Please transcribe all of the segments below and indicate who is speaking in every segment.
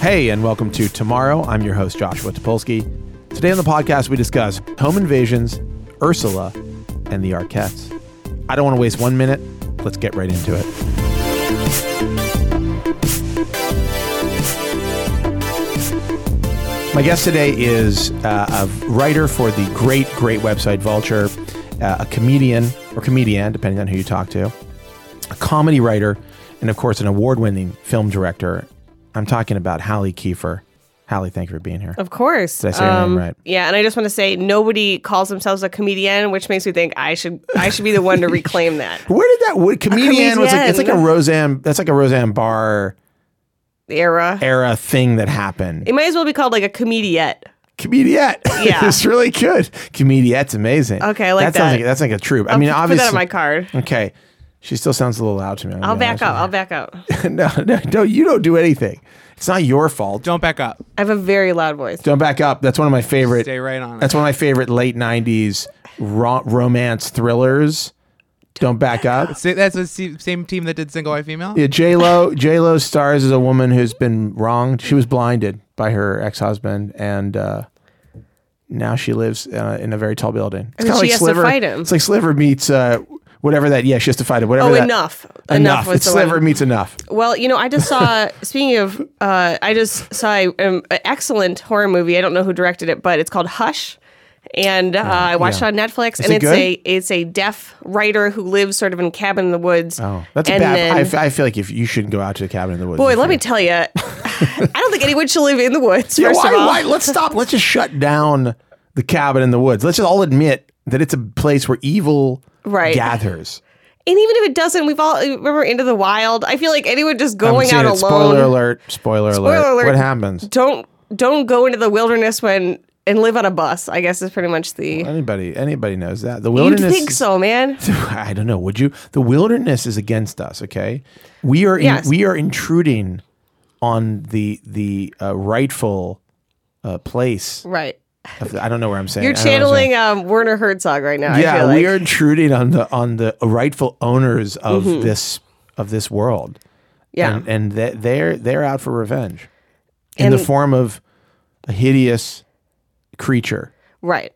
Speaker 1: Hey, and welcome to Tomorrow. I'm your host, Joshua Topolsky. Today on the podcast, we discuss home invasions, Ursula, and the Arquettes. I don't want to waste one minute. Let's get right into it. My guest today is uh, a writer for the great, great website Vulture, uh, a comedian or comedian, depending on who you talk to, a comedy writer, and of course, an award winning film director. I'm talking about Hallie Kiefer. Hallie, thank you for being here.
Speaker 2: Of course. Um,
Speaker 1: Did I say your name right?
Speaker 2: Yeah, and I just want to say nobody calls themselves a comedian, which makes me think I should I should be the one to reclaim that.
Speaker 1: Where did that what, comedian, was like? It's like a
Speaker 2: comedian.
Speaker 1: Roseanne. That's like a Roseanne Barr
Speaker 2: The era.
Speaker 1: era thing that happened.
Speaker 2: It might as well be called like a comediette.
Speaker 1: Comediette.
Speaker 2: Yeah.
Speaker 1: it's really good. Comediette's amazing.
Speaker 2: Okay, I like
Speaker 1: that. Sounds
Speaker 2: that.
Speaker 1: like, that's like a troop. I
Speaker 2: I'll
Speaker 1: mean,
Speaker 2: put that on
Speaker 1: obviously.
Speaker 2: my card.
Speaker 1: Okay. She still sounds a little loud to me. I'm
Speaker 2: I'll
Speaker 1: gonna be honest
Speaker 2: back out. I'll back out.
Speaker 1: with you. no, no, no, you don't do anything. It's not your fault.
Speaker 3: Don't back up.
Speaker 2: I have a very loud voice.
Speaker 1: Don't back up. That's one of my favorite.
Speaker 3: Stay right on it.
Speaker 1: That's one of my favorite late '90s ro- romance thrillers. Don't back up.
Speaker 3: Say- That's the se- same team that did Single White Female.
Speaker 1: Yeah, J Lo. J Lo stars as a woman who's been wronged. She was blinded by her ex husband, and uh, now she lives uh, in a very tall building. It's
Speaker 2: And
Speaker 1: kinda
Speaker 2: she has to fight him.
Speaker 1: It's like Sliver meets uh, whatever that. Yeah, she has to fight him. Whatever.
Speaker 2: Oh,
Speaker 1: that-
Speaker 2: enough. Enough,
Speaker 1: Enough.
Speaker 2: was
Speaker 1: It's
Speaker 2: the one.
Speaker 1: Sliver meets enough.
Speaker 2: Well, you know, I just saw. speaking of, uh, I just saw a- um, an excellent horror movie. I don't know who directed it, but it's called Hush, and uh, I watched
Speaker 1: yeah.
Speaker 2: it on
Speaker 1: Is
Speaker 2: Netflix. and
Speaker 1: it
Speaker 2: it's
Speaker 1: good?
Speaker 2: a it's a deaf writer who lives sort of in a cabin in the woods.
Speaker 1: Oh, that's a
Speaker 2: and
Speaker 1: bad.
Speaker 2: then-
Speaker 1: I f I I, feel like if you shouldn't go out to a cabin in the woods.
Speaker 2: Boy,
Speaker 1: if
Speaker 2: let me
Speaker 1: you're-
Speaker 2: tell you, I don't think anyone should live in the woods.
Speaker 1: Yeah,
Speaker 2: first
Speaker 1: why,
Speaker 2: of all,
Speaker 1: why? Let's stop. Let's just shut down the cabin in the woods. Let's just all admit that it's a place where evil
Speaker 2: Right.
Speaker 1: gathers.
Speaker 2: and even if it doesn't, we've all remember Into the Wild. I feel like anyone just
Speaker 1: I'm
Speaker 2: going
Speaker 1: saying
Speaker 2: out
Speaker 1: it.
Speaker 2: alone.
Speaker 1: Spoiler alert! Spoiler,
Speaker 2: Spoiler alert.
Speaker 1: What happens?
Speaker 2: Don't don't go into the wilderness when and live on a bus. I guess is pretty much the.
Speaker 1: Anybody, anybody knows that the
Speaker 2: You'd
Speaker 1: wilderness.
Speaker 2: think so, man.
Speaker 1: I don't know. Would you? The wilderness is against us. Okay, we are in,
Speaker 2: Yes.
Speaker 1: we are intruding on the the uh, rightful uh, place.
Speaker 2: Right.
Speaker 1: Of the, I don't know where I'm saying.
Speaker 2: You're
Speaker 1: I don't know what I'm saying.
Speaker 2: channeling um, Werner Herzog right now. I
Speaker 1: Yeah,
Speaker 2: feel like.
Speaker 1: we are intruding on the on the rightful owners of this of this world.
Speaker 2: Mm-hmm. Yeah.
Speaker 1: and, and they, they're they're out for revenge in the
Speaker 2: And-
Speaker 1: form of a hideous creature.
Speaker 2: right.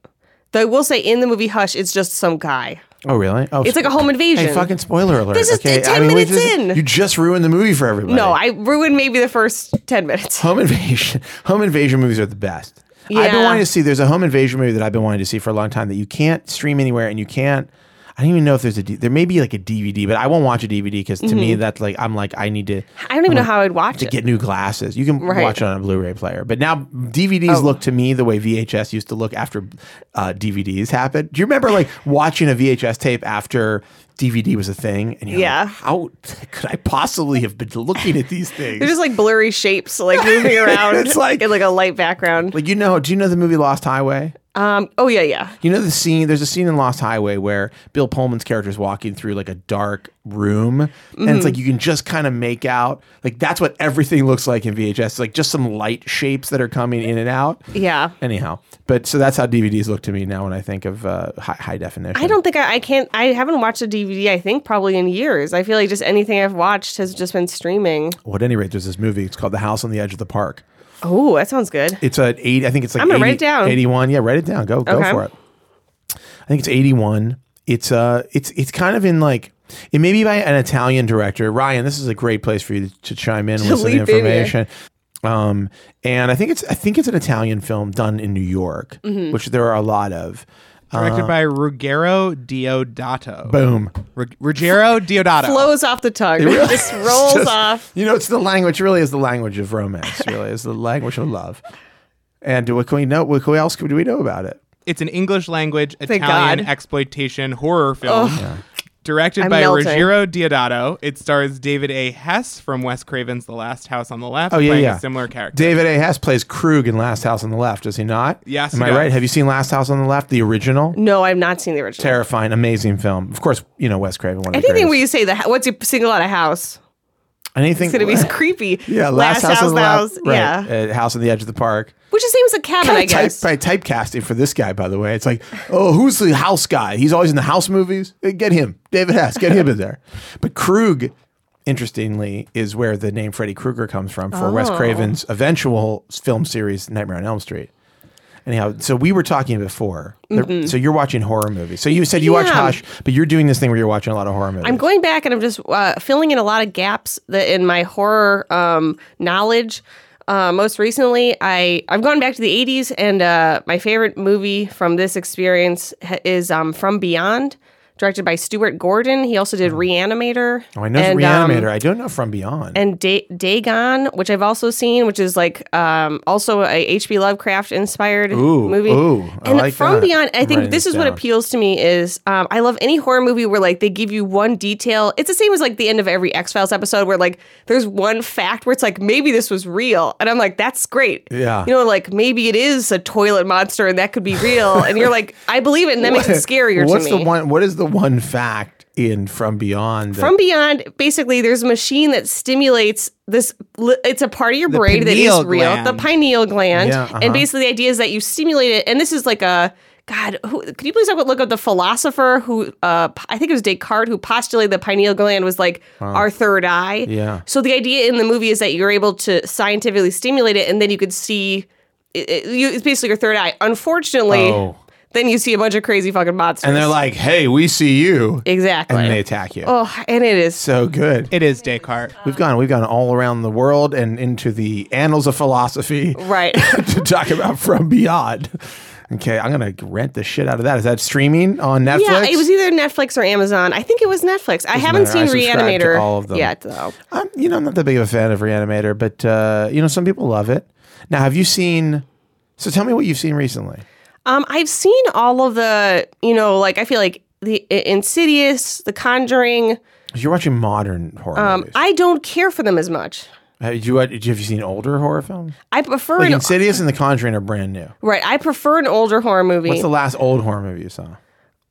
Speaker 2: Though I will say, in the movie Hush, it's just some guy.
Speaker 1: Oh, really? Oh,
Speaker 2: It's like a home invasion.
Speaker 1: Hey, fucking spoiler alert.
Speaker 2: This is
Speaker 1: okay?
Speaker 2: 10
Speaker 1: we
Speaker 2: minutes
Speaker 1: just-
Speaker 2: in.
Speaker 1: You just ruined the movie for everybody.
Speaker 2: no, I ruined maybe the first ten minutes.
Speaker 1: Home invasion. Home invasion movies are the best. I've been
Speaker 2: Yeah.
Speaker 1: wanting to see. There's a home invasion movie that I've been wanting to see for a long time that you can't stream anywhere, and you can't. I don't even know if there's a. D- there may be like a DVD, but I won't watch a DVD because to me that's like I'm like I need to
Speaker 2: I don't even know Mm-hmm. how I'd watch it.
Speaker 1: get new glasses. You can
Speaker 2: Right. Oh.
Speaker 1: watch it on a Blu-ray player, but now DVDs look to me the way VHS used to look after uh, DVDs happened. Do you remember like watching a VHS tape after DVD was a thing? And you're like,
Speaker 2: Yeah.
Speaker 1: how could I possibly have been looking at these things?
Speaker 2: They're just like blurry shapes, like moving around.
Speaker 1: It's like-
Speaker 2: in like a light background.
Speaker 1: like you know, do you know the movie Lost Highway?
Speaker 2: Um. Oh yeah, yeah.
Speaker 1: You know the scene. There's a scene in Lost Highway where Bill Pullman's character is walking through like a dark room, and
Speaker 2: Mm-hmm.
Speaker 1: it's like you can just kind of make out. Like that's what everything looks like in VHS. It's like just some light shapes that are coming in and out.
Speaker 2: Yeah.
Speaker 1: Anyhow, but so that's how DVDs look to me now when I think of uh, high, high definition.
Speaker 2: I don't think I, I can't. I haven't watched a DVD. I think probably in years. I feel like just anything I've watched has just been streaming.
Speaker 1: Well, at any rate, there's this movie. It's called The House on the Edge of the Park.
Speaker 2: Oh, that sounds good.
Speaker 1: It's an eight. I think it's like
Speaker 2: I'm gonna
Speaker 1: 80
Speaker 2: write it down.
Speaker 1: 81. Yeah, write it down. Go go
Speaker 2: Okay.
Speaker 1: for it. I think it's 81. It's uh it's it's kind of in like it may be by an Italian director. Ryan, this is a great place for you to, to chime in with some
Speaker 2: leap in here.
Speaker 1: information. Um and I think it's I think it's an Italian film done in New York,
Speaker 2: Mm-hmm.
Speaker 1: which there are a lot of. Uh-huh.
Speaker 3: Directed by Ruggero Diodato.
Speaker 1: Boom.
Speaker 3: Rug- Ruggero Diodato.
Speaker 2: Flows off the tongue. just rolls
Speaker 1: Just-
Speaker 2: off.
Speaker 1: You know, it's the language. Really, is the language of romance. Really, is the language of love. And what can we know? What can we else do we know about it?
Speaker 3: It's an English language
Speaker 2: God.
Speaker 3: Italian exploitation horror film. Directed
Speaker 2: I'm
Speaker 3: by
Speaker 2: melting.
Speaker 3: Ruggero Diodato. It stars David A. Hess from Wes Craven's The Last House on the Left,
Speaker 1: Oh yeah,
Speaker 3: playing
Speaker 1: yeah.
Speaker 3: a similar character.
Speaker 1: David A. Hess plays Krug in Last House on the Left. Does he not?
Speaker 3: Yes,
Speaker 1: Am
Speaker 3: he
Speaker 1: I
Speaker 3: does.
Speaker 1: right? Have you seen Last House on the Left, the original?
Speaker 2: No, I've not seen the original.
Speaker 1: Terrifying, amazing film. Of course, you know Wes Craven. One of the
Speaker 2: Anything
Speaker 1: greatest.
Speaker 2: where you say that, once you single out a house,
Speaker 1: anything.
Speaker 2: it's gonna be creepy.
Speaker 1: yeah, Last, House, on the Left.
Speaker 2: House, yeah.
Speaker 1: right, uh, House on the Edge of the Park.
Speaker 2: Which is same as a cabin, I
Speaker 1: Kinda type-
Speaker 2: guess.
Speaker 1: by typecasting for this guy, by the way. It's like, oh, who's the Uh, house guy? He's always in the house movies. Eh, Get him, David Hess. Get him in there. But Krug, interestingly, is where the name Freddy Krueger comes from for Wes
Speaker 2: Oh.
Speaker 1: Craven's eventual film series Nightmare on Elm Street. Anyhow, so we were talking before. There- So you're watching horror movies. So you said you watch
Speaker 2: Mm-hmm. Yeah.
Speaker 1: Hush, but you're doing this thing where you're watching a lot of horror movies.
Speaker 2: I'm going back and I'm just uh, filling in a lot of gaps that in my horror um, knowledge. Uh, most recently, I I've gone back to the '80s, and uh, my favorite movie from this experience ha- is um, From Beyond, directed by Stuart Gordon. He also did Reanimator.
Speaker 1: Hmm. oh, I know
Speaker 2: and, um,
Speaker 1: Reanimator. I don't know From Beyond.
Speaker 2: and Da- Dagon, which I've also seen, which is like um, also a H.P. Lovecraft inspired
Speaker 1: Ooh,
Speaker 2: movie.
Speaker 1: ooh, I
Speaker 2: and
Speaker 1: like
Speaker 2: from
Speaker 1: that.
Speaker 2: beyond, I think
Speaker 1: Writing
Speaker 2: this
Speaker 1: this
Speaker 2: is what
Speaker 1: down.
Speaker 2: appeals to me is um, I love any horror movie where like they give you one detail. It's the same as like the end of every X Files episode where like there's one fact where it's like maybe this was real, and I'm like that's great.
Speaker 1: Yeah.
Speaker 2: you know, like maybe it is a toilet monster and that could be real, and you're like I believe it, and that makes it scarier
Speaker 1: What's
Speaker 2: to
Speaker 1: the
Speaker 2: me.
Speaker 1: one? What is the one fact in From Beyond? that-
Speaker 2: from beyond basically there's a machine that stimulates this li- it's a part of your brain that
Speaker 3: pineal
Speaker 2: is real
Speaker 3: gland.
Speaker 2: the pineal gland
Speaker 1: Yeah, uh-huh.
Speaker 2: and basically the idea is that you stimulate it and this is like a god who could you please look up- look up the philosopher who uh p- i think it was descartes who postulated the pineal gland was like our third eye
Speaker 1: Yeah.
Speaker 2: so the idea in the movie is that you're able to scientifically stimulate it and then you could see it, it- you, it's basically your third eye unfortunately
Speaker 1: Oh.
Speaker 2: then you see a bunch of crazy fucking monsters
Speaker 1: and they're like, "Hey, we see you,"
Speaker 2: exactly
Speaker 1: and they attack you.
Speaker 2: oh and it is
Speaker 1: So good.
Speaker 3: It is Descartes.
Speaker 1: We've gone we've gone all around the world and into the annals of philosophy
Speaker 2: right
Speaker 1: to talk about from beyond. Okay, I'm gonna rent the shit out of that. Is that streaming on Netflix?
Speaker 2: Yeah, it was either Netflix or Amazon. I think it was Netflix. I haven't
Speaker 1: matter. I
Speaker 2: seen
Speaker 1: subscribe to
Speaker 2: Reanimator
Speaker 1: all of them.
Speaker 2: yet, though.
Speaker 1: I'm, you know, I'm not that big of a fan of Reanimator, but uh, you know, some people love it. Now, have you seen? So tell me what you've seen recently.
Speaker 2: Um, I've seen all of the, you know, like I feel like the I- Insidious, The Conjuring.
Speaker 1: 'Cause You're watching modern horror
Speaker 2: Um,
Speaker 1: movies.
Speaker 2: I don't care for them as much.
Speaker 1: have, you, have you seen older horror films?
Speaker 2: I prefer
Speaker 1: Like
Speaker 2: an,
Speaker 1: Insidious and The Conjuring are brand new.
Speaker 2: right. I prefer an older horror movie.
Speaker 1: What's the last old horror movie you saw?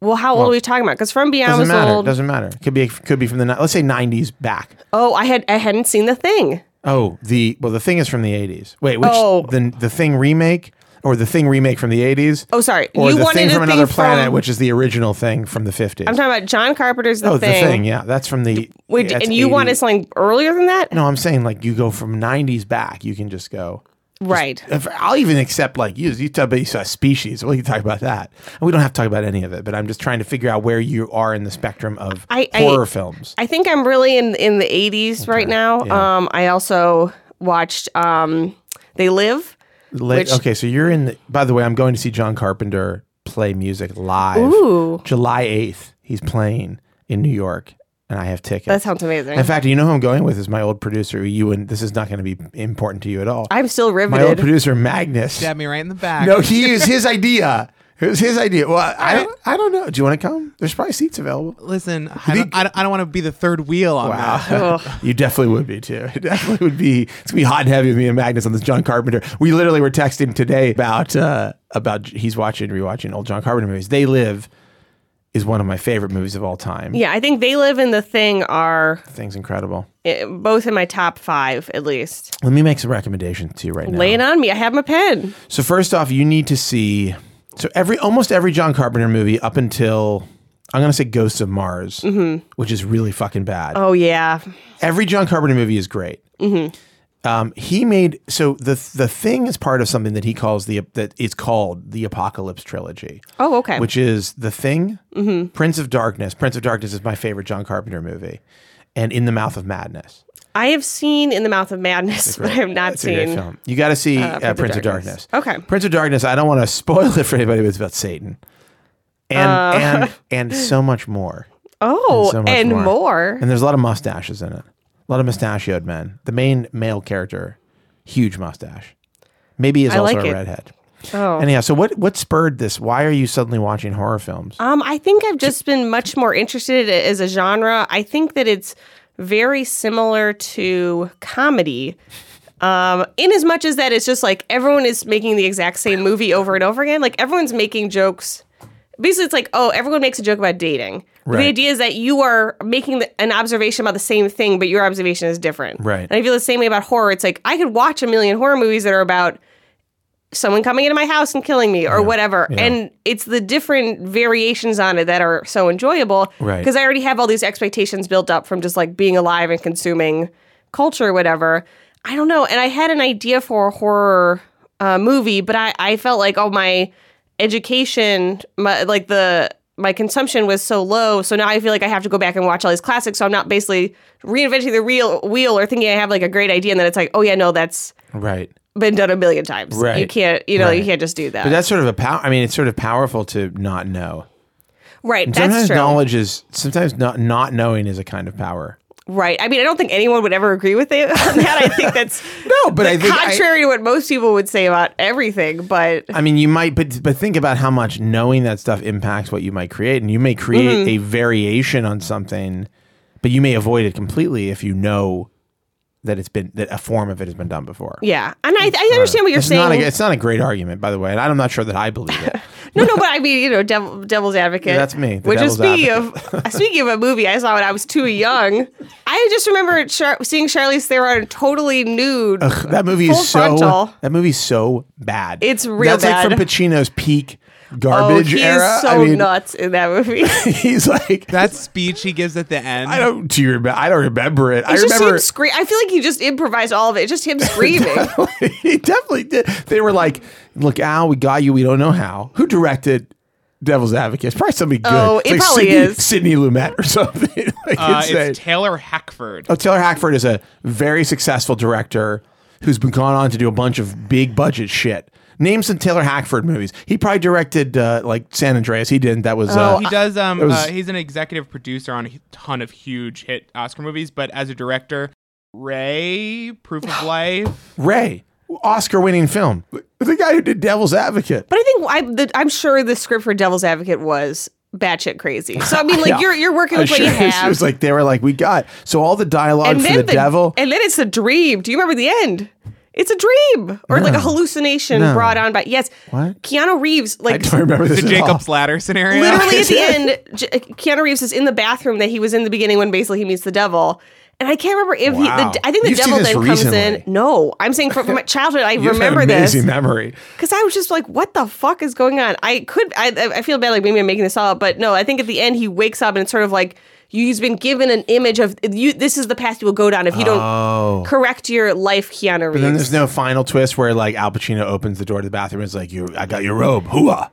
Speaker 2: well, how old are we talking about? Because From Beyond
Speaker 1: Doesn't
Speaker 2: was
Speaker 1: matter.
Speaker 2: old.
Speaker 1: Doesn't matter. Could be could be from the ni- let's say 90s back.
Speaker 2: Oh, I had I hadn't seen The Thing.
Speaker 1: Oh, the well, the thing is from the '80s. Wait, which
Speaker 2: Oh.
Speaker 1: the the thing remake or the thing remake from the '80s?
Speaker 2: Oh, sorry.
Speaker 1: or
Speaker 2: you
Speaker 1: the
Speaker 2: wanted
Speaker 1: thing
Speaker 2: a
Speaker 1: from another
Speaker 2: thing
Speaker 1: planet,
Speaker 2: from-
Speaker 1: which is the original thing from the '50s.
Speaker 2: I'm talking about John Carpenter's The
Speaker 1: oh,
Speaker 2: Thing.
Speaker 1: the thing. Yeah, that's from the.
Speaker 2: Wait,
Speaker 1: that's
Speaker 2: and you
Speaker 1: 80s.
Speaker 2: wanted something earlier than that?
Speaker 1: No, I'm saying like you go from '90s back. You can just go.
Speaker 2: Right.
Speaker 1: If, I'll even accept like you. You talk about you saw species. We can talk about that. And we don't have to talk about any of it. But I'm just trying to figure out where you are in the spectrum of
Speaker 2: I- I-
Speaker 1: horror films.
Speaker 2: I think I'm really in in the 80s right now.
Speaker 1: yeah.
Speaker 2: Um, I also watched um, They Live.
Speaker 1: Late,
Speaker 2: Which-
Speaker 1: okay, so you're in. The, by the way, I'm going to see John Carpenter play music live.
Speaker 2: Ooh.
Speaker 1: July 8th, he's playing in New York, and I have tickets.
Speaker 2: That sounds amazing.
Speaker 1: in fact, you know who I'm going with is my old producer. who You and this is not going to be important to you at all.
Speaker 2: I'm still
Speaker 1: my old
Speaker 2: riveted.
Speaker 1: producer Magnus.
Speaker 3: Stab me right in the back.
Speaker 1: No, he is his idea. It was his idea. Well, I don't, I don't know. Do you want to come? There's probably seats available.
Speaker 3: Listen, I don't, I don't, want to be the third wheel on that.
Speaker 1: Wow. you definitely would be too. It definitely would be. It's gonna be hot and heavy with me and Magnus on this John Carpenter. We literally were texting today about uh, about he's watching rewatching old John Carpenter movies. They Live is one of my favorite movies of all time.
Speaker 2: yeah, I think They Live and The Thing are
Speaker 1: Thing's incredible.
Speaker 2: eh, both in my top five at least.
Speaker 1: Let me make some recommendations to you right now.
Speaker 2: Lay it on me. I have my pen.
Speaker 1: So first off, you need to see so every almost every John Carpenter movie up until I'm gonna say Ghosts of Mars, which is really fucking bad.
Speaker 2: Oh yeah,
Speaker 1: every John Carpenter movie is great.
Speaker 2: Mm-hmm.
Speaker 1: Um, he made so the the thing is part of something that he calls the that is called the Apocalypse trilogy.
Speaker 2: Oh, okay. Mm-hmm.
Speaker 1: Which is the thing, Prince of Darkness. Prince of Darkness is my favorite John Carpenter movie, and In the Mouth of Madness.
Speaker 2: I have seen In the Mouth of Madness, but I have not
Speaker 1: It's a great
Speaker 2: seen.
Speaker 1: film. You got to see uh, Prince, of Darkness.
Speaker 2: Okay.
Speaker 1: Prince of Darkness. I don't want to spoil it for anybody, but it's about Satan, and and and so much more.
Speaker 2: Oh,
Speaker 1: so
Speaker 2: and,
Speaker 1: much more.
Speaker 2: more.
Speaker 1: And there's a lot of mustaches in it. A lot of mustachioed men. The main male character, huge mustache. Maybe is
Speaker 2: I
Speaker 1: also
Speaker 2: like
Speaker 1: a
Speaker 2: it.
Speaker 1: redhead.
Speaker 2: Oh.
Speaker 1: Anyhow, so what what spurred this? Why are you suddenly watching horror films?
Speaker 2: Um, I think I've just been much more interested i- as a genre. I think that it's very similar to comedy. Um, in as much as that it's just like everyone is making the exact same movie over and over again. Like everyone's making jokes. Basically, it's like, oh, everyone makes a joke about dating. But
Speaker 1: Right.
Speaker 2: The idea is that you are making the, an observation about the same thing, but your observation is different.
Speaker 1: Right.
Speaker 2: And I feel the same way about horror. It's like I could watch a million horror movies that are about someone coming into my house and killing me or whatever. And it's the different variations on it that are so enjoyable.
Speaker 1: Right.
Speaker 2: Because I already have all these expectations built up from just like being alive and consuming culture, or whatever. I don't know. And I had an idea for a horror uh, movie, but I, I felt like, oh, my education, my, like the. My consumption was so low, so now I feel like I have to go back and watch all these classics. So I'm not basically reinventing the real wheel or thinking I have like a great idea, and then it's like, oh yeah, no, that's
Speaker 1: Right.
Speaker 2: been done a million times. You
Speaker 1: Right.
Speaker 2: can't, you know, you
Speaker 1: Right.
Speaker 2: can't just do
Speaker 1: But
Speaker 2: that.
Speaker 1: that's sort of a power. I mean, it's sort of powerful to not know.
Speaker 2: right. That's
Speaker 1: Sometimes
Speaker 2: true.
Speaker 1: knowledge is sometimes not not knowing is a kind of power.
Speaker 2: Right. I mean, I don't think anyone would ever agree with it on that. I think that's
Speaker 1: No, but I think I-
Speaker 2: contrary to what most people would say about everything. But
Speaker 1: I mean, you might, but but think about how much knowing that stuff impacts what you might create, and you may
Speaker 2: Mm-hmm.
Speaker 1: create a variation on something, but you may avoid it completely if you know that it's been that a form of it has been done before.
Speaker 2: yeah, and I, I understand what you're
Speaker 1: it's
Speaker 2: saying.
Speaker 1: Not a, it's not a great argument, by the way, and I'm not sure that I believe it.
Speaker 2: no, no, but I mean, you know, devil, devil's advocate.
Speaker 1: Yeah, that's me, the
Speaker 2: Which is
Speaker 1: devil's
Speaker 2: speaking of speaking of a movie I saw when I was too young. I just remember Char- seeing Charlize Theron totally nude.
Speaker 1: that movie
Speaker 2: Full
Speaker 1: is so
Speaker 2: frontal.
Speaker 1: that movie's so bad.
Speaker 2: It's real
Speaker 1: That's
Speaker 2: bad.
Speaker 1: like from Pacino's peak
Speaker 2: oh,
Speaker 1: garbage
Speaker 2: he
Speaker 1: era.
Speaker 2: is so nuts in that movie.
Speaker 1: he's like
Speaker 3: That speech he gives at the end.
Speaker 1: I don't do you remember? I don't remember it. I
Speaker 2: It's just
Speaker 1: remember
Speaker 2: him scream. I feel like he just improvised all of it. It's just him screaming.
Speaker 1: he definitely did. They were like, "Look, Al, we got you. We don't know how. Who directed Devil's Advocate? It's probably somebody good.
Speaker 2: Oh,
Speaker 1: It's
Speaker 2: it probably
Speaker 1: Sidney,
Speaker 2: is.
Speaker 1: Sidney Lumet or something. like
Speaker 3: Uh,
Speaker 1: insane.
Speaker 3: it's Taylor Hackford.
Speaker 1: oh, Taylor Hackford is a very successful director who's been gone on to do a bunch of big budget shit. Name some Taylor Hackford movies. He probably directed uh, like San Andreas. He didn't. That was uh,
Speaker 2: Oh.
Speaker 3: he does. Um,
Speaker 1: was-
Speaker 3: uh, he's an executive producer on a ton of huge hit Oscar movies, but as a director, Ray, Proof of Life,
Speaker 1: Ray, Oscar-winning film. The guy who did Devil's Advocate.
Speaker 2: But I think I, the, I'm sure the script for Devil's Advocate was batshit crazy. So I mean, like
Speaker 1: Yeah.
Speaker 2: you're you're working
Speaker 1: I'm
Speaker 2: with what you
Speaker 1: sure It
Speaker 2: have,
Speaker 1: was like they were like, we got so all the dialogue for the devil.
Speaker 2: and then it's a dream. Do you remember the end? It's a dream or like a hallucination brought on by yes.
Speaker 1: What?
Speaker 2: Keanu Reeves
Speaker 1: I
Speaker 2: like
Speaker 1: don't remember this.
Speaker 3: the
Speaker 1: at
Speaker 3: Jacob's
Speaker 1: all.
Speaker 3: Ladder scenario.
Speaker 2: literally at the
Speaker 1: Yeah.
Speaker 2: end, J- Keanu Reeves is in the bathroom that he was in the beginning when basically he meets the devil. And I can't remember if
Speaker 1: Wow.
Speaker 2: he. The, I think the
Speaker 1: You've seen
Speaker 2: devil
Speaker 1: this
Speaker 2: then comes
Speaker 1: recently.
Speaker 2: in. No, I'm saying from, from my childhood, I
Speaker 1: You have an
Speaker 2: remember this.
Speaker 1: amazing memory.
Speaker 2: Because I was just like, what the fuck is going on? I could, I, I feel bad, like maybe I'm making this all up, but no, I think at the end he wakes up and it's sort of like, you've been given an image of, you. this is the path you will go down if you don't correct your life, Keanu Reeves.
Speaker 1: Oh. Then there's no final twist where like Al Pacino opens the door to the bathroom and is like, "You, I got your robe, hooah!"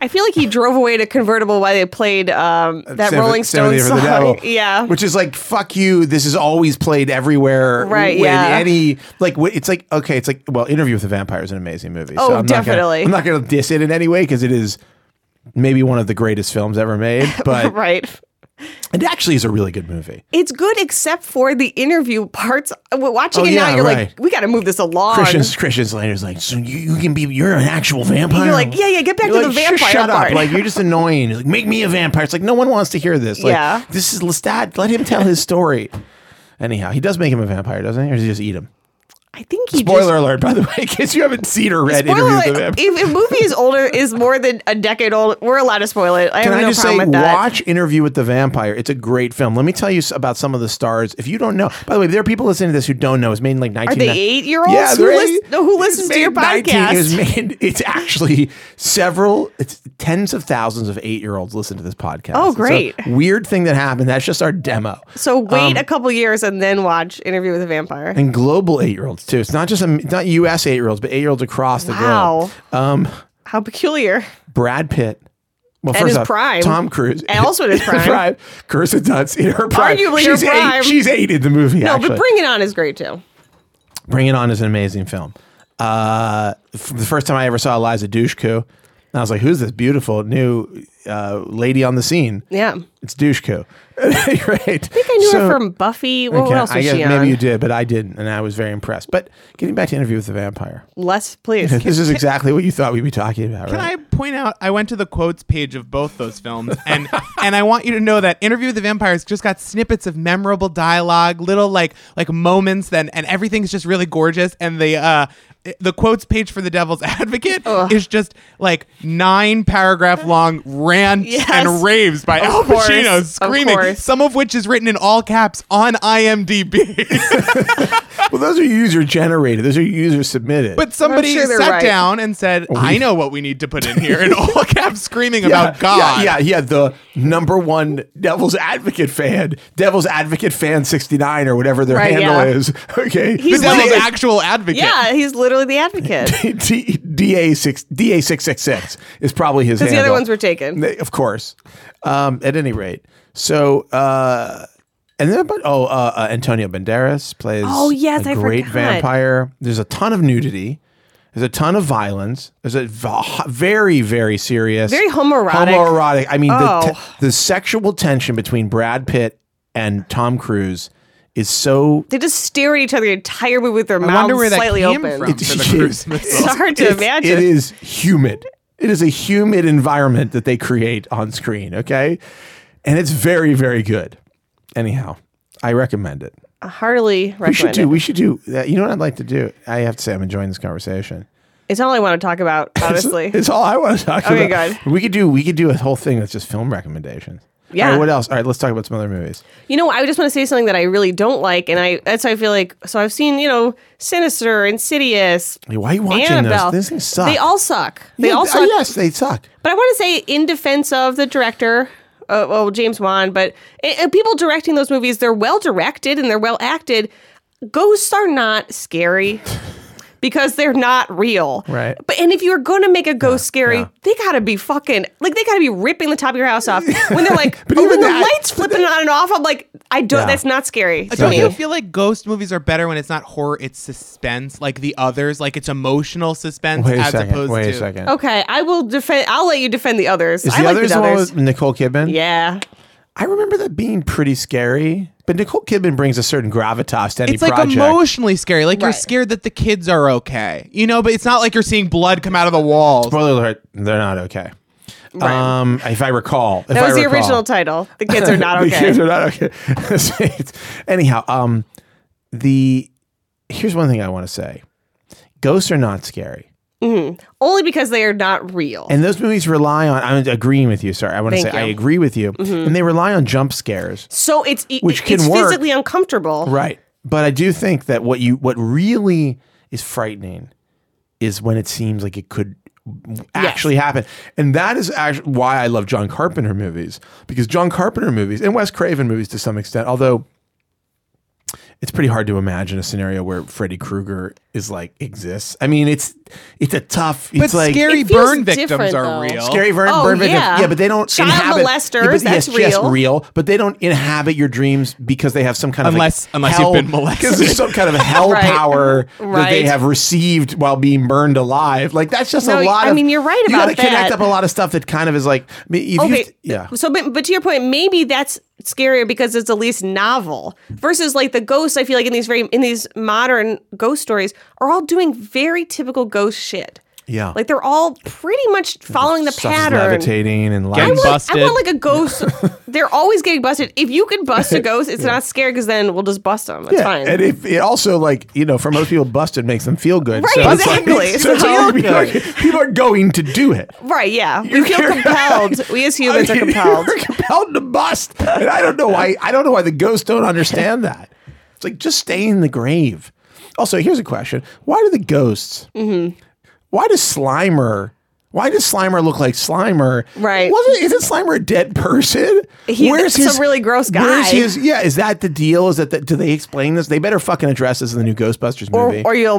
Speaker 2: I feel like he drove away to convertible while they played um, that
Speaker 1: Symph-
Speaker 2: Rolling
Speaker 1: Sympathy
Speaker 2: Stones
Speaker 1: for the
Speaker 2: song.
Speaker 1: Devil.
Speaker 2: Yeah.
Speaker 1: which is like, "Fuck you." This is always played everywhere.
Speaker 2: Right,
Speaker 1: when
Speaker 2: yeah.
Speaker 1: Any like, wh- it's like okay, it's like well, Interview with the Vampire is an amazing movie.
Speaker 2: Oh,
Speaker 1: so I'm Not gonna,
Speaker 2: definitely.
Speaker 1: I'm not going to diss it in any way because it is maybe one of the greatest films ever made, but
Speaker 2: right.
Speaker 1: it actually is a really good movie.
Speaker 2: It's good except for the interview parts. Uh, Watching
Speaker 1: Oh,
Speaker 2: it now,
Speaker 1: yeah,
Speaker 2: you're
Speaker 1: right.
Speaker 2: like, we got to move this along.
Speaker 1: Christian Christian Slater's like, so you, you can be you're an actual vampire.
Speaker 2: You're like, yeah, yeah, get back
Speaker 1: You're
Speaker 2: to
Speaker 1: like,
Speaker 2: the
Speaker 1: "Sh-
Speaker 2: vampire
Speaker 1: shut
Speaker 2: part.
Speaker 1: up! Like you're just annoying. He's Like make me a vampire. It's like no one wants to hear this. Like,
Speaker 2: Yeah.
Speaker 1: this is Lestat. Let him tell his story. Anyhow, he does make him a vampire, doesn't he? Or does he just eat him?
Speaker 2: I think he just
Speaker 1: Spoiler alert, by the way, in case you haven't seen or read
Speaker 2: Spoiler
Speaker 1: Interview with
Speaker 2: alert,
Speaker 1: the Vampire.
Speaker 2: if a movie is older, is more than a decade old, we're allowed to spoil it. I
Speaker 1: Can
Speaker 2: have
Speaker 1: I
Speaker 2: no
Speaker 1: just say,
Speaker 2: problem with that.
Speaker 1: watch Interview with the Vampire. It's a great film. Let me tell you s- about some of the stars. If you don't know, by the way, there are people listening to this who don't know. It's made in like 19...
Speaker 2: they eight-year-olds
Speaker 1: Yeah,
Speaker 2: who
Speaker 1: they're
Speaker 2: lis-
Speaker 1: eight-
Speaker 2: who
Speaker 1: it's
Speaker 2: listens to your
Speaker 1: made 19
Speaker 2: podcast?
Speaker 1: It was made, it's actually several, it's tens of thousands of eight-year-olds listen to this podcast.
Speaker 2: Oh,
Speaker 1: It's a
Speaker 2: great.
Speaker 1: weird thing that happened. That's just our demo.
Speaker 2: so
Speaker 1: um,
Speaker 2: wait a couple years and then watch Interview with a Vampire.
Speaker 1: And global eight-year-olds, too. It's not just, um, not U.S. eight-year-olds, but eight-year-olds across the
Speaker 2: Wow,
Speaker 1: globe. Um...
Speaker 2: how peculiar!
Speaker 1: Brad Pitt. Well,
Speaker 2: At
Speaker 1: first
Speaker 2: his
Speaker 1: off,
Speaker 2: prime.
Speaker 1: Tom Cruise,
Speaker 2: And also at his prime.
Speaker 1: Kirsten Dunst in her prime.
Speaker 2: Arguably her
Speaker 1: she's
Speaker 2: prime.
Speaker 1: Eight, she's eight in the movie.
Speaker 2: No,
Speaker 1: actually.
Speaker 2: but Bring It On is great too.
Speaker 1: Bring It On is an amazing film. Uh, f- the first time I ever saw Eliza Dushku, and I was like, "Who's this beautiful new uh, lady on the scene?"
Speaker 2: Yeah, I think
Speaker 1: It's Dushku. right. I think
Speaker 2: I knew her from Buffy. What, what else was
Speaker 1: I guess
Speaker 2: she
Speaker 1: maybe
Speaker 2: on?
Speaker 1: you did, but I didn't, and I was very impressed. But getting back to Interview with the Vampire,
Speaker 2: Less, please.
Speaker 1: this is exactly what you thought we'd be talking about,
Speaker 3: Can
Speaker 1: right?
Speaker 3: I point out? I went to the quotes page of both those films, and and I want you to know that Interview with the Vampires just got snippets of memorable dialogue, little like like moments, then and everything's just really gorgeous. And the uh, the quotes page for The Devil's Advocate is just like nine paragraph long rants
Speaker 2: Yes.
Speaker 3: and raves by Al
Speaker 2: course,
Speaker 3: Pacino
Speaker 2: of
Speaker 3: screaming,
Speaker 2: course.
Speaker 3: some of which is written in all caps on IMDb.
Speaker 1: Well, those are user generated. Those are user submitted.
Speaker 3: but somebody
Speaker 2: sure they're
Speaker 3: sat
Speaker 2: right.
Speaker 3: down and said, I know what we need to put in here in all caps screaming
Speaker 1: Oh, yeah,
Speaker 3: about God.
Speaker 1: Yeah, yeah, yeah. The number one Devil's Advocate fan, Devil's Advocate fan sixty nine or whatever their
Speaker 2: Right,
Speaker 1: handle
Speaker 2: yeah.
Speaker 1: is. Okay,
Speaker 2: He's
Speaker 3: The devil's
Speaker 2: like-
Speaker 3: actual advocate.
Speaker 2: Yeah, he's literally the advocate.
Speaker 1: D- DA six DA six six six is probably his.
Speaker 2: Because the other
Speaker 1: handle.
Speaker 2: ones were taken.
Speaker 1: They- of course. Um, at any rate, so uh, and then but oh, uh, uh, Antonio Banderas plays.
Speaker 2: Oh, yes,
Speaker 1: a
Speaker 2: I
Speaker 1: great
Speaker 2: forgot.
Speaker 1: vampire. There's a ton of nudity. There's a ton of violence. There's a v- very very serious,
Speaker 2: Very homoerotic.
Speaker 1: Homoerotic. I mean, the,
Speaker 2: Oh.
Speaker 1: te- the sexual tension between Brad Pitt and Tom Cruise is so.
Speaker 2: They just stare at each other the entire movie with their
Speaker 3: I
Speaker 2: mouths
Speaker 3: wonder where that
Speaker 2: slightly
Speaker 3: came
Speaker 2: open.
Speaker 3: from for the
Speaker 1: It's-
Speaker 3: cruise
Speaker 2: It's
Speaker 3: missile.
Speaker 2: hard to
Speaker 1: it's-
Speaker 2: imagine.
Speaker 1: It is humid. It is a humid environment that they create on screen. Okay, and it's very very good. Anyhow, I recommend it.
Speaker 2: I Hardly
Speaker 1: We should
Speaker 2: recommend
Speaker 1: do.
Speaker 2: it.
Speaker 1: We should do. Uh, you know what I'd like to do? I have to say, I'm enjoying this conversation.
Speaker 2: It's not all I want to talk about, honestly.
Speaker 1: It's all I want to talk
Speaker 2: Okay,
Speaker 1: about. We could do. We could do a whole thing that's just film recommendations.
Speaker 2: Yeah.
Speaker 1: All right, what else? All right, let's talk about some other movies.
Speaker 2: you know, I just want to say something that I really don't like, and I that's why I feel like so I've seen, you know, Sinister, Insidious,
Speaker 1: Hey, Why are you watching
Speaker 2: Annabelle.
Speaker 1: those? These things suck.
Speaker 2: They all suck. They
Speaker 1: Yeah,
Speaker 2: all
Speaker 1: uh,
Speaker 2: suck.
Speaker 1: Yes, they suck.
Speaker 2: But I want to say, in defense of the director, uh, well, James Wan, but and, and people directing those movies, they're well directed and they're well acted. Ghosts are not scary because they're not real.
Speaker 1: Right.
Speaker 2: But and if you're going to make a ghost scary,
Speaker 1: yeah.
Speaker 2: they got to be fucking like they got to be ripping the top of your house off when they're like
Speaker 1: But
Speaker 2: oh,
Speaker 1: even
Speaker 2: when the
Speaker 1: that-
Speaker 2: lights flipping on and off. I'm like, I don't.
Speaker 1: Yeah.
Speaker 2: That's not scary. to
Speaker 3: Don't
Speaker 2: me.
Speaker 3: you feel like ghost movies are better when it's not horror, it's suspense, like the others, like it's emotional suspense
Speaker 1: Wait a
Speaker 3: as
Speaker 1: second.
Speaker 3: opposed
Speaker 1: Wait
Speaker 3: to
Speaker 1: a second.
Speaker 2: Okay, I will defend. I'll let you defend the others.
Speaker 1: Is
Speaker 2: Oh, I
Speaker 1: the
Speaker 2: like
Speaker 1: others
Speaker 2: the
Speaker 1: the one
Speaker 2: others.
Speaker 1: with Nicole Kidman?
Speaker 2: yeah.
Speaker 1: I remember that being pretty scary. But Nicole Kidman brings a certain gravitas to any
Speaker 3: It's like
Speaker 1: project.
Speaker 3: emotionally scary. Like you're
Speaker 2: Right.
Speaker 3: scared that the kids are okay. You know, but it's not like you're seeing blood come out of the walls.
Speaker 1: Spoiler alert: They're not okay. Um, if I recall, if
Speaker 2: That was
Speaker 1: I
Speaker 2: the
Speaker 1: recall.
Speaker 2: original title. The kids are not
Speaker 1: the
Speaker 2: okay.
Speaker 1: kids are not okay. It's- Anyhow, um, the here's one thing I want to say: ghosts are not scary,
Speaker 2: only because they are not real.
Speaker 1: and those movies rely on. I'm agreeing with you. Sorry, I want to say
Speaker 2: Thank
Speaker 1: I
Speaker 2: you. Mm-hmm.
Speaker 1: agree with you, and they rely on jump scares.
Speaker 2: so it's e, it-
Speaker 1: Which can
Speaker 2: it's
Speaker 1: work.
Speaker 2: physically uncomfortable.
Speaker 1: Right. But I do think that what you what really is frightening is when it seems like it could actually happen. And that is actually why I love John Carpenter movies because John Carpenter movies and Wes Craven movies to some extent, although it's pretty hard to imagine a scenario where Freddy Krueger is like exists. I mean, it's it's a tough
Speaker 3: But
Speaker 1: it's like
Speaker 3: scary
Speaker 2: It feels
Speaker 3: burn victims
Speaker 2: different,
Speaker 3: are
Speaker 2: though.
Speaker 3: real.
Speaker 1: Scary Vern
Speaker 2: Oh,
Speaker 1: Burn victims.
Speaker 2: yeah.
Speaker 1: Yeah, but they don't
Speaker 2: Child
Speaker 1: inhabit
Speaker 2: molesters,
Speaker 1: Yeah, but
Speaker 2: that's
Speaker 1: yes, yes,
Speaker 2: real.
Speaker 1: real. But they don't inhabit your dreams because they have some kind of
Speaker 3: Unless-
Speaker 1: like,
Speaker 3: unless you've
Speaker 1: hell,
Speaker 3: been molested.
Speaker 1: 'cause There's some kind of hell
Speaker 2: Right.
Speaker 1: power that they
Speaker 2: Right.
Speaker 1: have received while being burned alive. Like that's just
Speaker 2: No,
Speaker 1: a lot.
Speaker 2: I
Speaker 1: of,
Speaker 2: mean, you're right
Speaker 1: you gotta
Speaker 2: about
Speaker 1: connect
Speaker 2: that.
Speaker 1: up a lot of stuff that kind of is like. I mean, if
Speaker 2: Okay.
Speaker 1: you, yeah.
Speaker 2: So, but, but to your point, maybe that's scarier because it's at least novel versus like the ghosts. I feel like in these very in these modern ghost stories are all doing very typical ghost shit.
Speaker 1: Yeah.
Speaker 2: Like they're all pretty much following the
Speaker 1: Stuff is
Speaker 2: pattern.
Speaker 1: levitating and
Speaker 3: Gang
Speaker 1: lying.
Speaker 2: I want, I
Speaker 3: busted.
Speaker 2: want like a ghost. they're always getting busted. If you can bust a ghost, it's not scary because then we'll just bust them. It's
Speaker 1: Yeah,
Speaker 2: fine.
Speaker 1: and if it also like you know, for most people, busted makes them feel good.
Speaker 2: Right,
Speaker 1: so it's like-
Speaker 2: exactly.
Speaker 1: so it's
Speaker 2: So-
Speaker 1: like, people are- people are going to do it.
Speaker 2: right? Yeah. We feel compelled. We as humans
Speaker 1: I mean,
Speaker 2: are compelled.
Speaker 1: You're compelled to bust, and I don't know why. I don't know why the ghosts don't understand that. It's like just stay in the grave. Also, here's a question: Why do the ghosts?
Speaker 2: Mm-hmm.
Speaker 1: Why does Slimer? Why does Slimer look like Slimer?
Speaker 2: Right.
Speaker 1: Wasn't isn't Slimer a dead person?
Speaker 2: He- some really gross guy.
Speaker 1: Where's his? Yeah. Is that the deal? Is that the, do they explain this? They better fucking address this in the new Ghostbusters
Speaker 2: or,
Speaker 1: movie.
Speaker 2: or you'll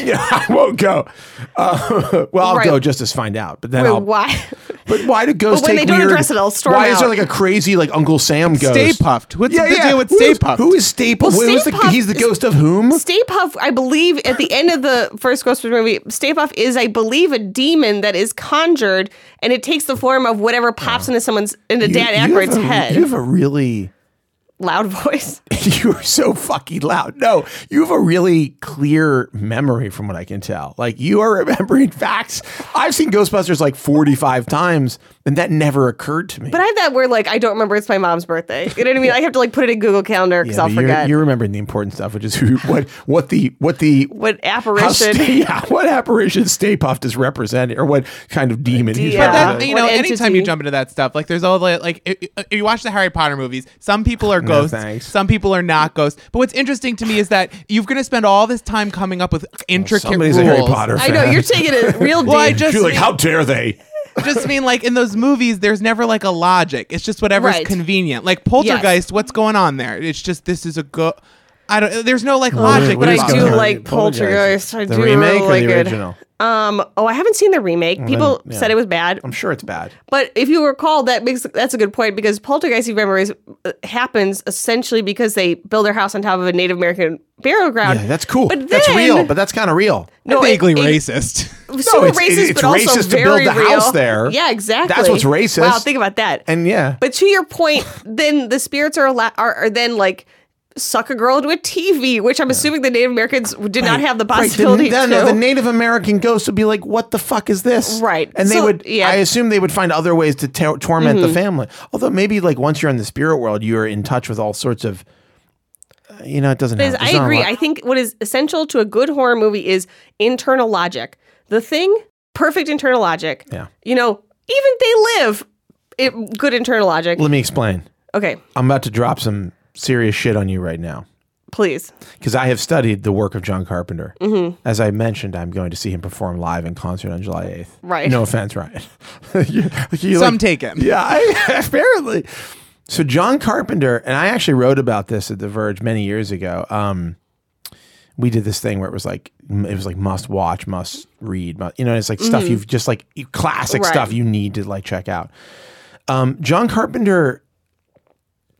Speaker 1: yeah, I won't go. Uh, well, I'll
Speaker 2: Right.
Speaker 1: go just to find out. But then
Speaker 2: Wait,
Speaker 1: I'll
Speaker 2: why?
Speaker 1: but why do ghosts
Speaker 2: But when
Speaker 1: take
Speaker 2: they don't
Speaker 1: weird-
Speaker 2: address it, I'll storm
Speaker 1: Why is there
Speaker 2: out.
Speaker 1: like a crazy like Uncle Sam ghost?
Speaker 3: Stay puffed. What's the deal with
Speaker 1: Who
Speaker 3: Stay
Speaker 1: is-
Speaker 3: Puffed?
Speaker 1: Who is Stay Puffed?
Speaker 2: Well,
Speaker 1: Who's
Speaker 2: Stay
Speaker 1: the-
Speaker 2: Puffed
Speaker 1: he's the
Speaker 2: is-
Speaker 1: ghost of whom?
Speaker 2: Stay Puff, I believe, at the end of the first Ghostbusters movie, Stay Puff is, I believe, a demon that is conjured, and it takes the form of whatever pops into someone's into Dan
Speaker 1: Oh. have
Speaker 2: Aykroyd's
Speaker 1: a-
Speaker 2: head.
Speaker 1: You have a really
Speaker 2: loud voice.
Speaker 1: you were so fucking loud. No, you have a really clear memory from what I can tell. Like you are remembering facts. I've seen Ghostbusters like 45 times and that never occurred to me.
Speaker 2: But I have that where like I don't remember it's my mom's birthday. You know what I mean? I have to like put it in Google Calendar because
Speaker 1: Yeah,
Speaker 2: I'll
Speaker 1: but you're,
Speaker 2: forget.
Speaker 1: you're remembering the important stuff, which is who, what, what the, what the,
Speaker 2: what
Speaker 1: how
Speaker 2: apparition?
Speaker 1: sta- yeah, what apparition Stay Puft is representing, or what kind of demon he's
Speaker 2: Yeah.
Speaker 3: But
Speaker 1: representing.
Speaker 3: that, you
Speaker 2: What
Speaker 3: know, anytime
Speaker 2: entity?
Speaker 3: you jump into that stuff, like there's all the like i- i- if you watch the Harry Potter movies, some people are ghosts,
Speaker 1: thanks.
Speaker 3: some people are not ghosts. But what's interesting to me is that you're going to spend all this time coming up with intricate
Speaker 1: Somebody's
Speaker 3: rules.
Speaker 1: a Harry Potter
Speaker 2: I
Speaker 1: fan.
Speaker 2: know you're taking it real deep.
Speaker 3: Well, I just
Speaker 1: You're like,
Speaker 3: mean-
Speaker 1: how dare they?
Speaker 3: just mean like in those movies, there's never like a logic. It's just whatever's
Speaker 2: Right.
Speaker 3: convenient. Like Poltergeist, what's going on there? It's just this is a go. I don't. There's no like logic.
Speaker 2: But
Speaker 1: What is
Speaker 2: I
Speaker 1: going
Speaker 2: do
Speaker 1: on?
Speaker 2: like Poltergeist. I
Speaker 1: the
Speaker 2: do
Speaker 1: remake
Speaker 2: really
Speaker 1: or
Speaker 2: like
Speaker 1: the
Speaker 2: it.
Speaker 1: original?
Speaker 2: Um, oh, I haven't seen the remake. People
Speaker 1: yeah.
Speaker 2: said it was bad,
Speaker 1: I'm sure it's bad.
Speaker 2: but if you recall, that makes that's a good point because poltergeist memories uh, happens essentially because they build their house on top of a Native American burial ground.
Speaker 1: Yeah, that's cool.
Speaker 2: But
Speaker 1: that's
Speaker 2: then-
Speaker 1: real, but that's kind of real.
Speaker 2: No, it-
Speaker 3: vaguely
Speaker 2: it-
Speaker 3: racist.
Speaker 2: super
Speaker 1: it's-
Speaker 2: racist,
Speaker 1: it's
Speaker 2: but also
Speaker 1: racist to
Speaker 2: very
Speaker 1: build the
Speaker 2: real.
Speaker 1: house there.
Speaker 2: Yeah, exactly.
Speaker 1: That's what's racist.
Speaker 2: Wow, think about that.
Speaker 1: And yeah,
Speaker 2: But to your point, then the spirits are, allo- are are then like suck a girl into a TV, which I'm assuming the Native Americans did not have the
Speaker 1: Right,
Speaker 2: possibility
Speaker 1: the,
Speaker 2: to.
Speaker 1: no, the Native American ghost would be like, "What the fuck is this?"
Speaker 2: Right.
Speaker 1: and they
Speaker 2: So,
Speaker 1: would.
Speaker 2: yeah. Mm-hmm.
Speaker 1: I assume they would find other ways to tor- torment the family. Although maybe like once you're in the spirit world, you are in touch with all sorts of. uh, You know, it doesn't.
Speaker 2: Because
Speaker 1: Have, there's
Speaker 2: I
Speaker 1: not a
Speaker 2: agree.
Speaker 1: lot-
Speaker 2: I think what is essential to a good horror movie is internal logic. The thing, perfect internal logic.
Speaker 1: Yeah.
Speaker 2: You know, even they live. It, good internal logic.
Speaker 1: Let me explain.
Speaker 2: Okay,
Speaker 1: I'm about to drop some serious shit on you right now.
Speaker 2: please.
Speaker 1: because I have studied the work of John Carpenter. As I mentioned, I'm going to see him perform live in concert on July 8th.
Speaker 2: Right.
Speaker 1: No offense, Ryan. You- you
Speaker 3: Some
Speaker 1: like-
Speaker 3: take him.
Speaker 1: Yeah, I, apparently. So John Carpenter, and I actually wrote about this at The Verge many years ago. Um, we did this thing where it was like it was like must watch, must read, must, you know. It's like stuff you've just like you- classic
Speaker 2: Right.
Speaker 1: stuff you need to like check out. Um, John Carpenter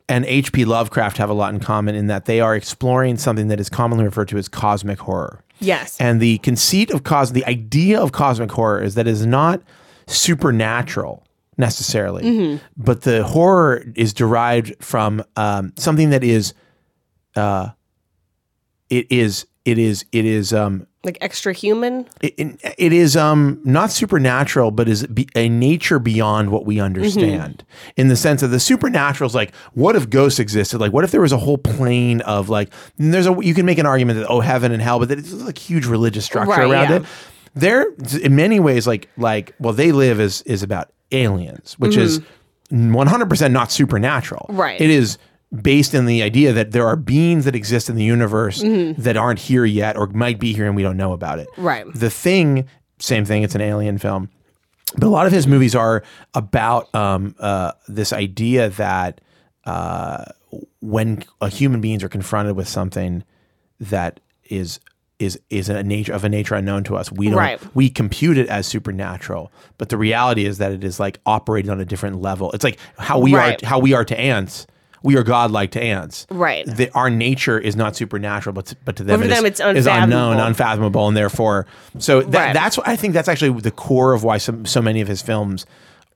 Speaker 1: and H.P. Lovecraft have a lot in common in that they are exploring something that is commonly referred to as cosmic horror.
Speaker 2: Yes.
Speaker 1: And the conceit of cos, the idea of cosmic horror is that it is not supernatural necessarily, but the horror is derived from um, something that is, uh, it is, it is, it is, um,
Speaker 2: like extra human.
Speaker 1: it, it- it is um, not supernatural, but is be, a nature beyond what
Speaker 2: Mm-hmm.
Speaker 1: we understand. In the sense of the supernatural is like, what if ghosts existed? Like, what if there was a whole plane of like, and there's a you can make an argument that oh, heaven and hell, but that it's like huge religious structure
Speaker 2: Right,
Speaker 1: around
Speaker 2: yeah.
Speaker 1: it. They're in many ways like like well, they live is is about aliens, which is 100 percent not supernatural.
Speaker 2: Mm-hmm. Right.
Speaker 1: It is based in the idea that there are beings that exist in the universe
Speaker 2: Mm-hmm.
Speaker 1: that aren't here yet or might be here and we don't know about it.
Speaker 2: Right.
Speaker 1: The Thing, same thing. It's an alien film, but a lot of his movies are about um, uh, this idea that uh, when uh human beings are confronted with something that is is is a nature of a nature unknown to us, we don't
Speaker 2: Right.
Speaker 1: we compute it as supernatural, but the reality is that it is like operated on a different level. It's like how we
Speaker 2: Right.
Speaker 1: are how we are to ants. We are godlike to ants.
Speaker 2: Right.
Speaker 1: The, our nature is not supernatural, but to, but to them,
Speaker 2: for
Speaker 1: it is-
Speaker 2: them it's
Speaker 1: is unknown,
Speaker 2: unfathomable.
Speaker 1: unfathomable, and therefore, so that,
Speaker 2: Right.
Speaker 1: that's what I think that's actually the core of why some, so many of his films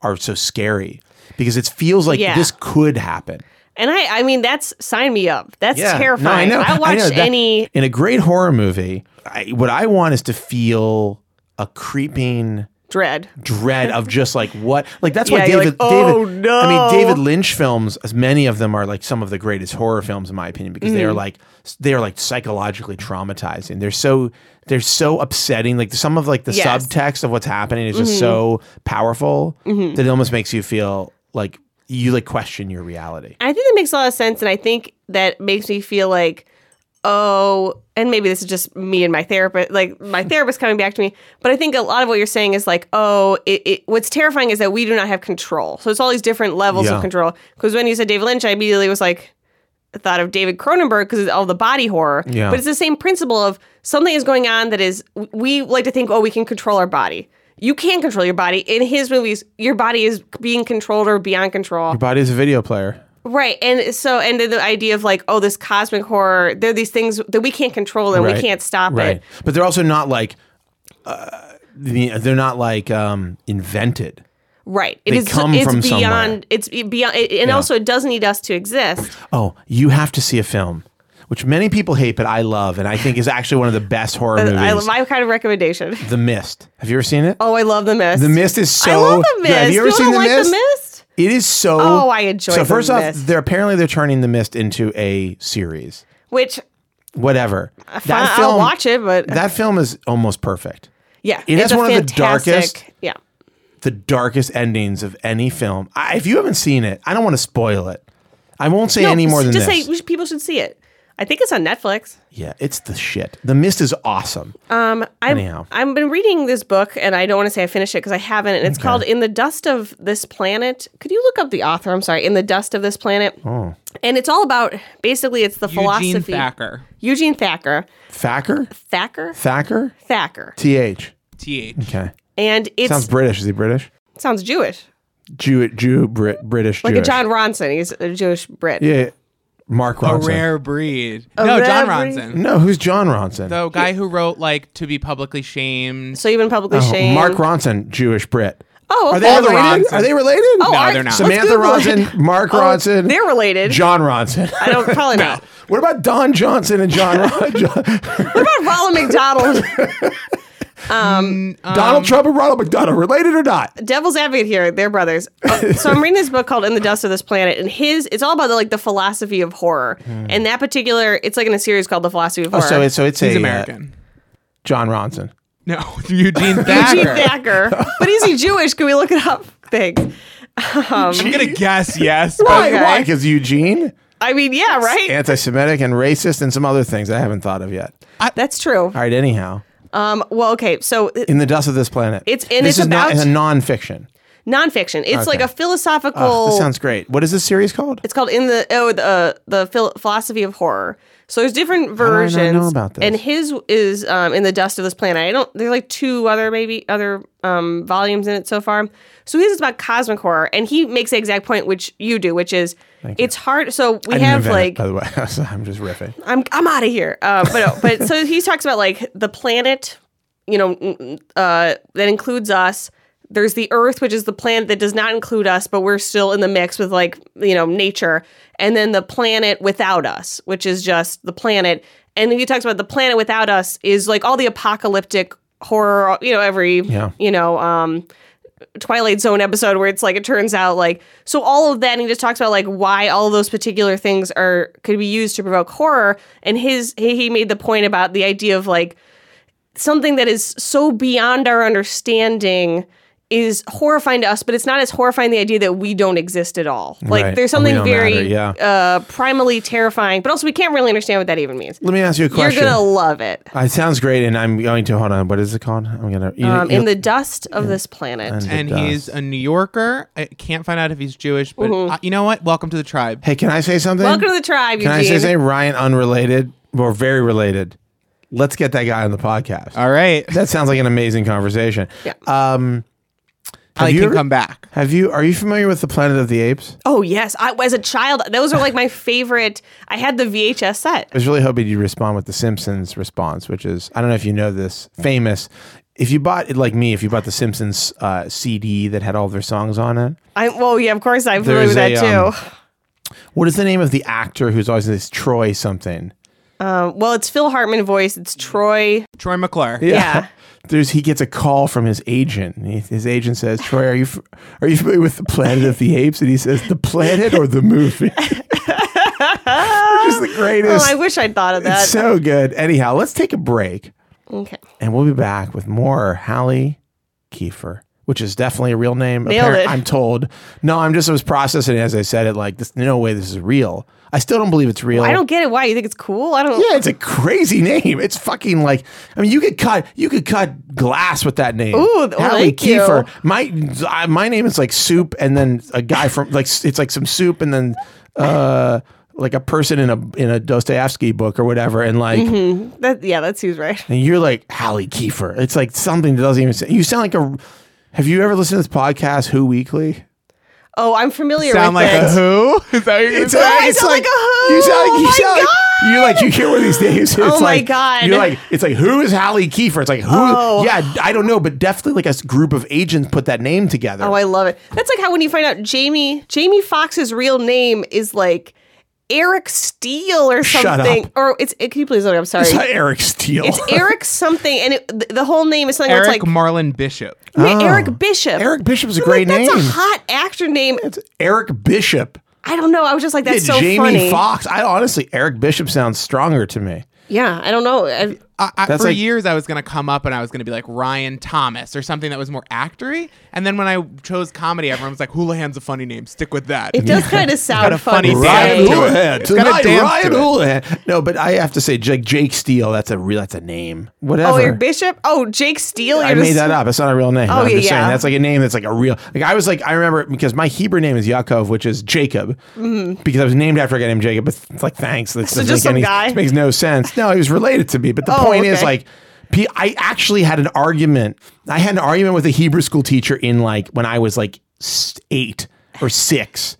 Speaker 1: are so scary because it feels like
Speaker 2: Yeah.
Speaker 1: this could happen.
Speaker 2: And I, I mean, that's sign me up. That's
Speaker 1: No,
Speaker 2: terrifying.
Speaker 1: I know.
Speaker 2: I'll watch
Speaker 1: know that-
Speaker 2: any.
Speaker 1: in a great horror movie. I, what I want is to feel a creeping
Speaker 2: Dread.
Speaker 1: dread of just like what like that's why
Speaker 2: Yeah, you're
Speaker 1: David
Speaker 2: like, "Oh,
Speaker 1: David
Speaker 2: no."
Speaker 1: I mean David Lynch films as many of them are like some of the greatest horror films in my opinion because
Speaker 2: Mm.
Speaker 1: they are like they are like psychologically traumatizing they're so they're so upsetting like some of like the
Speaker 2: Yes. Mm-hmm.
Speaker 1: subtext of what's happening is just so powerful that it almost makes you feel like you like question your reality
Speaker 2: I think that makes a lot of sense, and I think that makes me feel like, oh, and maybe this is just me and my therapist, like my therapist coming back to me. But I think a lot of what you're saying is like, oh, it, it, what's terrifying is that we do not have control. So it's all these different levels
Speaker 1: Yeah.
Speaker 2: of control. Because when you said David Lynch, I immediately was like, I thought of David Cronenberg because of all the body horror.
Speaker 1: Yeah.
Speaker 2: But it's the same principle of something is going on that is we like to think, oh, we can control our body. You can control your body. In his movies, your body is being controlled or beyond control.
Speaker 1: your body's a video player
Speaker 2: Right. And so, and then the idea of like, oh, this cosmic horror, there are these things that we can't control and we
Speaker 1: Right.
Speaker 2: can't stop
Speaker 1: right
Speaker 2: it.
Speaker 1: but they're also not like uh, the- they're not like um invented
Speaker 2: Right. It
Speaker 1: They
Speaker 2: is.
Speaker 1: come
Speaker 2: it's
Speaker 1: from somewhere.
Speaker 2: beyond it's beyond and also it does need us to exist.
Speaker 1: Oh, you have to see a film, which many people hate, but I love, and I think is actually one of the best horror movies.
Speaker 2: Uh, I, my kind of recommendation.
Speaker 1: the Mist. Have you ever seen it?
Speaker 2: Oh, I love the mist.
Speaker 1: The Mist is so.
Speaker 2: I love the mist.
Speaker 1: Have you ever
Speaker 2: don't
Speaker 1: seen the,
Speaker 2: like
Speaker 1: mist?
Speaker 2: the mist?
Speaker 1: It is so.
Speaker 2: Oh, I enjoy
Speaker 1: So
Speaker 2: The
Speaker 1: first off,
Speaker 2: Mist.
Speaker 1: they're apparently they're turning the Mist into a series.
Speaker 2: Which
Speaker 1: Whatever.
Speaker 2: fine, I'll watch it, but-
Speaker 1: that film is almost perfect.
Speaker 2: yeah,
Speaker 1: It
Speaker 2: it's
Speaker 1: has
Speaker 2: a
Speaker 1: one of the
Speaker 2: fantastic-
Speaker 1: darkest-
Speaker 2: Yeah.
Speaker 1: the darkest endings of any film. I, if you haven't seen it, I don't want to spoil it. I won't say
Speaker 2: No,
Speaker 1: any more than
Speaker 2: just
Speaker 1: this.
Speaker 2: say we should- people should see it. I think it's on Netflix.
Speaker 1: yeah, it's the shit. The Mist is awesome.
Speaker 2: Um, I've,
Speaker 1: Anyhow.
Speaker 2: I've been reading this book, and I don't want to say I finished it because I haven't. And it's called "In the Dust of This Planet." Could you look up the author? I'm sorry, "In the Dust of This Planet,"
Speaker 1: Oh.
Speaker 2: and it's all about basically it's the
Speaker 3: Eugene
Speaker 2: philosophy.
Speaker 3: Thacker.
Speaker 2: Eugene Thacker,
Speaker 1: Thacker?
Speaker 2: Thacker,
Speaker 1: Thacker?
Speaker 2: Thacker,
Speaker 1: TH.
Speaker 3: Th.
Speaker 1: Okay.
Speaker 2: and it's
Speaker 1: Sounds
Speaker 2: sounds,
Speaker 1: British. Is he British?
Speaker 2: Jewish,
Speaker 1: Jew, Jew, Brit, British,
Speaker 2: like
Speaker 1: Jewish.
Speaker 2: a John Ronson. He's a Jewish Brit.
Speaker 1: Yeah. Mark
Speaker 3: A
Speaker 1: Ronson.
Speaker 3: rare breed. no,
Speaker 2: rare
Speaker 3: John
Speaker 2: breed.
Speaker 3: Ronson.
Speaker 1: no, who's John Ronson?
Speaker 3: The guy who wrote like to be publicly shamed.
Speaker 2: So you've been publicly
Speaker 1: Oh,
Speaker 2: shamed.
Speaker 1: Mark Ronson, Jewish Brit.
Speaker 2: Oh,
Speaker 1: Are
Speaker 2: okay.
Speaker 1: they
Speaker 3: the
Speaker 1: related?
Speaker 3: Ronsons.
Speaker 1: Are they related?
Speaker 2: Oh,
Speaker 3: No,
Speaker 2: are-
Speaker 3: they're not.
Speaker 2: let's
Speaker 1: Samantha
Speaker 2: Google it.
Speaker 1: Ronson, Mark
Speaker 2: Oh,
Speaker 1: Ronson,
Speaker 2: They're related.
Speaker 1: John Ronson.
Speaker 2: I don't probably not.
Speaker 1: What about Don Johnson and John Ronson?
Speaker 2: What about Ronald McDonald? Um,
Speaker 1: Donald Trump and Ronald McDonough, related or not?
Speaker 2: devil's advocate here they're brothers Oh, so i'm reading this book called in the dust of this planet and his it's all about the, like the philosophy of horror and that particular it's like in a series called the philosophy of horror
Speaker 1: Hmm. So it's so it's
Speaker 3: He's
Speaker 1: a uh,
Speaker 3: American.
Speaker 1: John Ronson.
Speaker 3: No, Eugene
Speaker 2: Gene
Speaker 3: Thacker.
Speaker 2: Thacker. but is he jewish can we look it up thanks
Speaker 3: I'm gonna guess yes. but-
Speaker 1: Why?
Speaker 2: Okay.
Speaker 1: Why? Because Eugene,
Speaker 2: i mean yeah right
Speaker 1: anti-Semitic and racist, and some other things I haven't thought of yet.
Speaker 2: that's true
Speaker 1: All right. Anyhow,
Speaker 2: um well okay so uh,
Speaker 1: in the dust of this planet,
Speaker 2: It's- and
Speaker 1: this
Speaker 2: it's
Speaker 1: is not
Speaker 2: about-
Speaker 1: it's a nonfiction.
Speaker 2: nonfiction it's like a philosophical
Speaker 1: Oh, this sounds great. What is this series called?
Speaker 2: It's called in the oh the uh, the phil- philosophy of horror. So there's different
Speaker 1: I not
Speaker 2: versions.
Speaker 1: know about this?
Speaker 2: And his is um, in the dust of this planet. I don't. There's like two other maybe other um, volumes in it so far. So his is about cosmic horror, and he makes the exact point which you do, which is it's hard. So we
Speaker 1: I didn't invent
Speaker 2: have
Speaker 1: it,
Speaker 2: like
Speaker 1: by the way, So I'm just riffing.
Speaker 2: I'm I'm out of here. Uh, but but so he talks about like the planet, you know, n- n- uh, that includes us. There's the Earth, which is the planet that does not include us, but we're still in the mix with like you know nature, and then the planet without us, which is just the planet. And then he talks about the planet without us is like all the apocalyptic horror, you know, every
Speaker 1: Yeah.
Speaker 2: you know um, Twilight Zone episode where it's like it turns out like so all of that and he just talks about like why all of those particular things are could be used to provoke horror and his he, he made the point about the idea of like something that is so beyond our understanding is horrifying to us but it's not as horrifying the idea that we don't exist at all like
Speaker 1: Right. We
Speaker 2: there's something
Speaker 1: don't
Speaker 2: very
Speaker 1: matter, yeah.
Speaker 2: uh primally terrifying but also we can't really understand what that even means
Speaker 1: Let me ask you a question. Uh,
Speaker 2: you're gonna love it
Speaker 1: It sounds great, and I'm going to hold on. What is it called? I'm gonna. you-
Speaker 2: um,
Speaker 1: you'll-
Speaker 2: in the dust of this planet
Speaker 3: and
Speaker 1: does.
Speaker 3: he's a New Yorker. I can't find out if he's Jewish, but uh, you know what? Welcome to the tribe.
Speaker 1: hey, can I say something?
Speaker 2: welcome to the tribe
Speaker 1: Can I
Speaker 2: Eugene.
Speaker 1: say something? Ryan, unrelated or very related. Let's get that guy on the podcast.
Speaker 3: All right,
Speaker 1: That sounds like an amazing conversation.
Speaker 2: Yeah.
Speaker 1: Um, have
Speaker 3: Allie
Speaker 1: you
Speaker 3: can
Speaker 1: ever-
Speaker 3: come back.
Speaker 1: have you? Are you familiar with the Planet of the Apes?
Speaker 2: Oh yes, I as a child, those are like my favorite. I had the VHS set.
Speaker 1: I was really hoping you'd respond with the Simpsons response, which is I don't know if you know this famous. If you bought like me, if you bought the Simpsons uh, CD that had all their songs on it,
Speaker 2: I well, yeah, of course I'm familiar with that
Speaker 1: There's a,
Speaker 2: too.
Speaker 1: what is the name of the actor who's always this Troy something?
Speaker 2: Um, well, it's Phil Hartman voice. It's Troy.
Speaker 3: Troy McClure.
Speaker 2: Yeah.
Speaker 1: There's he gets a call from his agent. and he- His agent says, "Troy, are you f- are you familiar with the Planet of the Apes?" And he says, "The planet or the movie?" Which is the
Speaker 2: Oh,
Speaker 1: greatest.
Speaker 2: I wish I'd thought of
Speaker 1: It's
Speaker 2: that.
Speaker 1: so good. Anyhow, let's take a break,
Speaker 2: okay,
Speaker 1: and we'll be back with more Hallie Kiefer, which is definitely a real name.
Speaker 2: Nailed it.
Speaker 1: I'm told. No, I'm just I was processing it as I said it. Like, this, no way, this is real. I still don't believe it's real.
Speaker 2: I don't get it. Why you think it's cool? I don't.
Speaker 1: Yeah, it's a crazy name. It's fucking like I mean, you could cut you could cut glass with that name.
Speaker 2: Ooh, well,
Speaker 1: Hallie
Speaker 2: thank you.
Speaker 1: Kiefer. My I, my name is like soup, and then a guy from like it's like some soup, and then uh like a person in a in a Dostoevsky book or whatever, and
Speaker 2: Mm-hmm.
Speaker 1: like
Speaker 2: That yeah, that seems right.
Speaker 1: and you're like Hallie Kiefer. It's like something that doesn't even. Say, you sound like a. Have you ever listened to this podcast, Who Weekly?
Speaker 2: Oh, I'm familiar
Speaker 3: Sound
Speaker 2: with
Speaker 3: like
Speaker 2: it.
Speaker 3: a who? Is that what you're gonna
Speaker 1: It's,
Speaker 3: say?
Speaker 2: I
Speaker 1: it's
Speaker 2: sound
Speaker 1: like,
Speaker 2: like a who?
Speaker 1: You sound, you
Speaker 2: Oh my
Speaker 1: sound,
Speaker 2: God!
Speaker 1: You're like you hear one of these names. It's
Speaker 2: Oh my
Speaker 1: like,
Speaker 2: God.
Speaker 1: You're like it's like who is Hallie Kiefer? It's like who?
Speaker 2: Oh.
Speaker 1: Yeah, I don't know, but definitely like a s- group of agents put that name together.
Speaker 2: Oh, I love it. That's like how when you find out Jamie Jamie Fox's real name is like Eric Steele or
Speaker 1: Shut up.
Speaker 2: something. Or it's it, can you please? I'm sorry.
Speaker 1: it's not Eric Steele.
Speaker 2: It's Eric something, and it, th- the whole name is something where
Speaker 3: Eric
Speaker 2: it's like
Speaker 3: Marlon Bishop.
Speaker 2: Ma-
Speaker 1: Oh.
Speaker 2: Eric Bishop.
Speaker 1: Eric Bishop's a
Speaker 2: I'm
Speaker 1: great
Speaker 2: like,
Speaker 1: name.
Speaker 2: That's a hot actor name.
Speaker 1: It's Eric Bishop.
Speaker 2: I don't know. I was just like, that's
Speaker 1: Yeah,
Speaker 2: so
Speaker 1: Jamie
Speaker 2: funny.
Speaker 1: Fox. I honestly, Eric Bishop sounds stronger to me.
Speaker 2: yeah, I don't know. I,
Speaker 3: I, I,
Speaker 1: That's
Speaker 3: for
Speaker 1: like-
Speaker 3: years, I was going to come up and I was going to be like Ryan Thomas or something that was more actory. And then when I chose comedy, everyone was like, Houlihan's a funny name. Stick with that.
Speaker 2: it does kind of sound
Speaker 3: got a funny
Speaker 2: to
Speaker 3: Ryan
Speaker 2: say.
Speaker 3: Houlihan. It's gotta dance to it.
Speaker 1: Houlihan. No, but I have to say, Jake, Jake Steele. That's a real. That's a name. Whatever.
Speaker 2: Oh, Eric Bishop. Oh, Jake Steele.
Speaker 1: I
Speaker 2: You're
Speaker 1: made
Speaker 2: just-
Speaker 1: that up. It's not a real name.
Speaker 2: Oh,
Speaker 1: I'm
Speaker 2: yeah,
Speaker 1: just saying
Speaker 2: yeah.
Speaker 1: that's like a name that's like a real. Like I was like I remember it because my Hebrew name is Yaakov, which is Jacob, because I was named after a guy named Jacob. But it's like thanks, this doesn't
Speaker 2: Mm-hmm. just
Speaker 1: make any,
Speaker 2: some guy?
Speaker 1: this makes no sense. No, he was related to me. But the
Speaker 2: Oh,
Speaker 1: point is
Speaker 2: okay.
Speaker 1: like. pe- I actually had an argument. I had an argument with a Hebrew school teacher in like when I was like s- eight or six,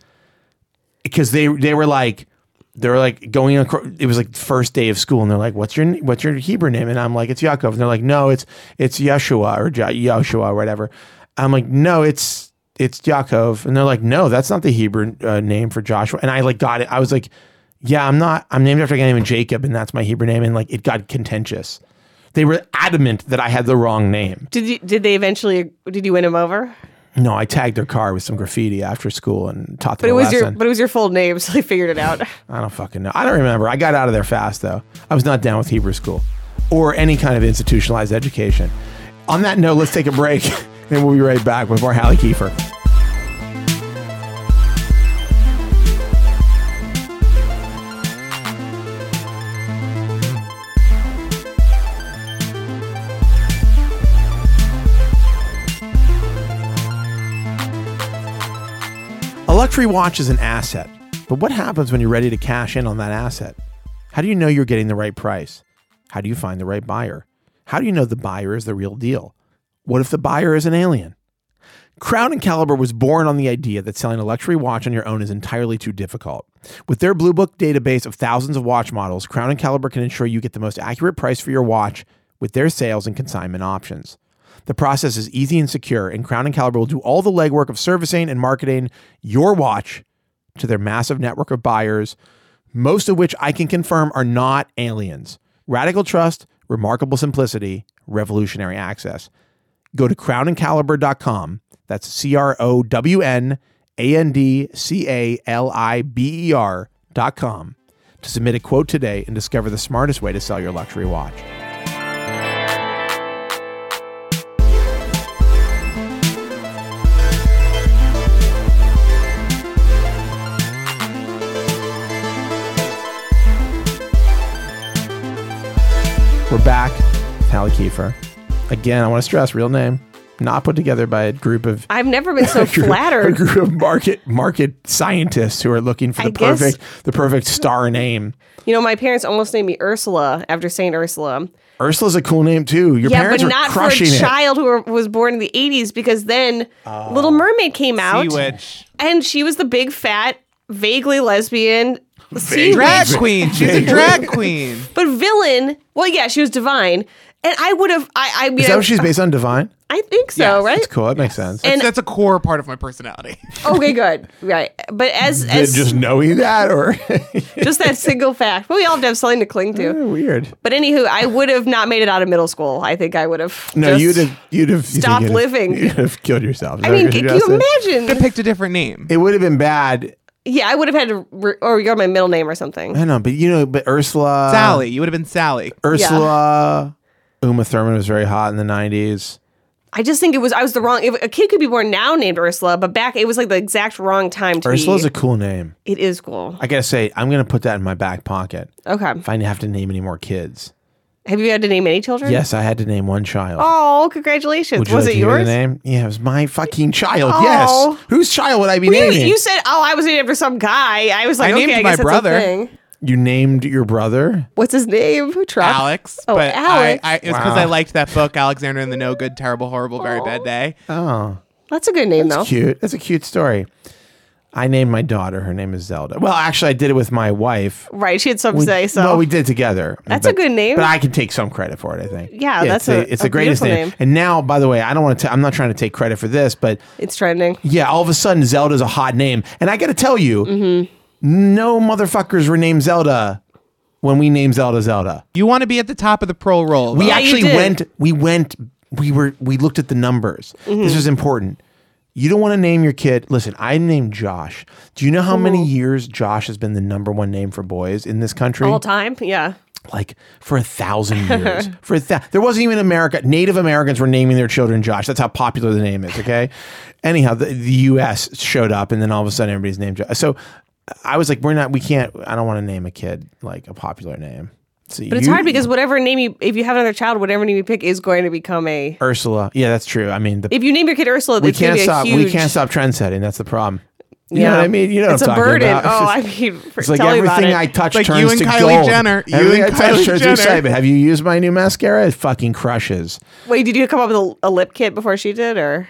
Speaker 1: because they they were like they were like going across it was like first day of school and they're like what's your what's your hebrew name and i'm like it's yaakov and they're like no it's it's yeshua or Ja- Yoshua or whatever i'm like no it's it's yaakov and they're like no that's not the hebrew uh, name for joshua and i like got it i was like yeah i'm not i'm named after a guy named jacob and that's my hebrew name and like it got contentious they were adamant that i had the wrong name
Speaker 2: Did you? Did they eventually? Did you win him over?
Speaker 1: no i tagged their car with some graffiti after school and taught them
Speaker 2: But it
Speaker 1: a
Speaker 2: was
Speaker 1: lesson
Speaker 2: your. But it was your full name, so they figured it out.
Speaker 1: I don't fucking know. I don't remember. I got out of there fast though. I was not down with Hebrew school or any kind of institutionalized education. On that note, let's take a break and we'll be right back with more Hallie Kiefer. A luxury watch is an asset, but what happens when you're ready to cash in on that asset? How do you know you're getting the right price? How do you find the right buyer? How do you know the buyer is the real deal? What if the buyer is an alien? Crown and Caliber was born on the idea that selling a luxury watch on your own is entirely too difficult. With their Blue Book database of thousands of watch models, Crown and Caliber can ensure you get the most accurate price for your watch with their sales and consignment options. The process is easy and secure, and Crown and Caliber will do all the legwork of servicing and marketing your watch to their massive network of buyers, most of which I can confirm are not aliens. Radical trust, remarkable simplicity, revolutionary access go to crownandcaliber.com. That's C R O W N A N D C A L I B E R.com to submit a quote today and discover the smartest way to sell your luxury watch. We're back, Hallie Kiefer. Again, I want to stress real name, not put together by a group of
Speaker 2: I've never been so
Speaker 1: group- A
Speaker 2: flattered.
Speaker 1: group of market market scientists who are looking for the
Speaker 2: I guess-
Speaker 1: perfect the perfect star name.
Speaker 2: You know, my parents almost named me Ursula after Saint Ursula.
Speaker 1: Ursula's a cool name too. Your
Speaker 2: Yeah,
Speaker 1: parents
Speaker 2: but
Speaker 1: are
Speaker 2: not for a
Speaker 1: crushing it. Oh,
Speaker 2: child who were- was born in the 80s because then Little Mermaid came out.
Speaker 3: Sea Witch.
Speaker 2: And she was the big, fat, vaguely lesbian sea
Speaker 3: Drag
Speaker 2: witch,
Speaker 3: queen. She's a drag queen.
Speaker 2: but villain. Well, yeah, she was divine. And I would have, I, I mean,
Speaker 1: Is that
Speaker 2: I,
Speaker 1: what she's based on? Divine.
Speaker 2: I think so,
Speaker 3: Yes,
Speaker 2: right?
Speaker 1: That's cool. That makes sense.
Speaker 2: And-
Speaker 3: That's a core part of my personality.
Speaker 2: Okay, good. Right. But as,
Speaker 1: Did
Speaker 2: as
Speaker 1: just
Speaker 2: just,
Speaker 1: knowing that, or
Speaker 2: that single fact, but we all have to have something to cling to.
Speaker 1: weird.
Speaker 2: But anywho, I would have not made it out of middle school. I think I would have.
Speaker 1: No,
Speaker 2: just-
Speaker 1: you'd have you'd have you
Speaker 2: stop
Speaker 1: think you'd have-
Speaker 2: living.
Speaker 1: You'd have killed yourself. Is
Speaker 2: I
Speaker 1: that
Speaker 2: mean,
Speaker 1: what
Speaker 2: can
Speaker 1: you're
Speaker 2: you
Speaker 1: suggesting?
Speaker 2: imagine?
Speaker 3: Picked a different name.
Speaker 1: It would have been bad.
Speaker 2: Yeah, I would have had to, re- or go my middle name or something.
Speaker 1: I know, but you know, but Ursula,
Speaker 3: Sally. You would have been Sally.
Speaker 1: Ursula, Uma Thurman was very hot in the '90s.
Speaker 2: I just think it was I was the wrong. If a kid could be born now named Ursula, but back it was like the exact wrong time to
Speaker 1: Ursula's
Speaker 2: be.
Speaker 1: a cool name.
Speaker 2: it is cool.
Speaker 1: I gotta say, I'm gonna put that in my back pocket.
Speaker 2: Okay.
Speaker 1: If I have to name any more kids,
Speaker 2: Have you had to name any children?
Speaker 1: yes, I had to name one child.
Speaker 2: Oh, congratulations!
Speaker 1: Would you
Speaker 2: was
Speaker 1: like
Speaker 2: it
Speaker 1: to hear the
Speaker 2: yours?
Speaker 1: name? Yeah, it was my fucking child.
Speaker 2: Oh.
Speaker 1: Yes. Whose child would I be
Speaker 2: You,
Speaker 1: naming?
Speaker 2: you said, "Oh, I was named after some guy." I was like,
Speaker 3: I
Speaker 2: "Okay,
Speaker 3: named
Speaker 2: I
Speaker 3: my
Speaker 2: guess that's
Speaker 3: brother.
Speaker 2: a thing."
Speaker 1: You named your brother?
Speaker 2: What's his name? Truck?
Speaker 3: Alex.
Speaker 2: Oh,
Speaker 3: but
Speaker 2: Alex.
Speaker 3: I, I, it was because
Speaker 1: Wow.
Speaker 3: I liked that book, Alexander and the No Good, Terrible, Horrible, Very Bad Day.
Speaker 1: Oh,
Speaker 2: That's a good name, though.
Speaker 1: cute. That's a cute story. I named my daughter. Her name is Zelda. Well, actually, I did it with my wife.
Speaker 2: Right. She had some say so.
Speaker 1: Well, we did together.
Speaker 2: That's a good name.
Speaker 1: But I can take some credit for it. I think.
Speaker 2: Yeah,
Speaker 1: it's
Speaker 2: that's a-
Speaker 1: the, it's
Speaker 2: a
Speaker 1: the greatest
Speaker 2: beautiful
Speaker 1: name.
Speaker 2: name.
Speaker 1: And now, by the way, I don't want to. I'm not trying to take credit for this, but
Speaker 2: it's trending.
Speaker 1: yeah, all of a sudden Zelda's a hot name, and I got to tell you,
Speaker 2: Mm-hmm.
Speaker 1: no motherfuckers were named Zelda when we named Zelda Zelda.
Speaker 3: You want to be at the top of the pro roll.
Speaker 1: We
Speaker 2: Yeah, Oh, you
Speaker 1: actually
Speaker 2: did.
Speaker 1: went. We went. We were. We looked at the numbers.
Speaker 2: Mm-hmm.
Speaker 1: This is important. You don't want to name your kid. Listen, I named Josh. Do you know how many years Josh has been the number one name for boys in this country?
Speaker 2: All time. Yeah.
Speaker 1: like for a thousand years. for a thou- there wasn't even America. Native Americans were naming their children Josh. That's how popular the name is. Okay. Anyhow, the, the U.S. showed up, and then all of a sudden everybody's named Josh. So I was like, we're not. We can't. I don't want to name a kid like a popular name. So
Speaker 2: But it's hard because whatever name you, if you have another child, whatever name you pick is going to become a.
Speaker 1: Ursula. Yeah, that's true. I mean, the
Speaker 2: If you name your kid Ursula,
Speaker 1: we
Speaker 2: it's going
Speaker 1: can't
Speaker 2: to be
Speaker 1: stop.
Speaker 2: a huge.
Speaker 1: We can't stop trend setting. That's the problem. You
Speaker 2: Yeah.
Speaker 1: know what I mean? You know
Speaker 2: it's
Speaker 1: what I'm
Speaker 2: a
Speaker 1: talking
Speaker 2: burden.
Speaker 1: about. It's
Speaker 2: oh,
Speaker 1: just-
Speaker 2: I mean, for,
Speaker 1: It's like
Speaker 2: tell me about
Speaker 1: everything
Speaker 2: it.
Speaker 1: I touch
Speaker 3: Like you
Speaker 1: turns
Speaker 3: and
Speaker 1: to
Speaker 3: Kylie
Speaker 1: gold.
Speaker 3: Jenner. You
Speaker 1: everything
Speaker 3: and
Speaker 1: I touch
Speaker 3: Kylie
Speaker 1: turns to
Speaker 3: Jenner.
Speaker 1: diamond. Have you used my new mascara? It fucking crushes.
Speaker 2: Wait, did you come up with a, a lip kit before she did, or?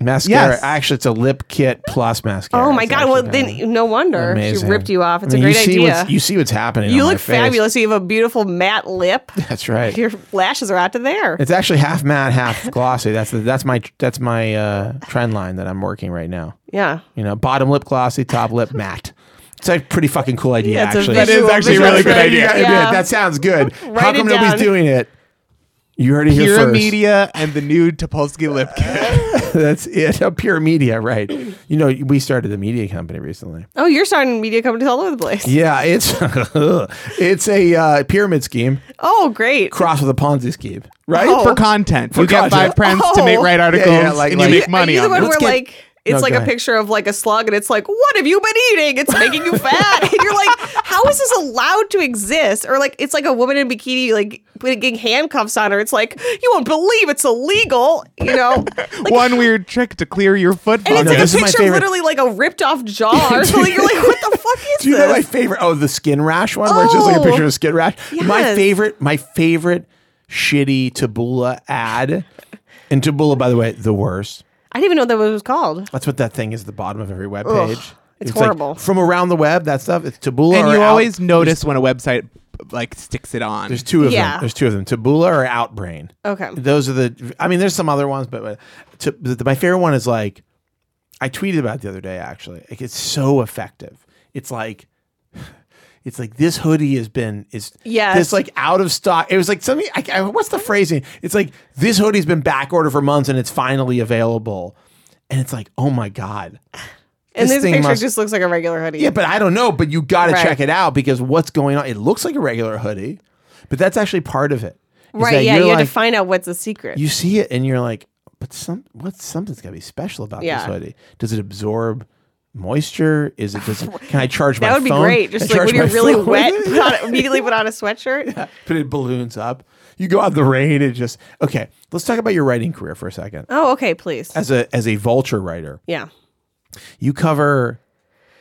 Speaker 1: Mascara.
Speaker 3: Yes.
Speaker 1: Actually, it's a lip kit plus mascara.
Speaker 2: Oh my
Speaker 1: It's
Speaker 2: god!
Speaker 1: actually
Speaker 2: Well,
Speaker 1: kinda
Speaker 2: then no wonder she
Speaker 1: amazing.
Speaker 2: ripped you off.
Speaker 1: I
Speaker 2: It's
Speaker 1: mean,
Speaker 2: a
Speaker 1: you
Speaker 2: great
Speaker 1: see
Speaker 2: idea.
Speaker 1: What's, you see what's happening.
Speaker 2: You
Speaker 1: on my
Speaker 2: look
Speaker 1: face.
Speaker 2: fabulous. You have a beautiful matte lip.
Speaker 1: That's right.
Speaker 2: Your lashes are out to there.
Speaker 1: It's actually half matte, half glossy. That's the, that's my that's my uh, trend line that I'm working right now.
Speaker 2: yeah.
Speaker 1: You know, bottom lip glossy, top lip matte. It's a pretty fucking cool idea,
Speaker 2: Yeah, it's a
Speaker 1: actually.
Speaker 2: That is visual- actually a really visual good trend. idea.
Speaker 1: Yeah,
Speaker 2: Yeah.
Speaker 1: That sounds good. How
Speaker 2: Write
Speaker 1: come
Speaker 2: it down.
Speaker 1: nobody's doing it? You heard it here
Speaker 3: Pure
Speaker 1: first.
Speaker 3: Media and the new Topolsky lip kit.
Speaker 1: That's it. A pure media, right? You know, we started the media company recently.
Speaker 2: Oh, you're starting media companies all over the place.
Speaker 1: Yeah, it's it's a uh, pyramid scheme
Speaker 2: Oh, great.
Speaker 1: crossed with a Ponzi scheme, right?
Speaker 2: Oh.
Speaker 3: For content.
Speaker 1: For
Speaker 3: you get
Speaker 1: content.
Speaker 3: five friends to make
Speaker 2: Oh.
Speaker 3: write articles
Speaker 1: yeah, like-
Speaker 3: and you
Speaker 1: like-
Speaker 3: make money
Speaker 2: Are you
Speaker 3: on
Speaker 2: the one
Speaker 3: it.
Speaker 1: Let's
Speaker 2: where
Speaker 1: get-
Speaker 2: like it's
Speaker 1: No,
Speaker 2: like
Speaker 1: go
Speaker 2: a
Speaker 1: ahead.
Speaker 2: picture of like a slug and it's like, what have you been eating? It's making you fat. and you're like, how is this allowed to exist? Or like it's like a woman in a bikini like putting getting handcuffs on her. It's like, you won't believe it's illegal, you know?
Speaker 3: one weird trick to clear your foot
Speaker 2: And it's
Speaker 1: Oh, no,
Speaker 2: like
Speaker 1: this
Speaker 2: a
Speaker 1: is my
Speaker 2: picture of
Speaker 1: favorite.
Speaker 2: literally like a ripped off jaw or something. You're like, what the fuck is
Speaker 1: Do you know my
Speaker 2: this?
Speaker 1: favorite? Oh, the skin rash one, where it's just like a
Speaker 2: Oh.
Speaker 1: picture of a skin rash. My
Speaker 2: Yes.
Speaker 1: favorite, my favorite shitty Taboola ad. And Taboola, by the way, the worst.
Speaker 2: I didn't even know that was called.
Speaker 1: That's what that thing is at the bottom of every web page.
Speaker 2: it's
Speaker 1: like,
Speaker 2: horrible.
Speaker 1: from around the web, that stuff. It's Taboola.
Speaker 3: And
Speaker 1: or
Speaker 3: you
Speaker 1: Out-
Speaker 3: always notice when a website like sticks it on.
Speaker 1: There's two of
Speaker 2: Yeah.
Speaker 1: them. There's two of them. Taboola or Outbrain.
Speaker 2: Okay.
Speaker 1: Those are the. I mean, there's some other ones, but, but to, the, the- my favorite one is like, I tweeted about it the other day. Actually, like, it's so effective. It's like, it's like this hoodie has been is
Speaker 2: Yes.
Speaker 1: this like out of stock. It was like something. I, I, what's the phrasing? It's like this hoodie's been back ordered for months and it's finally available. And it's like, oh my god.
Speaker 2: And this,
Speaker 1: thing
Speaker 2: picture
Speaker 1: must-
Speaker 2: just looks like a regular hoodie.
Speaker 1: Yeah, but I don't know. But you got to
Speaker 2: Right.
Speaker 1: check it out because what's going on? It looks like a regular hoodie, but that's actually part of it. is
Speaker 2: right,
Speaker 1: that
Speaker 2: yeah.
Speaker 1: you're
Speaker 2: You had
Speaker 1: like-
Speaker 2: to find out what's the secret.
Speaker 1: You see it and you're like, but some what's something's got to be special about
Speaker 2: Yeah.
Speaker 1: this hoodie. Does it absorb moisture? Is it does it, can I charge my
Speaker 2: that would be
Speaker 1: phone?
Speaker 2: great.
Speaker 1: Can I
Speaker 2: Just like
Speaker 1: charge
Speaker 2: when you're
Speaker 1: my
Speaker 2: really
Speaker 1: phone with
Speaker 2: wet,
Speaker 1: it?
Speaker 2: put on, immediately put on a sweatshirt.
Speaker 1: Put it balloons up. You go out in the rain and just okay. Let's talk about your writing career for a second.
Speaker 2: Oh, okay, please.
Speaker 1: As a as a vulture writer,
Speaker 2: yeah.
Speaker 1: you cover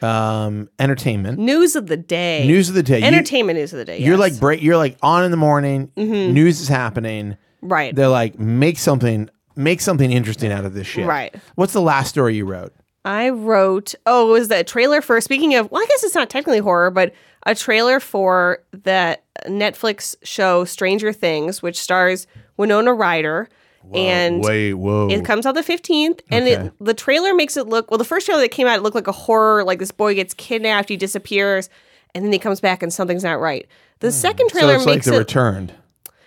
Speaker 1: um entertainment,
Speaker 2: News of the day.
Speaker 1: news of the day. You-
Speaker 2: Entertainment news of the day.
Speaker 1: You're
Speaker 2: yes. Mm-hmm.
Speaker 1: like break. You're like on in the morning. News is happening.
Speaker 2: right.
Speaker 1: They're like make something, make something interesting out of this shit.
Speaker 2: Right.
Speaker 1: What's the last story you wrote?
Speaker 2: I wrote. Oh, it was the trailer for? Speaking of, well, I guess it's not technically horror, but a trailer for the Netflix show Stranger Things, which stars Winona Ryder. and
Speaker 1: whoa.
Speaker 2: It comes out the 15th, and it, the trailer makes it look well. The first trailer that came out, it looked like a horror. Like this boy gets kidnapped, he disappears, and then he comes back, and something's not right. The second
Speaker 1: Hmm. so
Speaker 2: trailer
Speaker 1: it's like
Speaker 2: makes
Speaker 1: the
Speaker 2: it
Speaker 1: returned.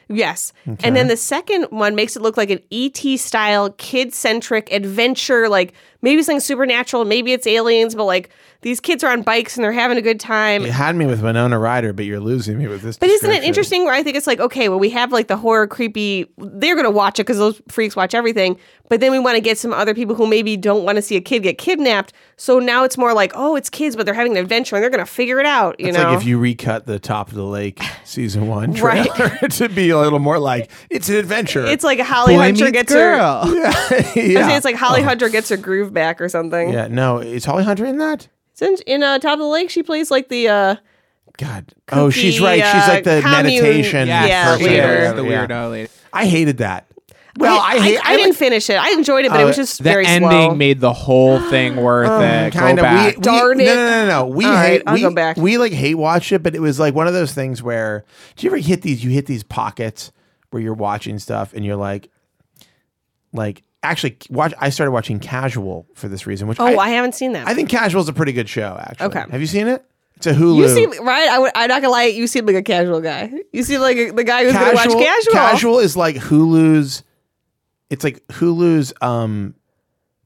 Speaker 2: yes, and then the second one makes it look like an ET style, kid centric adventure. Like maybe something supernatural, maybe it's aliens, but like these kids are on bikes and they're having a good time.
Speaker 1: You had me with Winona Ryder, but you're losing me with this.
Speaker 2: But isn't it interesting where I think it's like, okay, well, we have like the horror creepy, they're going to watch it because those freaks watch everything. But then we want to get some other people who maybe don't want to see a kid get kidnapped. So now it's more like, oh, it's kids, but they're having an adventure and they're going to figure it out, you
Speaker 1: It's
Speaker 2: know?
Speaker 1: like if you recut the Top of the Lake season one trailer
Speaker 2: Right.
Speaker 1: to be a little more like it's an adventure.
Speaker 2: it's like Holly
Speaker 3: Boy
Speaker 2: Hunter
Speaker 3: meets
Speaker 2: gets her.
Speaker 3: girl.
Speaker 2: I
Speaker 1: yeah. Oh.
Speaker 2: say it's like Holly Hunter gets her groove back or something.
Speaker 1: yeah. No, is Holly Hunter in that?
Speaker 2: Since in uh, Top of the Lake, she plays like the uh,
Speaker 1: God. oh, she's
Speaker 2: Kooky,
Speaker 1: right. She's
Speaker 2: uh,
Speaker 1: like the
Speaker 2: commune-
Speaker 1: meditation.
Speaker 2: Yeah,
Speaker 1: person or
Speaker 2: leader.
Speaker 1: whatever,
Speaker 3: The
Speaker 1: yeah.
Speaker 3: weirdo lady.
Speaker 1: I hated that. Well, I Uh, hate.
Speaker 2: I, didn't finish it. I enjoyed it, but it was just
Speaker 3: the
Speaker 2: very
Speaker 3: ending
Speaker 2: slow.
Speaker 3: made the whole thing worth it. Go
Speaker 1: Kind of.
Speaker 3: back.
Speaker 1: We, we,
Speaker 2: Darn
Speaker 1: no,
Speaker 2: it.
Speaker 1: No, no, no, no. We
Speaker 2: All
Speaker 1: hate.
Speaker 2: right, I'll
Speaker 1: we,
Speaker 2: go back.
Speaker 1: We like hate watch it, but it was like one of those things where. Do you ever hit these? You hit these pockets where you're watching stuff and you're like, like actually watch. I started watching Casual for this reason, which
Speaker 2: oh, I,
Speaker 1: I,
Speaker 2: haven't seen that.
Speaker 1: I think Casual is a pretty good show. Actually,
Speaker 2: Okay.
Speaker 1: Have you seen it? It's a Hulu.
Speaker 2: you seem right. I would, I'm not gonna lie. You seem like a casual guy. You seem like a, the guy who's
Speaker 1: casual,
Speaker 2: gonna watch casual.
Speaker 1: Casual is like Hulu's. It's like Hulu's um,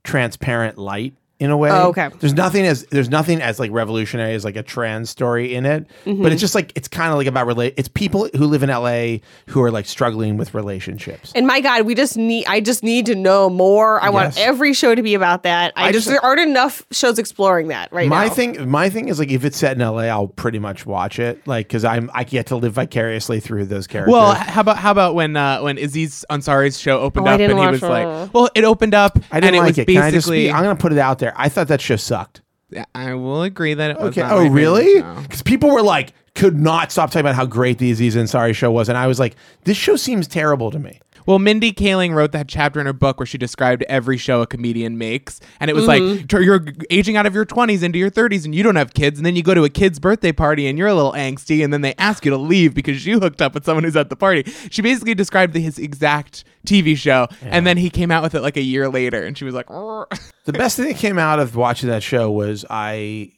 Speaker 1: transparent light in a way.
Speaker 2: Oh, okay.
Speaker 1: There's nothing as there's nothing as like revolutionary as like a trans story in it, but it's just like it's kind of like about relate. It's people who live in LA who are like struggling with relationships.
Speaker 2: And my God, we just need. I just need to know more. I want
Speaker 1: Yes.
Speaker 2: every show to be about that. I,
Speaker 1: I
Speaker 2: just,
Speaker 1: just-
Speaker 2: there aren't enough shows exploring that right
Speaker 1: my
Speaker 2: now.
Speaker 1: thing, my thing is like if it's set in LA, I'll pretty much watch it, like because I'm I get to live vicariously through those characters.
Speaker 3: Well, h- how about how about when uh, when Aziz Ansari's show opened
Speaker 2: Oh, I
Speaker 3: up and
Speaker 2: didn't
Speaker 3: he
Speaker 2: watch
Speaker 3: was
Speaker 2: that.
Speaker 3: like, well, it opened up
Speaker 1: I didn't
Speaker 3: and
Speaker 1: like
Speaker 3: it was
Speaker 1: it. Can I just
Speaker 3: basically.
Speaker 1: speak? I'm gonna put it out there. I thought that show sucked.
Speaker 3: Yeah, I, will agree that it was.
Speaker 1: Okay.
Speaker 3: not my
Speaker 1: Oh,
Speaker 3: favorite
Speaker 1: really?
Speaker 3: show.
Speaker 1: Because people were like, could not stop talking about how great the Aziz Ansari show was, and I was like, this show seems terrible to me.
Speaker 3: Well, Mindy Kaling wrote that chapter in her book where she described every show a comedian makes, and it was
Speaker 2: Mm-hmm.
Speaker 3: like "Tur- you're g- aging out of your 20s into your 30s, and you don't have kids, and then you go to a kid's birthday party, and you're a little angsty, and then they ask you to leave because you hooked up with someone who's at the party. She basically described the, his exact TV show, and then he came out with it like a year later, and she was like, "Arr."
Speaker 1: The best thing that came out of watching that show was I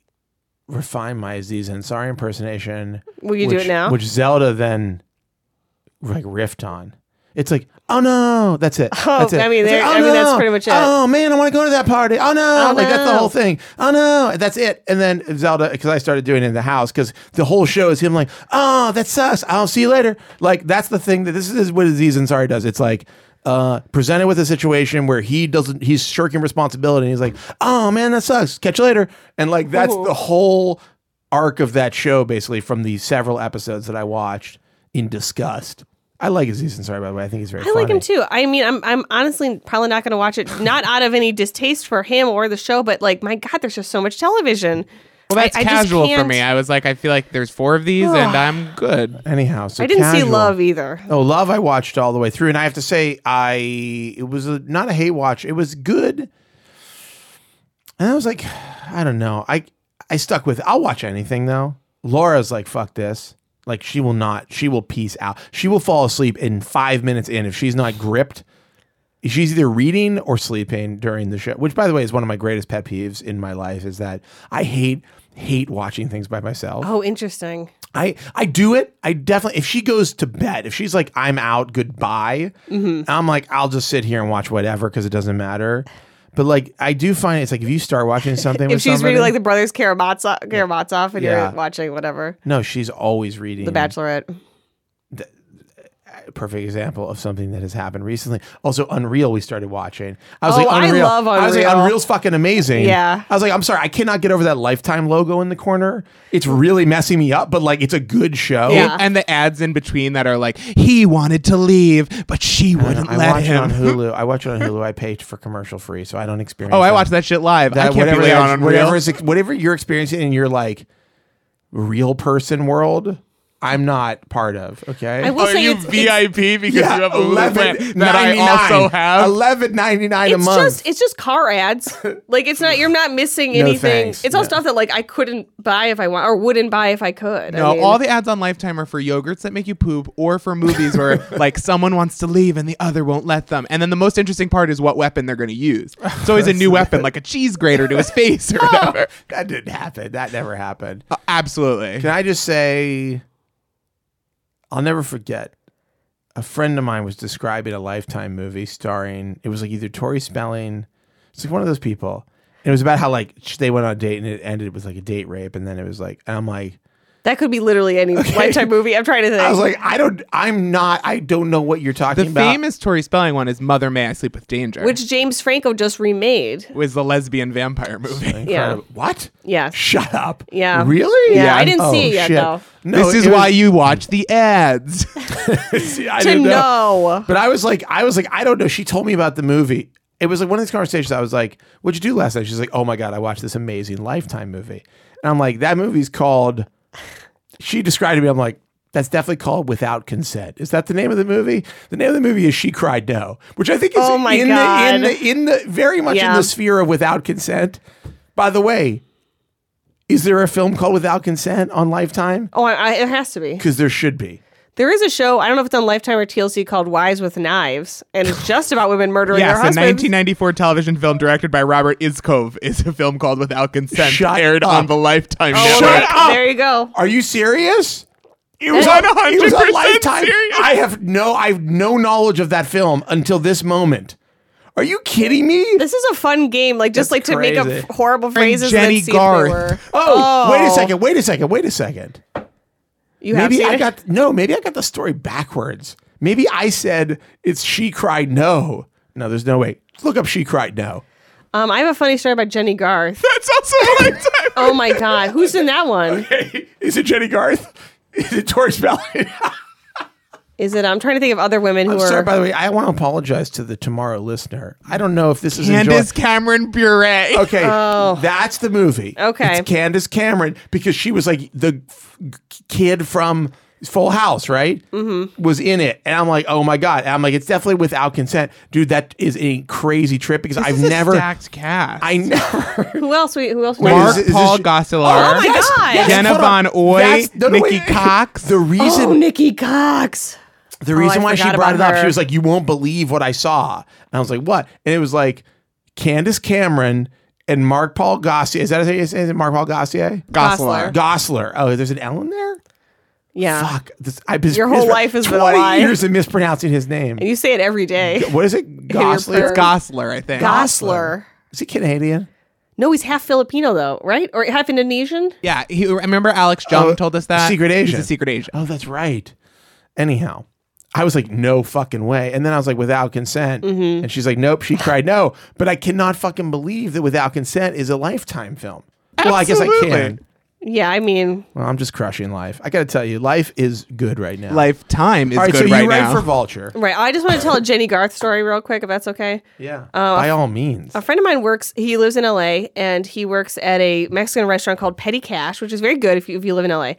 Speaker 1: refined my Aziz Ansari impersonation.
Speaker 2: Will you do
Speaker 1: which-
Speaker 2: it now?
Speaker 1: Which Zelda then like riffed on. It's like, oh no, that's it.
Speaker 2: Oh,
Speaker 1: that's it.
Speaker 2: I mean,
Speaker 1: It's
Speaker 2: there-
Speaker 1: like,
Speaker 2: I mean, that's pretty much it.
Speaker 1: Oh man, I want to go to that party. Oh no,
Speaker 2: Oh,
Speaker 1: like that's
Speaker 2: no.
Speaker 1: the whole thing. Oh no, that's it. And then Zelda, because I started doing it in the house, because the whole show is him like, oh, that sucks. I'll see you later. Like that's the thing that this is what Aziz Ansari does. It's like. Uh, presented with a situation where he doesn't, he's shirking responsibility. And he's like, "Oh man, that sucks. Catch you later." And like that's the whole arc of that show, basically, from the several episodes that I watched in disgust. I like Aziz Ansari, by the way. I think he's very
Speaker 2: I
Speaker 1: funny.
Speaker 2: like him too. I mean, I'm I'm honestly probably not going to watch it, not out of any distaste for him or the show, but like, my God, there's just so much television.
Speaker 3: Well, that's
Speaker 2: I- I just
Speaker 3: casual for
Speaker 2: can't-
Speaker 3: me. I was like, I feel like there's four of these, and I'm good.
Speaker 1: Anyhow, so
Speaker 2: I didn't see
Speaker 1: Casual.
Speaker 2: Love either.
Speaker 1: Oh, Love! I watched all the way through, and I have to say, I it was a, not a hate watch. It was good, and I was like, I don't know. I I stuck with. I'll watch anything though. Laura's like, fuck this. Like she will not. She will peace out. She will fall asleep in five minutes in if she's not gripped. She's either reading or sleeping during the show, which, by the way, is one of my greatest pet peeves in my life. Is that I hate hate watching things by myself.
Speaker 2: Oh, interesting.
Speaker 1: I I do it. I definitely if she goes to bed, if she's like I'm out, goodbye.
Speaker 2: Mm-hmm.
Speaker 1: I'm like I'll just sit here and watch whatever because it doesn't matter. But like I do find it's like if you start watching something,
Speaker 2: If
Speaker 1: with
Speaker 2: she's
Speaker 1: somebody,
Speaker 2: reading like the Brothers Karamazov, Karamazov and
Speaker 1: Yeah.
Speaker 2: you're watching whatever,
Speaker 1: no, she's always reading.
Speaker 2: The Bachelorette.
Speaker 1: A perfect example of something that has happened recently. Also, Unreal we started watching. I was
Speaker 2: Oh,
Speaker 1: like
Speaker 2: I
Speaker 1: Unreal.
Speaker 2: love
Speaker 1: I was like
Speaker 2: Unreal.
Speaker 1: Unreal's fucking amazing.
Speaker 2: Yeah.
Speaker 1: I was like I'm sorry, I cannot get over that Lifetime logo in the corner. It's really messing me up, but like it's a good show.
Speaker 2: Yeah.
Speaker 3: And the ads in between that are like, he wanted to leave, but she wouldn't
Speaker 1: I
Speaker 3: let
Speaker 1: watch it
Speaker 3: him.
Speaker 1: on Hulu. I watch it on Hulu. I pay for commercial free, so I don't experience.
Speaker 3: Oh, I
Speaker 1: that.
Speaker 3: watched that shit live.
Speaker 1: that
Speaker 3: I can't
Speaker 1: whatever
Speaker 3: be late
Speaker 1: that-
Speaker 3: on Unreal.
Speaker 1: whatever is whatever you're experiencing in your like real person world, I'm not part of. Okay.
Speaker 2: I will
Speaker 3: Are
Speaker 2: say
Speaker 3: Oh, you
Speaker 2: it's, it's,
Speaker 3: VIP because you have a Hulu plan that I
Speaker 1: 99.
Speaker 3: also have?
Speaker 1: Eleven ninety nine a
Speaker 2: it's
Speaker 1: month.
Speaker 2: just it's just car ads. like it's not you're not missing
Speaker 1: No
Speaker 2: anything.
Speaker 1: thanks.
Speaker 2: it's all
Speaker 1: No.
Speaker 2: stuff that like I couldn't buy if I want or wouldn't buy if I could. I
Speaker 3: No,
Speaker 2: mean,
Speaker 3: all the ads on Lifetime are for yogurts that make you poop or for movies where like someone wants to leave and the other won't let them. And then the most interesting part is what weapon they're going to use. It's always a new weapon, like a cheese grater to his face or whatever.
Speaker 1: that didn't happen. That never happened.
Speaker 3: Uh, Absolutely.
Speaker 1: Can I just say, I'll never forget. A friend of mine was describing a Lifetime movie starring. It was like either Tori Spelling. It's like one of those people. And it was about how like sh- they went on a date and it ended with like a date rape, and then it was like, and I'm like,
Speaker 2: that could be literally any lifetime movie. I'm trying to think.
Speaker 1: I was like, I don't, I'm not, I don't know what you're
Speaker 3: The
Speaker 1: talking about.
Speaker 3: famous Tori Spelling one is Mother May I Sleep with Danger,
Speaker 2: which James Franco just remade.
Speaker 3: was the lesbian vampire movie.
Speaker 1: Incredible. What?
Speaker 2: Yeah.
Speaker 1: Shut up.
Speaker 2: Yeah.
Speaker 1: Really? Oh,
Speaker 2: Yeah, I didn't see it yet,
Speaker 1: shit.
Speaker 2: though.
Speaker 1: No,
Speaker 3: this is
Speaker 1: it was-
Speaker 3: why you watch the ads.
Speaker 1: See, I
Speaker 2: To
Speaker 1: didn't
Speaker 2: know.
Speaker 1: But I was like, I was like, I don't know. She told me about the movie. It was like one of these conversations. I was like, "What'd you do last night?" She's like, "Oh my god, I watched this amazing Lifetime movie," and I'm like, "That movie's called." She described it to me. I'm like, That's definitely called Without Consent. Is that the name of the movie? The name of the movie is She Cried No, which I think is
Speaker 2: Oh my
Speaker 1: in, The, in
Speaker 2: God.
Speaker 1: the in the very much in
Speaker 2: Yeah.
Speaker 1: the sphere of Without Consent. By the way, is there a film called Without Consent on Lifetime?
Speaker 2: Oh, I, I, it has to be.
Speaker 1: Because there should be.
Speaker 2: There is a show. I don't know if it's on Lifetime or TLC called Wives with Knives, and it's just about women murdering
Speaker 3: Yes,
Speaker 2: their
Speaker 3: a
Speaker 2: husbands.
Speaker 3: 1994 television film directed by Robert Iskov is a film called Without Consent,
Speaker 1: Shut
Speaker 3: aired
Speaker 1: up.
Speaker 3: on the Lifetime
Speaker 2: Oh,
Speaker 3: network.
Speaker 1: Shut
Speaker 2: there-
Speaker 1: up!
Speaker 2: There you go.
Speaker 1: Are you serious? It was
Speaker 3: That-
Speaker 1: on it was on
Speaker 3: 100%
Speaker 1: lifetime.
Speaker 3: serious.
Speaker 1: I have no I have no knowledge of that film until this moment. Are you kidding me?
Speaker 2: This is a fun game, like just
Speaker 1: That's
Speaker 2: like to make
Speaker 1: crazy.
Speaker 2: up horrible phrases. and then
Speaker 3: Jenny
Speaker 2: see if they
Speaker 3: Garth.
Speaker 2: were-
Speaker 1: Oh, wait a second, wait a second, wait a second.
Speaker 2: You have
Speaker 1: Maybe
Speaker 2: seen
Speaker 1: I
Speaker 2: it?
Speaker 1: got no, maybe I got the story backwards. Maybe I said it's she cried no. No, there's no way. Look up she cried no.
Speaker 2: Um, I have a funny story about Jenny Garth.
Speaker 3: That's also a Lifetime.
Speaker 2: Oh my god, who's in that one?
Speaker 1: Is it Jenny Garth? Is it Tori Spelling?
Speaker 2: Is it? I'm trying to think of other women who
Speaker 1: I'm
Speaker 2: are.
Speaker 1: sorry, by the way, I want to apologize to the tomorrow listener. I don't know if this is enjoy-
Speaker 3: Candace Cameron Bure.
Speaker 1: Okay,
Speaker 3: Oh.
Speaker 1: that's the movie.
Speaker 2: Okay.
Speaker 1: it's Candace Cameron because she was like the f- kid from Full House, right? Mm-hmm. Was in it, and I'm like, oh my god! And I'm like, it's definitely without consent, dude. That is a crazy trip because I've
Speaker 3: This is a
Speaker 1: never,
Speaker 3: stacked cast.
Speaker 1: I never.
Speaker 2: who else? We, who else?
Speaker 1: Wait,
Speaker 2: we-
Speaker 1: is
Speaker 3: Mark
Speaker 1: it- is this
Speaker 3: Paul
Speaker 1: sh-
Speaker 3: Gosselaar.
Speaker 2: Oh my God.
Speaker 3: Jenna
Speaker 1: hold on.
Speaker 3: Von Oy,
Speaker 1: That's-
Speaker 3: Nikki Cox.
Speaker 1: The reason
Speaker 2: oh, Nikki Cox.
Speaker 1: The reason
Speaker 2: Oh, I
Speaker 1: why she
Speaker 2: forgot
Speaker 1: brought it
Speaker 2: about
Speaker 1: up, she
Speaker 2: her.
Speaker 1: was like, "You won't believe what I saw," and I was like, "What?" And it was like Candace Cameron and Mark Paul Gossier. Is that how you say it? Mark Paul Gossier?
Speaker 2: Gosselaar.
Speaker 1: Gossler. Oh, there's an L in there.
Speaker 2: Yeah,
Speaker 1: Fuck. This, I've been
Speaker 2: Uh, Your whole
Speaker 1: mispron-
Speaker 2: life has been a
Speaker 1: 20
Speaker 2: lie.
Speaker 1: years of mispronouncing his name.
Speaker 2: you say it every day.
Speaker 1: What is it?
Speaker 2: your
Speaker 1: Gossler.
Speaker 2: prayer.
Speaker 1: It's
Speaker 3: Gossler, I think.
Speaker 2: Gosler.
Speaker 1: Is he Canadian?
Speaker 2: No, he's half Filipino though, right? Or half Indonesian?
Speaker 3: yeah, he, remember Alex Jung
Speaker 1: Oh,
Speaker 3: told us that?
Speaker 1: Secret Asian.
Speaker 3: He's a secret Asian.
Speaker 1: Oh, that's right. Anyhow, I was like, no fucking way. And then I was like, without consent.
Speaker 2: Mm-hmm.
Speaker 1: And she's like, nope. She cried no. But I cannot fucking believe that without consent is a lifetime film. Well, I guess I can.
Speaker 3: Absolutely.
Speaker 2: Yeah, I mean,
Speaker 1: Well, I'm just crushing life. I got to tell you, life is good right now.
Speaker 3: Lifetime is
Speaker 1: All right,
Speaker 3: good
Speaker 1: so
Speaker 3: right
Speaker 1: you write
Speaker 3: now.
Speaker 1: for Vulture.
Speaker 2: right. I just want to tell a Jenny Garth story real quick, if that's okay.
Speaker 1: Yeah. Oh, By
Speaker 2: Oh,
Speaker 1: all means.
Speaker 2: A friend of mine works. He lives in LA, and he works at a Mexican restaurant called Petty Cash, which is very good if you if you live in LA.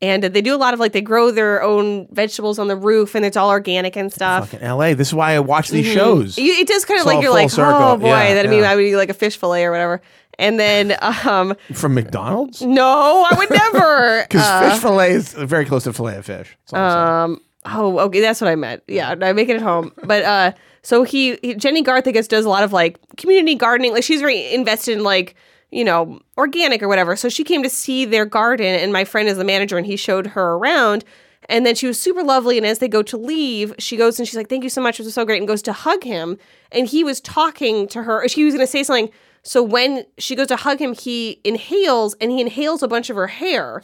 Speaker 2: And they do a lot of like they grow their own vegetables on the roof, and it's all organic and stuff.
Speaker 1: Fucking LA. This is why I watch these shows.
Speaker 2: oh. Mm-hmm. You, it does kind of
Speaker 1: It's all
Speaker 2: like you're
Speaker 1: full
Speaker 2: like,
Speaker 1: circle.
Speaker 2: oh boy,
Speaker 1: Yeah,
Speaker 2: that I mean,
Speaker 1: yeah.
Speaker 2: I would eat like a fish fillet or whatever. And then, um,
Speaker 1: From
Speaker 2: Uh.
Speaker 1: McDonald's?
Speaker 2: no, I would never.
Speaker 1: Because
Speaker 2: Uh,
Speaker 1: fish fillet is very close to fillet of fish. That's all I'm saying.
Speaker 2: Um. Oh, okay. That's what I meant. Yeah, I make it at home. But uh, so he, he- Jenny Garth, I guess, does a lot of like community gardening. Like she's very invested in like you know organic or whatever. So she came to see their garden, and my friend is the manager, and he showed her around. And then she was super lovely. And as they go to leave, she goes and she's like, "Thank you so much. This was so great." And goes to hug him, and he was talking to her. She was going to say something. So when she goes to hug him, he inhales, and he inhales a bunch of her hair.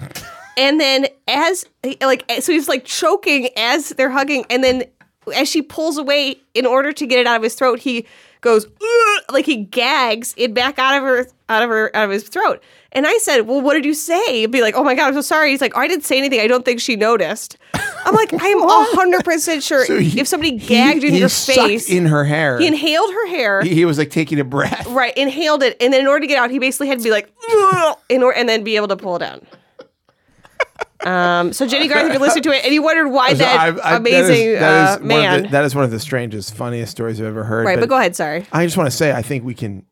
Speaker 2: And then as like so he's like choking as they're hugging and then as she pulls away in order to get it out of his throat he goes "Ugh," like he gags it back out of her out of her out of his throat. And I said, "Well, what did you say?" He'd be like, "Oh my god, I'm so sorry." He's like, "I didn't say anything. I don't think she noticed." I'm like, "I'm 100% sure
Speaker 1: So he-
Speaker 2: Um, if somebody
Speaker 1: he-
Speaker 2: gagged in
Speaker 1: he
Speaker 2: your
Speaker 1: sucked
Speaker 2: face
Speaker 1: in her hair.
Speaker 2: he inhaled her hair."
Speaker 1: he was like taking a breath.
Speaker 2: Right, inhaled it, and then in order to get out, he basically had to be like, "Ugh," in or- and then be able to pull it down. Um, so Jenny Garth, if you listened to it, and you wondered why
Speaker 1: So
Speaker 2: that
Speaker 1: I've- I've- that is-
Speaker 2: amazing
Speaker 1: that is
Speaker 2: uh,
Speaker 1: one of
Speaker 2: man.
Speaker 1: the- that is one of the strangest, funniest stories I've ever heard.
Speaker 2: right, but go ahead. Sorry.
Speaker 1: I just want to say, I think we can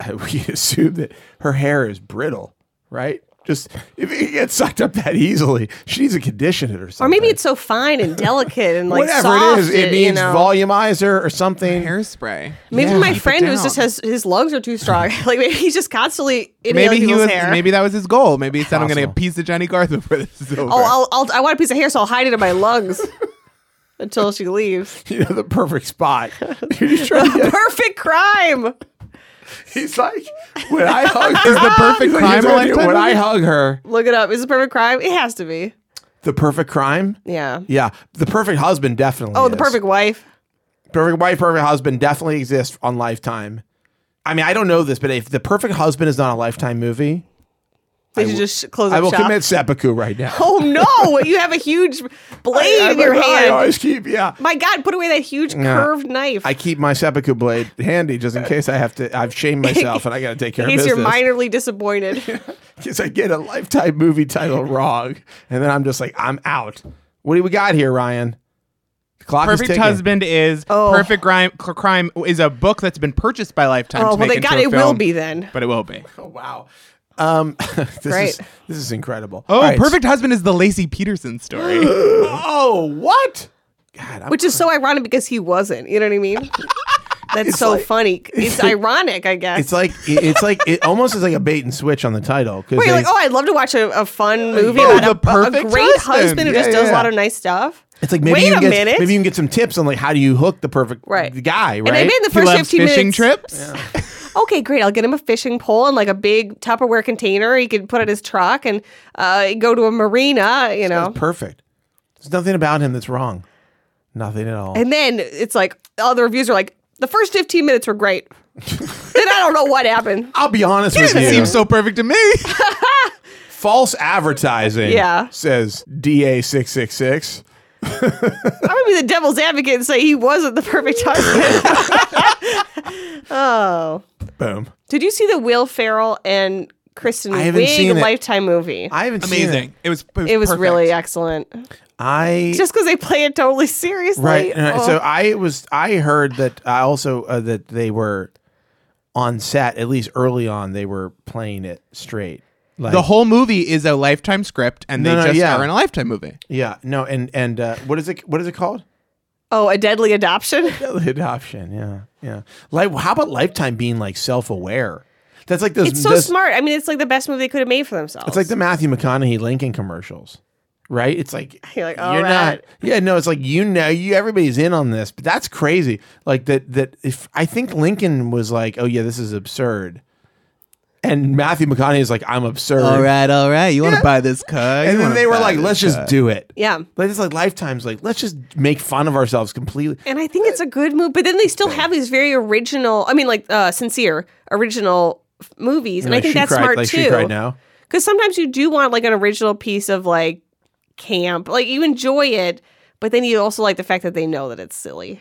Speaker 1: we can assume that her hair is brittle, right? Just if it gets sucked up that easily, she needs a conditioner or something.
Speaker 2: Or maybe it's so fine and delicate and like
Speaker 1: whatever
Speaker 2: soft,
Speaker 1: it is. It
Speaker 2: you
Speaker 1: needs
Speaker 2: know.
Speaker 1: volumizer or something.
Speaker 3: Hairspray.
Speaker 2: Maybe
Speaker 1: Yeah.
Speaker 2: my
Speaker 1: Keep it
Speaker 2: friend was
Speaker 3: down.
Speaker 2: just has his lungs are too strong. like maybe he's just constantly inhaling
Speaker 3: Maybe he
Speaker 2: people's
Speaker 3: was.
Speaker 2: hair.
Speaker 3: Maybe that was his goal. Maybe he said, "I'm going to get a
Speaker 1: Possible.
Speaker 3: piece of Jenny Garth before this is over."
Speaker 2: oh, I'll, I'll, I want a piece of hair, so I'll hide it in my lungs until she leaves.
Speaker 1: You know, the perfect spot. You're just trying to get,
Speaker 2: Perfect crime.
Speaker 1: he's like, when I hug her,
Speaker 3: Is the perfect
Speaker 1: he's like,
Speaker 3: crime
Speaker 1: here's what I do.
Speaker 3: lifetime
Speaker 1: When I
Speaker 3: movie?
Speaker 1: hug her,
Speaker 2: Look it up. Is it perfect crime? It has to be.
Speaker 1: the perfect crime.
Speaker 2: Yeah.
Speaker 1: Yeah, the perfect husband definitely.
Speaker 2: Oh, the
Speaker 1: is.
Speaker 2: perfect wife.
Speaker 1: perfect wife, perfect husband definitely exists on Lifetime. I mean, I don't know this, but if the perfect husband is not a Lifetime movie,
Speaker 2: They should just close up
Speaker 1: I will
Speaker 2: shop.
Speaker 1: commit seppuku right now.
Speaker 2: Oh no! You have a huge blade
Speaker 1: I,
Speaker 2: in your
Speaker 1: I
Speaker 2: hand.
Speaker 1: always keep yeah.
Speaker 2: My God, put away that huge curved knife.
Speaker 1: I keep my seppuku blade handy just in case I have to. I've shamed myself and I got to take care
Speaker 2: in
Speaker 1: of
Speaker 2: case
Speaker 1: business.
Speaker 2: you're minorly disappointed.
Speaker 1: because I get a lifetime movie title wrong, and then I'm just like, I'm out. What do we got here, Ryan? The clock is
Speaker 3: Perfect
Speaker 1: ticking.
Speaker 3: Husband is
Speaker 2: Oh.
Speaker 3: Perfect Crime, Crime is a book that's been purchased by Lifetime.
Speaker 2: Oh,
Speaker 3: to
Speaker 2: well,
Speaker 3: make
Speaker 2: they
Speaker 3: into
Speaker 2: got
Speaker 3: a
Speaker 2: it will
Speaker 3: film,
Speaker 2: be then.
Speaker 3: but it will be.
Speaker 1: Oh, wow. Um, this is
Speaker 2: Great.
Speaker 1: this is incredible.
Speaker 3: Oh,
Speaker 1: All right.
Speaker 3: Perfect Husband is the Lacey Peterson story.
Speaker 1: Oh, what? God, I'm,
Speaker 2: Which is so ironic because he wasn't. You know what I mean? That's so
Speaker 1: like-
Speaker 2: funny. It's ironic, I guess.
Speaker 1: it's like it's like it almost is like a bait and switch on the title because
Speaker 2: Wait, like, oh, I'd love to watch a, a fun movie
Speaker 1: oh,
Speaker 3: yeah,
Speaker 2: about
Speaker 3: The
Speaker 2: a- a,
Speaker 3: Perfect
Speaker 2: great
Speaker 3: Husband.
Speaker 2: husband who
Speaker 1: Yeah,
Speaker 2: just
Speaker 1: yeah,
Speaker 2: does a lot
Speaker 1: yeah.
Speaker 2: of nice stuff.
Speaker 1: it's like maybe
Speaker 2: Wait
Speaker 1: you can get
Speaker 2: a minute.
Speaker 1: maybe you can get some tips on like how do you hook the perfect
Speaker 2: Right.
Speaker 1: guy right.
Speaker 2: And I made the
Speaker 3: he
Speaker 2: first
Speaker 3: loves
Speaker 2: 15
Speaker 3: fishing
Speaker 2: minutes.
Speaker 3: trips.
Speaker 2: Okay, great. I'll get him a fishing pole and like a big Tupperware container. He could put in his truck and uh, go to a marina, you know.
Speaker 1: That's perfect. There's nothing about him that's wrong. Nothing at all.
Speaker 2: And then it's like all the reviews are like, the first 15 minutes were great. then I don't know what happened.
Speaker 1: I'll be honest with you.
Speaker 3: It seems so perfect to me.
Speaker 1: False advertising.
Speaker 2: Yeah.
Speaker 1: Says DA six six six.
Speaker 2: I'm going to be the devil's advocate and say he wasn't the perfect husband. oh.
Speaker 1: Boom.
Speaker 2: Did you see the Will Ferrell and Kristen
Speaker 1: I haven't seen
Speaker 2: Wiig
Speaker 1: it.
Speaker 2: Lifetime movie?
Speaker 1: I haven't seen it.
Speaker 3: Amazing. It was. It was,
Speaker 2: it was
Speaker 3: perfect.
Speaker 2: really excellent.
Speaker 1: I
Speaker 2: Just because they play it totally seriously.
Speaker 1: right. and I-
Speaker 2: Oh.
Speaker 1: So I was. I heard that. I also uh, that they were on set at least early on. They were playing it straight. Like,
Speaker 3: The whole movie is a Lifetime script, and
Speaker 1: No,
Speaker 3: they
Speaker 1: no,
Speaker 3: just
Speaker 1: yeah.
Speaker 3: are in a Lifetime movie.
Speaker 1: yeah. No. And and uh, what is it? What is it called?
Speaker 2: oh, a deadly adoption.
Speaker 1: Early adoption. Yeah. Yeah. Like how about Lifetime being like self aware? That's like those.
Speaker 2: It's so
Speaker 1: those-
Speaker 2: smart. I mean, it's like the best movie they could have made for themselves.
Speaker 1: It's like the Matthew McConaughey Lincoln commercials, right? It's like
Speaker 2: You're like, "Oh, "All
Speaker 1: not,
Speaker 2: right."
Speaker 1: yeah, no, it's like you know, you everybody's in on this, but that's crazy. Like that, that if I think Lincoln was like, oh yeah, this is absurd, and Matthew McConaughey is like, I'm absurd,
Speaker 3: right, all right. You want to buy this car?
Speaker 1: and then they were like, let's just do it,
Speaker 2: yeah.
Speaker 1: Like it's like lifetimes, like let's just make fun of ourselves completely.
Speaker 2: And I think it's a good move. But then they still have these very original, I mean, like uh, sincere, original f- movies. And
Speaker 1: Like,
Speaker 2: I think
Speaker 1: she
Speaker 2: that's
Speaker 1: cried,
Speaker 2: smart
Speaker 1: like
Speaker 2: too.
Speaker 1: She cried now.
Speaker 2: Because sometimes you do want like an original piece of like camp. Like you enjoy it, but then you also like the fact that they know that it's silly.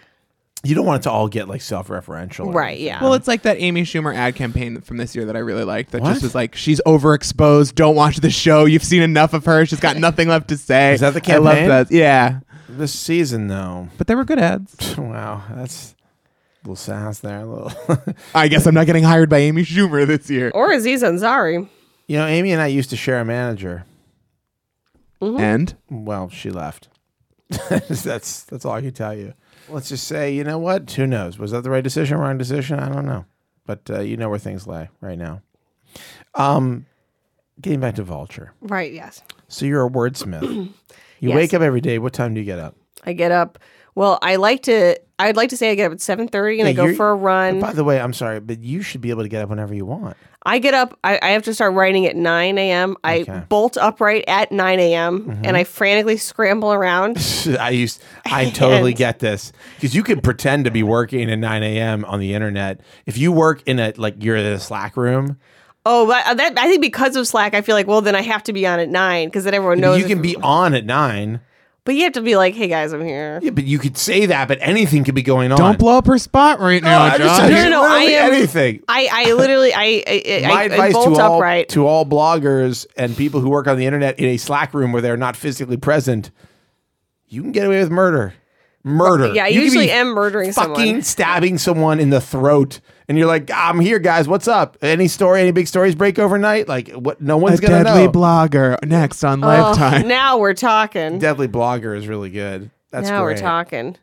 Speaker 1: You don't want it to all get like self-referential, or
Speaker 2: Right.
Speaker 1: anything.
Speaker 2: Yeah.
Speaker 3: Well, it's like that Amy Schumer ad campaign from this year that I really liked. That
Speaker 1: What?
Speaker 3: just was like, she's overexposed. Don't watch the show. You've seen enough of her. She's got nothing left to say.
Speaker 1: Is that the
Speaker 3: I love
Speaker 1: campaign?
Speaker 3: that. Yeah,
Speaker 1: This season, though,
Speaker 3: but they were good ads.
Speaker 1: wow, that's a little sass there, a little.
Speaker 3: I guess I'm not getting hired by Amy Schumer this year.
Speaker 2: or Aziz Ansari.
Speaker 1: You know, Amy and I used to share a manager.
Speaker 3: And
Speaker 1: Well, she left. that's that's all I can tell you. Let's just say, you know what? Who knows? Was that the right decision? Wrong decision? I don't know. But uh, you know where things lie right now. Um, getting back to Vulture.
Speaker 2: Right. Yes.
Speaker 1: So you're a wordsmith. You
Speaker 2: Yes.
Speaker 1: wake up every day. What time do you get up?
Speaker 2: I get up. Well, I like to. I'd like to say I get up at seven thirty and
Speaker 1: Yeah,
Speaker 2: I go
Speaker 1: you're-
Speaker 2: for a run.
Speaker 1: By the way, I'm sorry, but you should be able to get up whenever you want.
Speaker 2: I get up. I, I have to start writing at nine a.m. I bolt upright at nine a.m.
Speaker 1: Mm-hmm.
Speaker 2: and I frantically scramble around.
Speaker 1: I used. I totally
Speaker 2: And-
Speaker 1: get this because you could pretend to be working at 9 a.m. on the internet. If you work in a like you're in a Slack room,
Speaker 2: Oh, but uh, that I think because of Slack, I feel like well then I have to be on at nine because then everyone knows.
Speaker 1: you can
Speaker 2: if-
Speaker 1: be on at nine.
Speaker 2: but you have to be like, hey guys, I'm here.
Speaker 1: Yeah, but you could say that, but anything could be going on.
Speaker 3: don't blow up her spot right now,
Speaker 1: I'm just
Speaker 3: John.
Speaker 1: saying,
Speaker 2: No, no, no, I
Speaker 1: literally
Speaker 2: am-
Speaker 1: anything.
Speaker 2: I, I literally I I, I,
Speaker 1: My
Speaker 2: I,
Speaker 1: advice
Speaker 2: bolt
Speaker 1: to all
Speaker 2: upright.
Speaker 1: to all bloggers and people who work on the internet in a Slack room where they're not physically present, you can get away with murder. Murder.
Speaker 2: Yeah, I
Speaker 1: You can
Speaker 2: usually
Speaker 1: be
Speaker 2: am murdering
Speaker 1: fucking
Speaker 2: someone.
Speaker 1: stabbing someone in the throat, and you're like, "I'm here, guys. What's up? Any story? Any big stories break overnight? Like, what? No
Speaker 3: A
Speaker 1: one's gonna
Speaker 3: deadly
Speaker 1: know."
Speaker 3: blogger next on
Speaker 2: Oh,
Speaker 3: Lifetime.
Speaker 2: now we're talking.
Speaker 1: deadly blogger is really good. That's
Speaker 2: now
Speaker 1: great.
Speaker 2: we're talking.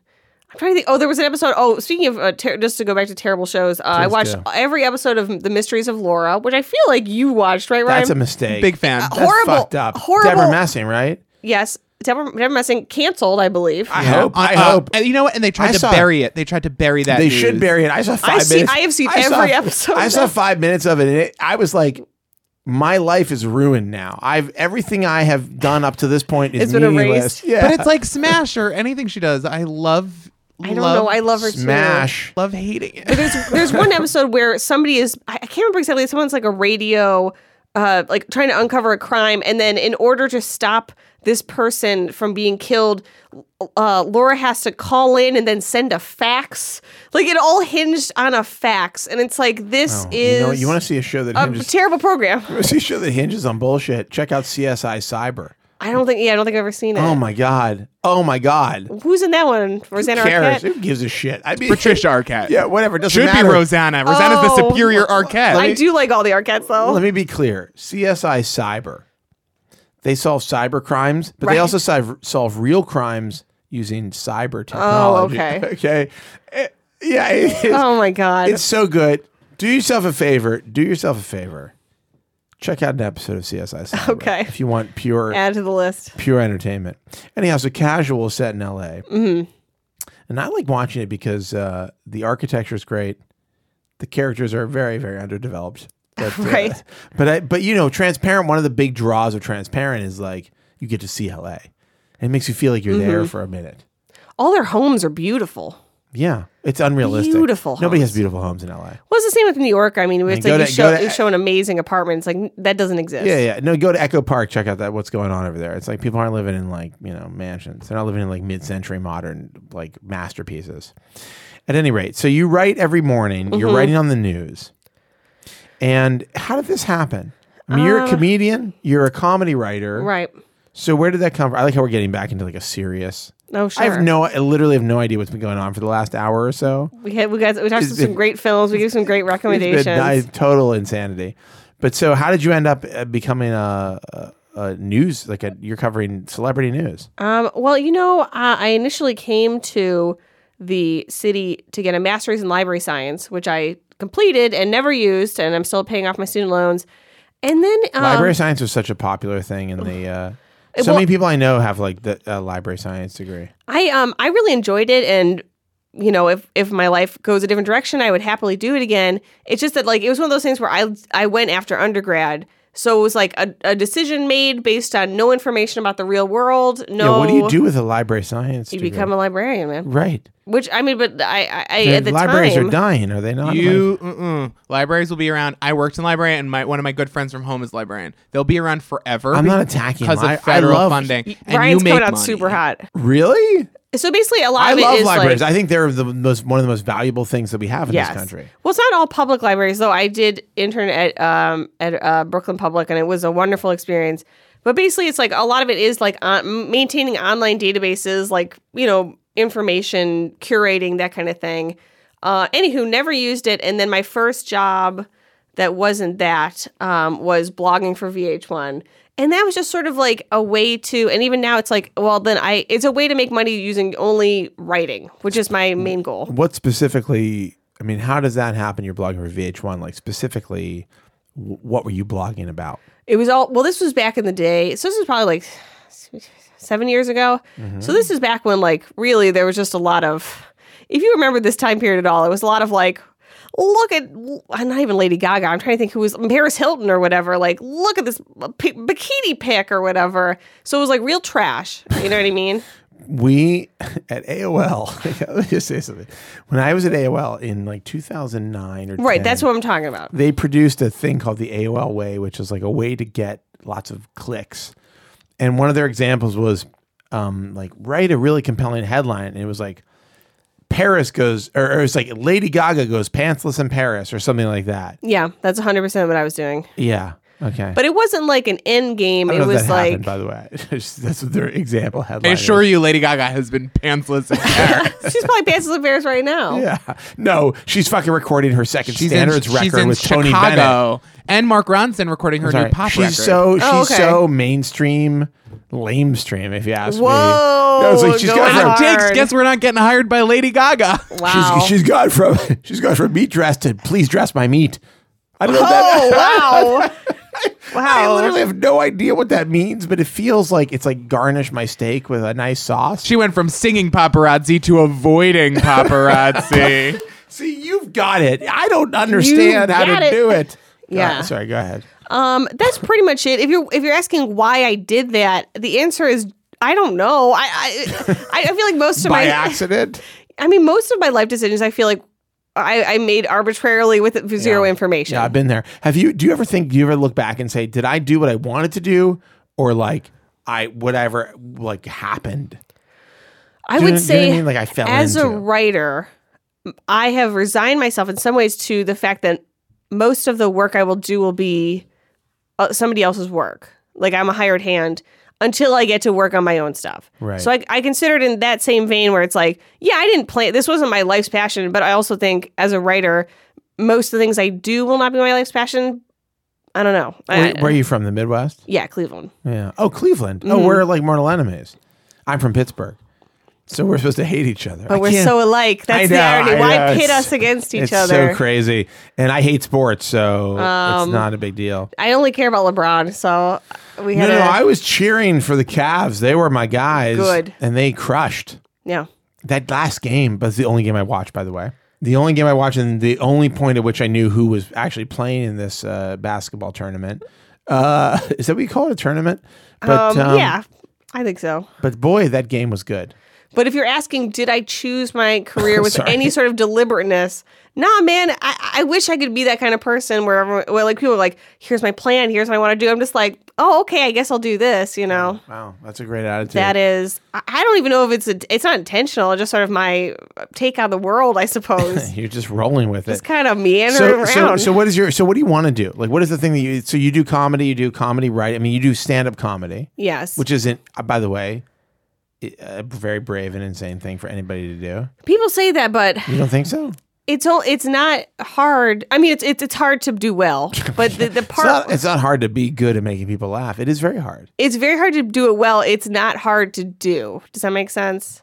Speaker 2: I'm trying to think. Oh, there was an episode. Oh, speaking of uh, ter- just to go back to terrible shows, uh, I
Speaker 1: Please
Speaker 2: watched
Speaker 1: do.
Speaker 2: every episode of The Mysteries of Laura, which I feel like you watched, right, Ryan?
Speaker 1: That's a mistake.
Speaker 3: Big fan.
Speaker 1: That's
Speaker 2: horrible-
Speaker 1: fucked up.
Speaker 2: horrible-
Speaker 1: Deborah Messing, right?
Speaker 2: yes, Deborah, Deborah Messing canceled, I believe.
Speaker 1: I
Speaker 3: Yeah.
Speaker 1: hope.
Speaker 3: Uh,
Speaker 1: I
Speaker 3: uh,
Speaker 1: hope.
Speaker 3: and you know what? And they tried
Speaker 1: I
Speaker 3: to
Speaker 1: saw-
Speaker 3: bury it. They tried to bury that.
Speaker 1: They
Speaker 3: news.
Speaker 1: should bury it. I saw five
Speaker 2: see-
Speaker 1: minutes.
Speaker 2: I have seen
Speaker 1: saw-
Speaker 2: every episode
Speaker 1: I
Speaker 2: of
Speaker 1: saw
Speaker 2: that.
Speaker 1: five minutes of it, and it, I was like, my life is ruined now. I've everything I have done up to this point is
Speaker 2: It's been
Speaker 1: meaningless.
Speaker 2: erased.
Speaker 1: Yeah,
Speaker 3: But it's like Smash or anything she does. I love.
Speaker 2: I don't know. I love her too.
Speaker 1: smash.
Speaker 3: love hating it.
Speaker 2: But there's there's one episode where somebody is I I can't remember exactly. Someone's like a radio, uh, like trying to uncover a crime, and then in order to stop this person from being killed. Uh, Laura has to call in and then send a fax. Like it all hinged on a fax, and it's like this is
Speaker 1: Oh, you know, you want to see a show that
Speaker 2: a
Speaker 1: hinges.
Speaker 2: terrible program.
Speaker 1: you wanna see a show that hinges on bullshit. Check out CSI Cyber.
Speaker 2: I don't think. Yeah, I don't think I've ever seen it.
Speaker 1: Oh my god. Oh my god.
Speaker 2: Who's in that one? Rosanna
Speaker 1: Who cares?
Speaker 2: Arquette.
Speaker 1: Who gives a shit? I mean,
Speaker 3: Patricia Arquette.
Speaker 1: Yeah, whatever. Doesn't
Speaker 3: Should
Speaker 1: matter.
Speaker 3: be Rosanna. Rosanna's
Speaker 2: Oh.
Speaker 3: the superior Arquette.
Speaker 2: I do like all the Arquettes though.
Speaker 1: Let me be clear. CSI Cyber. They solve cyber crimes, but
Speaker 2: Right.
Speaker 1: they also solve, solve real crimes using cyber
Speaker 2: Oh,
Speaker 1: technology.
Speaker 2: okay.
Speaker 1: okay. Eh, yeah. it- it's,
Speaker 2: oh my god.
Speaker 1: it's so good. Do yourself a favor. Do yourself a favor. Check out an episode of CSI Cyber.
Speaker 2: Okay.
Speaker 1: If you want pure
Speaker 2: Add to the list.
Speaker 1: pure entertainment. Anyhow, it's a casual set in LA.
Speaker 2: Mm-hmm.
Speaker 1: And I like watching it because uh, the architecture is great. The characters are very, very underdeveloped. But, uh,
Speaker 2: Right.
Speaker 1: but I, but you know, transparent. One of the big draws of transparent is like you get to see LA. It makes you feel like you're
Speaker 2: Mm-hmm.
Speaker 1: there for a minute.
Speaker 2: All their homes are beautiful.
Speaker 1: Yeah, it's unrealistic.
Speaker 2: Beautiful
Speaker 1: Nobody
Speaker 2: homes.
Speaker 1: has beautiful homes in LA.
Speaker 2: What's the same with New York? I mean, it's
Speaker 1: go
Speaker 2: like you,
Speaker 1: to-
Speaker 2: show,
Speaker 1: go to-
Speaker 2: you show an amazing apartment. It's like that doesn't exist.
Speaker 1: Yeah, yeah. No, go to Echo Park. Check out that what's going on over there. It's like people aren't living in like you know mansions. They're not living in like mid-century modern like masterpieces. At any rate, so you write every morning.
Speaker 2: Mm-hmm.
Speaker 1: You're writing on the news. And how did this happen? I mean, you're a comedian. You're a comedy writer.
Speaker 2: Uh, Right.
Speaker 1: So where did that come from? I like how we're getting back into like a serious.
Speaker 2: No, Oh, sure.
Speaker 1: I have no. I literally have no idea what's been going on for the last hour or so.
Speaker 2: We had we got we talked about some
Speaker 1: been-
Speaker 2: great films. We gave some great recommendations.
Speaker 1: It's been ni- total insanity. But so, how did you end up uh, becoming a, a, a news like a, you're covering celebrity news?
Speaker 2: Um, well, you know, uh, I initially came to the city to get a master's in library science, which I completed and never used, and I'm still paying off my student loans. And then um,
Speaker 1: library science was such a popular thing, in the uh, so
Speaker 2: well-
Speaker 1: many people I know have like the uh, library science degree.
Speaker 2: I um I really enjoyed it and you know if if my life goes a different direction I would happily do it again. It's just that like it was one of those things where I I went after undergrad. So it was like a, a decision made based on no information about the real world. No
Speaker 1: yeah, what do you do with a library science?
Speaker 2: You
Speaker 1: degree?
Speaker 2: become a librarian, man.
Speaker 1: right.
Speaker 2: Which I mean, but I, I, I
Speaker 1: The
Speaker 2: at the
Speaker 1: libraries
Speaker 2: time,
Speaker 1: are dying, are they not?
Speaker 3: You mm-mm. libraries will be around. I worked in library, and my one of my good friends from home is librarian. They'll be around forever.
Speaker 1: I'm not attacking
Speaker 3: because
Speaker 1: them. I- I
Speaker 3: of federal
Speaker 1: love-
Speaker 3: funding. And
Speaker 2: Ryan's
Speaker 3: you make
Speaker 2: coming out
Speaker 3: money.
Speaker 2: super hot.
Speaker 1: Like, really?
Speaker 2: So basically, a lot
Speaker 1: I
Speaker 2: of it
Speaker 1: love
Speaker 2: is, like-
Speaker 1: libraries. I think they're the most one of the most valuable things that we have in this country.
Speaker 2: Well, it's not all public libraries, though. I did intern at um, at uh, Brooklyn Public, and it was a wonderful experience. But basically, it's like a lot of it is like on, maintaining online databases, like you know, information curating that kind of thing. Uh, anywho, never used it, and then my first job that wasn't that um, was blogging for VH1. And that was just sort of like a way to, and even now it's like, well, then I, it's a way to make money using only writing, which is my main goal.
Speaker 1: What specifically? I mean, how does that happen? You're blogging for VH1, like specifically. w- What were you blogging about?
Speaker 2: it was all well this was back in the day so this was probably like seven years ago
Speaker 1: Mm-hmm.
Speaker 2: so this is back when like really there was just a lot of if you remember this time period at all it was a lot of like look at I'm not even lady gaga i'm trying to think who was paris hilton or whatever like look at this p- bikini pic or whatever so it was like real trash you know what i mean
Speaker 1: We at AOL. let me just say something. When I was at AOL in like 2009 or
Speaker 2: right
Speaker 1: 10,
Speaker 2: that's what i'm talking about
Speaker 1: they produced a thing called the AOL Way, which is like a way to get lots of clicks. And one of their examples was um, like write a really compelling headline, and it was like Paris goes, or, or it's like Lady Gaga goes pantsless in Paris, or something like that.
Speaker 2: yeah that's 100% what i was doing
Speaker 1: Yeah. Okay.
Speaker 2: but it wasn't like an end game
Speaker 1: I
Speaker 2: it
Speaker 1: don't know if
Speaker 2: was
Speaker 1: that
Speaker 2: like
Speaker 1: happened, by the way. That's what their example headline.
Speaker 3: I assure
Speaker 1: is.
Speaker 3: you, Lady Gaga has been pantsless. in Paris.
Speaker 2: she's probably pants in Paris right now
Speaker 1: Yeah. No, she's fucking recording her second
Speaker 3: She's in,
Speaker 1: standards record
Speaker 3: she's in
Speaker 1: with
Speaker 3: Chicago,
Speaker 1: Tony Bennett.
Speaker 3: and Mark Ronson recording her new
Speaker 1: Sorry.
Speaker 3: pop
Speaker 1: she's
Speaker 3: record.
Speaker 1: so she's
Speaker 2: Oh, okay.
Speaker 1: so mainstream, lamestream, if you ask me.
Speaker 2: Whoa,
Speaker 1: No, it's like she's
Speaker 2: go
Speaker 1: gone
Speaker 2: hard.
Speaker 1: from
Speaker 3: Wow, Jakes, guess we're not getting hired by Lady Gaga.
Speaker 2: wow
Speaker 1: she's, she's gone from she's gone from meat dress to please dress my meat. I don't know. That,
Speaker 2: Oh wow!
Speaker 1: I
Speaker 2: wow.
Speaker 1: literally have no idea what that means, but it feels like it's like garnish my steak with a nice sauce.
Speaker 3: She went from singing paparazzi to avoiding paparazzi.
Speaker 1: See, you've got it. I don't understand how
Speaker 2: got
Speaker 1: to
Speaker 2: it.
Speaker 1: do it. Go-
Speaker 2: Yeah.
Speaker 1: sorry, go ahead.
Speaker 2: Um, that's pretty much it. If you're if you're asking why I did that, the answer is I don't know. I I, I I feel like most of
Speaker 1: By
Speaker 2: my
Speaker 1: accident.
Speaker 2: I mean most of my life decisions I feel like I, I made arbitrarily with with zero information.
Speaker 1: Yeah, I've been there. Have you? Do you ever think? Do you ever look back and say, "Did I do what I wanted to do, or like I whatever like happened.
Speaker 2: I
Speaker 1: Do you know-
Speaker 2: would
Speaker 1: do you know
Speaker 2: say,
Speaker 1: what I mean? Like, I fell
Speaker 2: as a
Speaker 1: into.
Speaker 2: writer, I have resigned myself in some ways to the fact that most of the work I will do will be uh, somebody else's work. Like I'm a hired hand until I get to work on my own stuff.
Speaker 1: Right.
Speaker 2: So I, I consider it in that same vein where it's like, yeah, I didn't plan. This wasn't my life's passion, but I also think as a writer, most of the things I do will not be my life's passion. I don't know. I-
Speaker 1: Where, where are you from? The Midwest?
Speaker 2: yeah, Cleveland.
Speaker 1: Yeah. Oh, Cleveland.
Speaker 2: Mm-hmm.
Speaker 1: Oh, we're like mortal enemies. I'm from Pittsburgh, so we're supposed to hate each other.
Speaker 2: But we're so alike. That's the irony. Why pit us against each other?
Speaker 1: It's so crazy, and I hate sports, so it's
Speaker 2: Um,
Speaker 1: not a big deal.
Speaker 2: I only care about LeBron, so we
Speaker 1: No,
Speaker 2: had
Speaker 1: no,
Speaker 2: a,
Speaker 1: I was cheering for the Cavs. They were my guys.
Speaker 2: Good.
Speaker 1: and they crushed.
Speaker 2: yeah.
Speaker 1: that last game was the only game I watched, by the way. The only game I watched, and the only point at which I knew who was actually playing in this uh, basketball tournament. Uh, is that what you call it a tournament? But
Speaker 2: Um,
Speaker 1: um,
Speaker 2: yeah, I think so.
Speaker 1: But boy, that game was good.
Speaker 2: But if you're asking, did I choose my career with
Speaker 1: Sorry.
Speaker 2: any sort of deliberateness? Nah, man. I, I wish I could be that kind of person where, everyone, where like people are like, here's my plan, here's what I want to do. I'm just like, oh, okay, I guess I'll do this. You know,
Speaker 1: Wow, that's a great attitude.
Speaker 2: that is. I, I don't even know if it's a, it's not intentional. It's just sort of my take on the world, I suppose.
Speaker 1: You're just rolling with it.
Speaker 2: just kind of meandering
Speaker 1: So, so,
Speaker 2: around.
Speaker 1: so what is your? So, what do you want to do? Like, what is the thing that you? So, you do comedy. You do comedy, right? I mean, you do stand-up comedy,
Speaker 2: yes,
Speaker 1: which isn't, uh, by the way, i- a very brave and insane thing for anybody to do.
Speaker 2: people say that, but
Speaker 1: You don't think so?
Speaker 2: it's all it's not hard. I mean, it's it's, it's hard to do well, but the, the
Speaker 1: It's
Speaker 2: part
Speaker 1: not, it's not hard to be good at making people laugh. It is very hard.
Speaker 2: it's very hard to do it well. It's not hard to do. Does that make sense?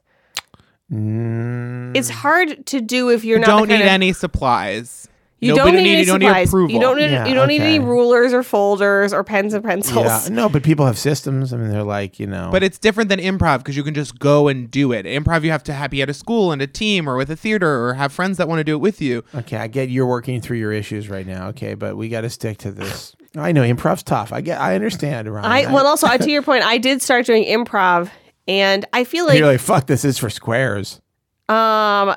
Speaker 1: Mm,
Speaker 2: It's hard to do if you're not.
Speaker 3: don't
Speaker 2: the
Speaker 3: need
Speaker 2: kind of-
Speaker 3: any supplies.
Speaker 2: You
Speaker 3: Nobody
Speaker 2: don't need, any
Speaker 3: you don't
Speaker 2: supplies.
Speaker 3: approval.
Speaker 2: You don't need.
Speaker 1: Yeah,
Speaker 2: you don't need any
Speaker 1: okay.
Speaker 2: rulers or folders or pens and pencils.
Speaker 1: yeah, no, but people have systems. I mean, they're like you know,
Speaker 3: but it's different than improv because you can just go and do it. Improv, you have to ha- be at a school and a team or with a theater or have friends that want to do it with you.
Speaker 1: okay, I get you're working through your issues right now. Okay, but we got to stick to this. I know improv's tough. I get, I understand, Ryan.
Speaker 2: I well, also I- to your point, I did start doing improv, and I feel like
Speaker 1: you're like fuck. This is for squares.
Speaker 2: Um,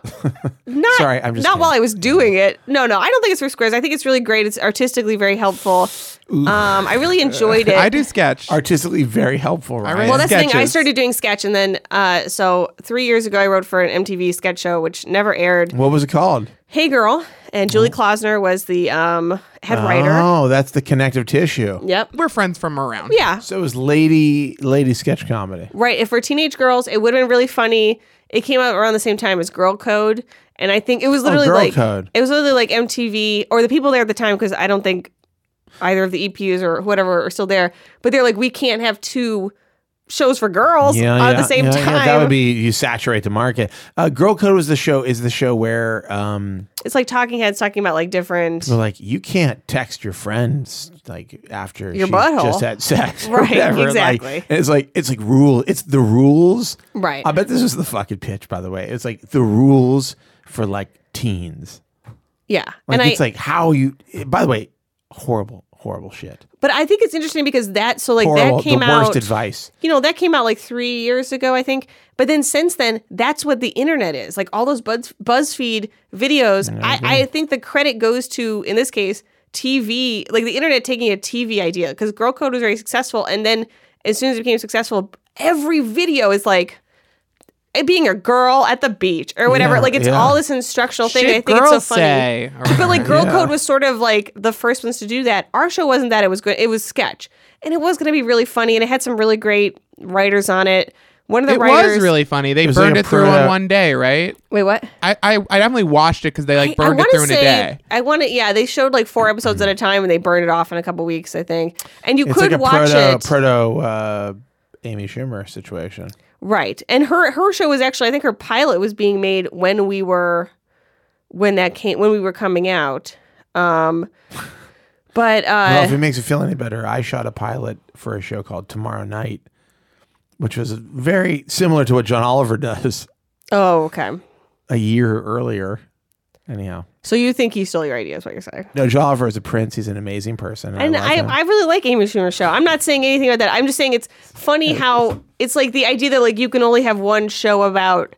Speaker 2: not
Speaker 1: Sorry, I'm just
Speaker 2: not
Speaker 1: kidding.
Speaker 2: while I was doing it. No, no, I don't think it's for squares. I think it's really great. It's artistically very helpful. Um, I really enjoyed it.
Speaker 3: I do sketch.
Speaker 1: Artistically very helpful, Ryan.
Speaker 3: read-
Speaker 2: Well, that's the thing. I
Speaker 3: sketches.
Speaker 2: started doing sketch, and then uh, so three years ago, I wrote for an MTV sketch show, which never aired.
Speaker 1: what was it called?
Speaker 2: Hey, girl, and Julie Klausner was the um, head writer.
Speaker 1: Oh, that's the connective tissue.
Speaker 2: Yep.
Speaker 3: We're friends from around.
Speaker 2: Yeah.
Speaker 1: So it was lady lady sketch comedy.
Speaker 2: Right. If we're teenage girls, it would have been really funny. It came out around the same time as Girl Code. And I think it was literally
Speaker 1: Oh, Girl
Speaker 2: like
Speaker 1: Code.
Speaker 2: it was literally like MTV or the people there at the time, because I don't think either of the EPUs or whatever are still there. But they're like, we can't have two shows for girls at the same
Speaker 1: yeah, yeah,
Speaker 2: time.
Speaker 1: that would be you saturate the market. Uh, Girl Code was the show. Is the show where um,
Speaker 2: it's like talking heads talking about like different
Speaker 1: But like, you can't text your friends like after
Speaker 2: Your
Speaker 1: she's
Speaker 2: butthole.
Speaker 1: just had sex, or
Speaker 2: Right,
Speaker 1: whatever. Like,
Speaker 2: exactly.
Speaker 1: it's like it's like rule. It's the rules.
Speaker 2: Right.
Speaker 1: I bet this is the fucking pitch. By the way, it's like the rules for like teens.
Speaker 2: Yeah.
Speaker 1: Like
Speaker 2: and I
Speaker 1: it's like how you. By the way, horrible, horrible shit.
Speaker 2: but I think it's interesting because that so like
Speaker 1: Horrible.
Speaker 2: that came
Speaker 1: the
Speaker 2: out
Speaker 1: worst advice.
Speaker 2: you know that came out like three years ago i think but then since then that's what the internet is like all those Buzz, buzzfeed videos I, I think the credit goes to in this case tv like the internet taking a tv idea because girl code was very successful and then as soon as it became successful every video is like it being a girl at the beach or whatever
Speaker 1: Yeah,
Speaker 2: like it's
Speaker 1: yeah.
Speaker 2: all this instructional thing
Speaker 3: Shit
Speaker 2: and i think it's so
Speaker 3: girls
Speaker 2: funny
Speaker 3: say. or
Speaker 2: but like
Speaker 3: whatever.
Speaker 2: Girl Code was sort of like the first ones to do that. Our show wasn't that. It was good. It was sketch, and it was going to be really funny, and it had some really great writers on it. One of the
Speaker 3: it
Speaker 2: writers
Speaker 3: was really funny. They
Speaker 1: was
Speaker 3: burned
Speaker 1: like a
Speaker 3: it through
Speaker 1: pruno-
Speaker 3: on one day, right?
Speaker 2: wait what
Speaker 3: I, I, I definitely watched it because they like burned
Speaker 2: wanna
Speaker 3: it through in
Speaker 2: say
Speaker 3: a day.
Speaker 2: I want to yeah they showed like four episodes at a time and they burned it off in a couple weeks I think and you
Speaker 1: It's
Speaker 2: could
Speaker 1: like a
Speaker 2: watch
Speaker 1: proto
Speaker 2: it
Speaker 1: proto uh, Amy Schumer situation.
Speaker 2: right and her her show was actually I think her pilot was being made when we were when that came when we were coming out um but uh
Speaker 1: Well, if it makes you feel any better, I shot a pilot for a show called Tomorrow Night, which was very similar to what John Oliver does
Speaker 2: oh okay
Speaker 1: a year earlier. Anyhow,
Speaker 2: so you think he stole your idea is what you're saying
Speaker 1: no, John Oliver is a prince. He's an amazing person.
Speaker 2: And
Speaker 1: I, like him.
Speaker 2: I, I really like Amy Schumer's show. I'm not saying anything about that. I'm just saying it's funny how it's like the idea that like you can only have one show about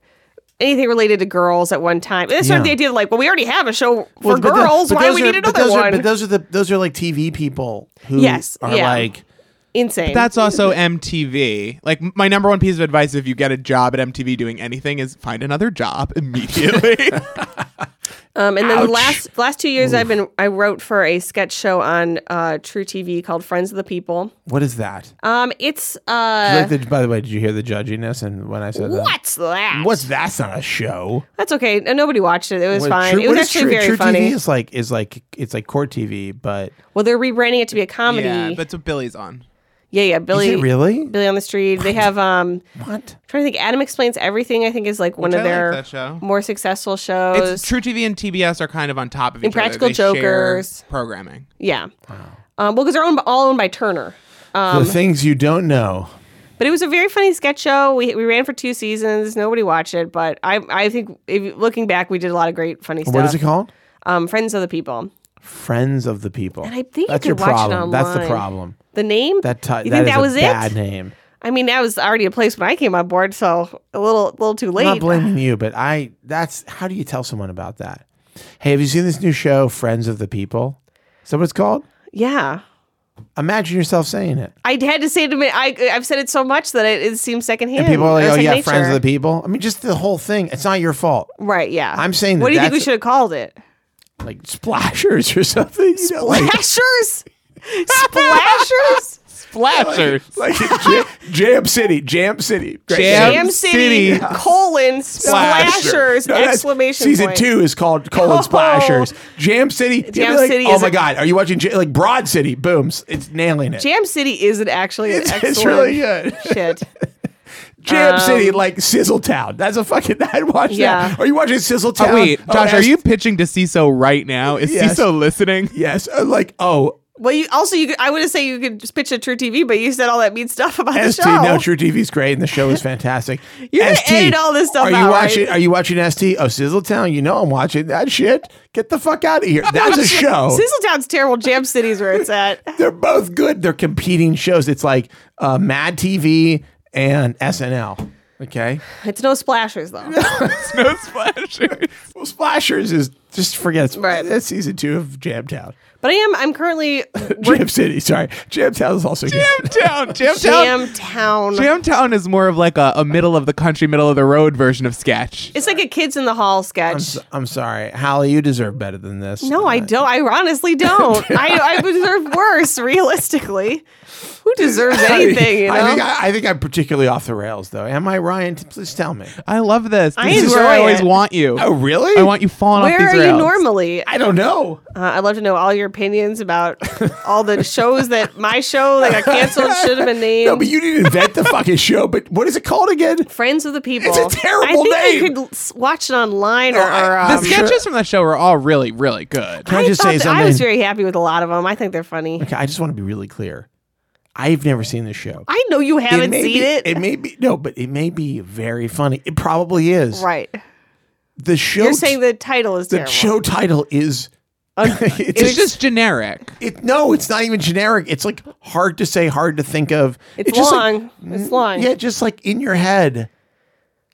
Speaker 2: anything related to girls at one time. And that's sort of
Speaker 1: Yeah.
Speaker 2: the idea of like, well, we already have a show for
Speaker 1: Well, but the-
Speaker 2: girls.
Speaker 1: but
Speaker 2: Why do
Speaker 1: those
Speaker 2: we
Speaker 1: are-
Speaker 2: need
Speaker 1: but
Speaker 2: another
Speaker 1: those
Speaker 2: one?
Speaker 1: Are, but those are the those are like TV people who
Speaker 2: Yes,
Speaker 1: are
Speaker 2: yeah.
Speaker 1: like
Speaker 2: Insane.
Speaker 3: That's also MTV. Like m- my number one piece of advice if you get a job at MTV doing anything is find another job immediately.
Speaker 2: Um, and then the last last two years, I've been I wrote for a sketch show on uh, True TV called Friends of the People.
Speaker 1: What is that?
Speaker 2: Um, it's uh,
Speaker 1: Like the- by the way, did you hear the judginess? And when I said that,
Speaker 2: what's that?
Speaker 1: what's that's not a show.
Speaker 2: That's okay. Uh, Nobody watched it. It was
Speaker 1: What-
Speaker 2: fine.
Speaker 1: True-
Speaker 2: it was
Speaker 1: what is
Speaker 2: actually
Speaker 1: True-
Speaker 2: very
Speaker 1: True
Speaker 2: funny.
Speaker 1: TV is like is like it's like court TV, but
Speaker 2: well, they're rebranding it to be a comedy.
Speaker 3: yeah, that's what Billy's on.
Speaker 2: yeah, yeah. Billy,
Speaker 1: is it really?
Speaker 2: Billy on the Street. They have um,
Speaker 1: What?
Speaker 2: I'm trying to think. Adam explains everything. I think is like one
Speaker 3: Which
Speaker 2: of
Speaker 3: I like
Speaker 2: their
Speaker 3: that show.
Speaker 2: more successful shows.
Speaker 3: It's True TV and TBS are kind of on top of each
Speaker 2: Impractical
Speaker 3: other. They share
Speaker 2: Jokers.
Speaker 3: programming.
Speaker 2: yeah. Um, well, because they're owned by, all owned by Turner. Um,
Speaker 1: the things you don't know.
Speaker 2: But it was a very funny sketch show. We, we ran for two seasons. Nobody watched it, but I I think if, looking back, we did a lot of great funny stuff.
Speaker 1: What is it called?
Speaker 2: Um, Friends of the People.
Speaker 1: Friends of the People.
Speaker 2: I think you
Speaker 1: that's
Speaker 2: could
Speaker 1: your
Speaker 2: watch it
Speaker 1: problem. That's the
Speaker 2: online.
Speaker 1: problem.
Speaker 2: The name
Speaker 1: That ti-
Speaker 2: you
Speaker 1: that is
Speaker 2: think that
Speaker 1: a
Speaker 2: was
Speaker 1: bad
Speaker 2: it?
Speaker 1: name.
Speaker 2: I mean, that was already a place when I came on board, so a little little too late.
Speaker 1: I'm not blaming you, but I that's how do you tell someone about that? Hey, have you seen this new show, Friends of the People? Is that what it's called?
Speaker 2: yeah,
Speaker 1: Imagine yourself saying it.
Speaker 2: I had to say it to me. I I've said it so much that it, it seems secondhand.
Speaker 1: And people are like,
Speaker 2: or
Speaker 1: oh, yeah,
Speaker 2: second
Speaker 1: friends of
Speaker 2: nature."
Speaker 1: the people. I mean, just the whole thing. It's not your fault.
Speaker 2: Right? Yeah.
Speaker 1: I'm saying
Speaker 2: What
Speaker 1: that
Speaker 2: do you think we
Speaker 1: that's-
Speaker 2: should have called it?
Speaker 1: Like splashers or something. You know, like,
Speaker 2: Plashers. Splashers.
Speaker 3: Flashers.
Speaker 1: like Jam, Jam City, Jam City. Great
Speaker 3: Jam
Speaker 1: name.
Speaker 2: Damn city,
Speaker 3: City.
Speaker 2: colon splashers
Speaker 1: No, that's-
Speaker 2: exclamation
Speaker 1: Season
Speaker 2: point.
Speaker 1: two is called colon
Speaker 2: Oh.
Speaker 1: splashers. Jam City. you'd be
Speaker 2: Jam
Speaker 1: like,
Speaker 2: City
Speaker 1: Oh
Speaker 2: is
Speaker 1: my
Speaker 2: a-
Speaker 1: God. Are you watching J- like Broad City? Booms. It's nailing it. Jam,
Speaker 2: Jam City isn't actually an
Speaker 1: It's- it's
Speaker 2: excellent
Speaker 1: really good.
Speaker 2: shit.
Speaker 1: City, like Sizzle Town. That's a fucking. I'd watch
Speaker 2: Yeah.
Speaker 1: that. Are you watching Sizzle Town?
Speaker 3: Oh, wait,
Speaker 1: Oh,
Speaker 3: Josh, are
Speaker 1: that's-
Speaker 3: you pitching to CISO right now? Is
Speaker 1: Yes.
Speaker 3: CISO listening?
Speaker 1: Yes. Uh, Like oh.
Speaker 2: Well, you also you could, I would say you could just pitch a True TV, but you said all that mean stuff about the
Speaker 1: ST,
Speaker 2: show.
Speaker 1: no, True TV's great, and the show is fantastic.
Speaker 2: You're gonna
Speaker 1: ST,
Speaker 2: edit all this stuff
Speaker 1: Are you
Speaker 2: out, right?
Speaker 1: watching? Are you watching ST? Oh, Sizzletown. You know I'm watching that shit. Get the fuck out of here. That's a show.
Speaker 2: Sizzletown's terrible. Jam City's where it's at.
Speaker 1: They're both good. They're competing shows. It's like uh, Mad TV and SNL. Okay.
Speaker 2: It's no splashers though.
Speaker 3: It's no Flashers.
Speaker 1: Well, Splashers is just forget. It's,
Speaker 2: Right.
Speaker 1: That's season two of Jamtown.
Speaker 2: But I am. I'm currently
Speaker 1: Jam City. Sorry, Jamtown is also good.
Speaker 3: Jamtown. Jamtown.
Speaker 2: Jam Town.
Speaker 3: Jamtown is more of like a, a middle of the country, middle of the road version of sketch.
Speaker 2: it's like a kids in the hall sketch.
Speaker 1: I'm sorry, Hallie. You deserve better than this. Uh,
Speaker 2: no, I don't. I honestly don't. I, I deserve worse, realistically. Who deserves anything? You know?
Speaker 1: I think I, I think I'm particularly off the rails, though. Am I, Ryan? T- Please tell me.
Speaker 3: I love this.
Speaker 2: I
Speaker 3: This is
Speaker 2: enjoy
Speaker 3: where I
Speaker 2: it.
Speaker 3: always want you.
Speaker 1: Oh, really?
Speaker 3: I want you falling off
Speaker 2: Where
Speaker 3: these
Speaker 2: are
Speaker 3: rails.
Speaker 2: you normally? Uh,
Speaker 1: I don't know.
Speaker 2: I'd love to know all your opinions about all the shows that my show that got canceled should have been named.
Speaker 1: No, but you didn't invent the fucking show. But what is it called again?
Speaker 2: Friends of the People.
Speaker 1: It's a terrible
Speaker 2: I think
Speaker 1: name.
Speaker 2: you could l- s- watch it online or.
Speaker 1: I-
Speaker 2: or
Speaker 3: The
Speaker 2: um,
Speaker 1: sure-
Speaker 3: sketches from that show are all really, really good.
Speaker 1: Can I, just
Speaker 2: thought
Speaker 1: say
Speaker 2: that-
Speaker 1: something?
Speaker 2: I was very happy with a lot of them. I think they're funny.
Speaker 1: okay, I just want to be really clear. I've never seen this show.
Speaker 2: I know you haven't
Speaker 1: may
Speaker 2: seen
Speaker 1: be,
Speaker 2: it.
Speaker 1: It may be no, but it may be very funny. It probably is.
Speaker 2: right.
Speaker 1: The show.
Speaker 2: You're saying the title is
Speaker 1: the
Speaker 2: terrible.
Speaker 1: show title is. it's
Speaker 3: It's just generic.
Speaker 1: it, no, it's not even generic. It's like hard to say, hard to think of.
Speaker 2: it's,
Speaker 1: just like-
Speaker 2: long. it's long.
Speaker 1: yeah, just like in your head.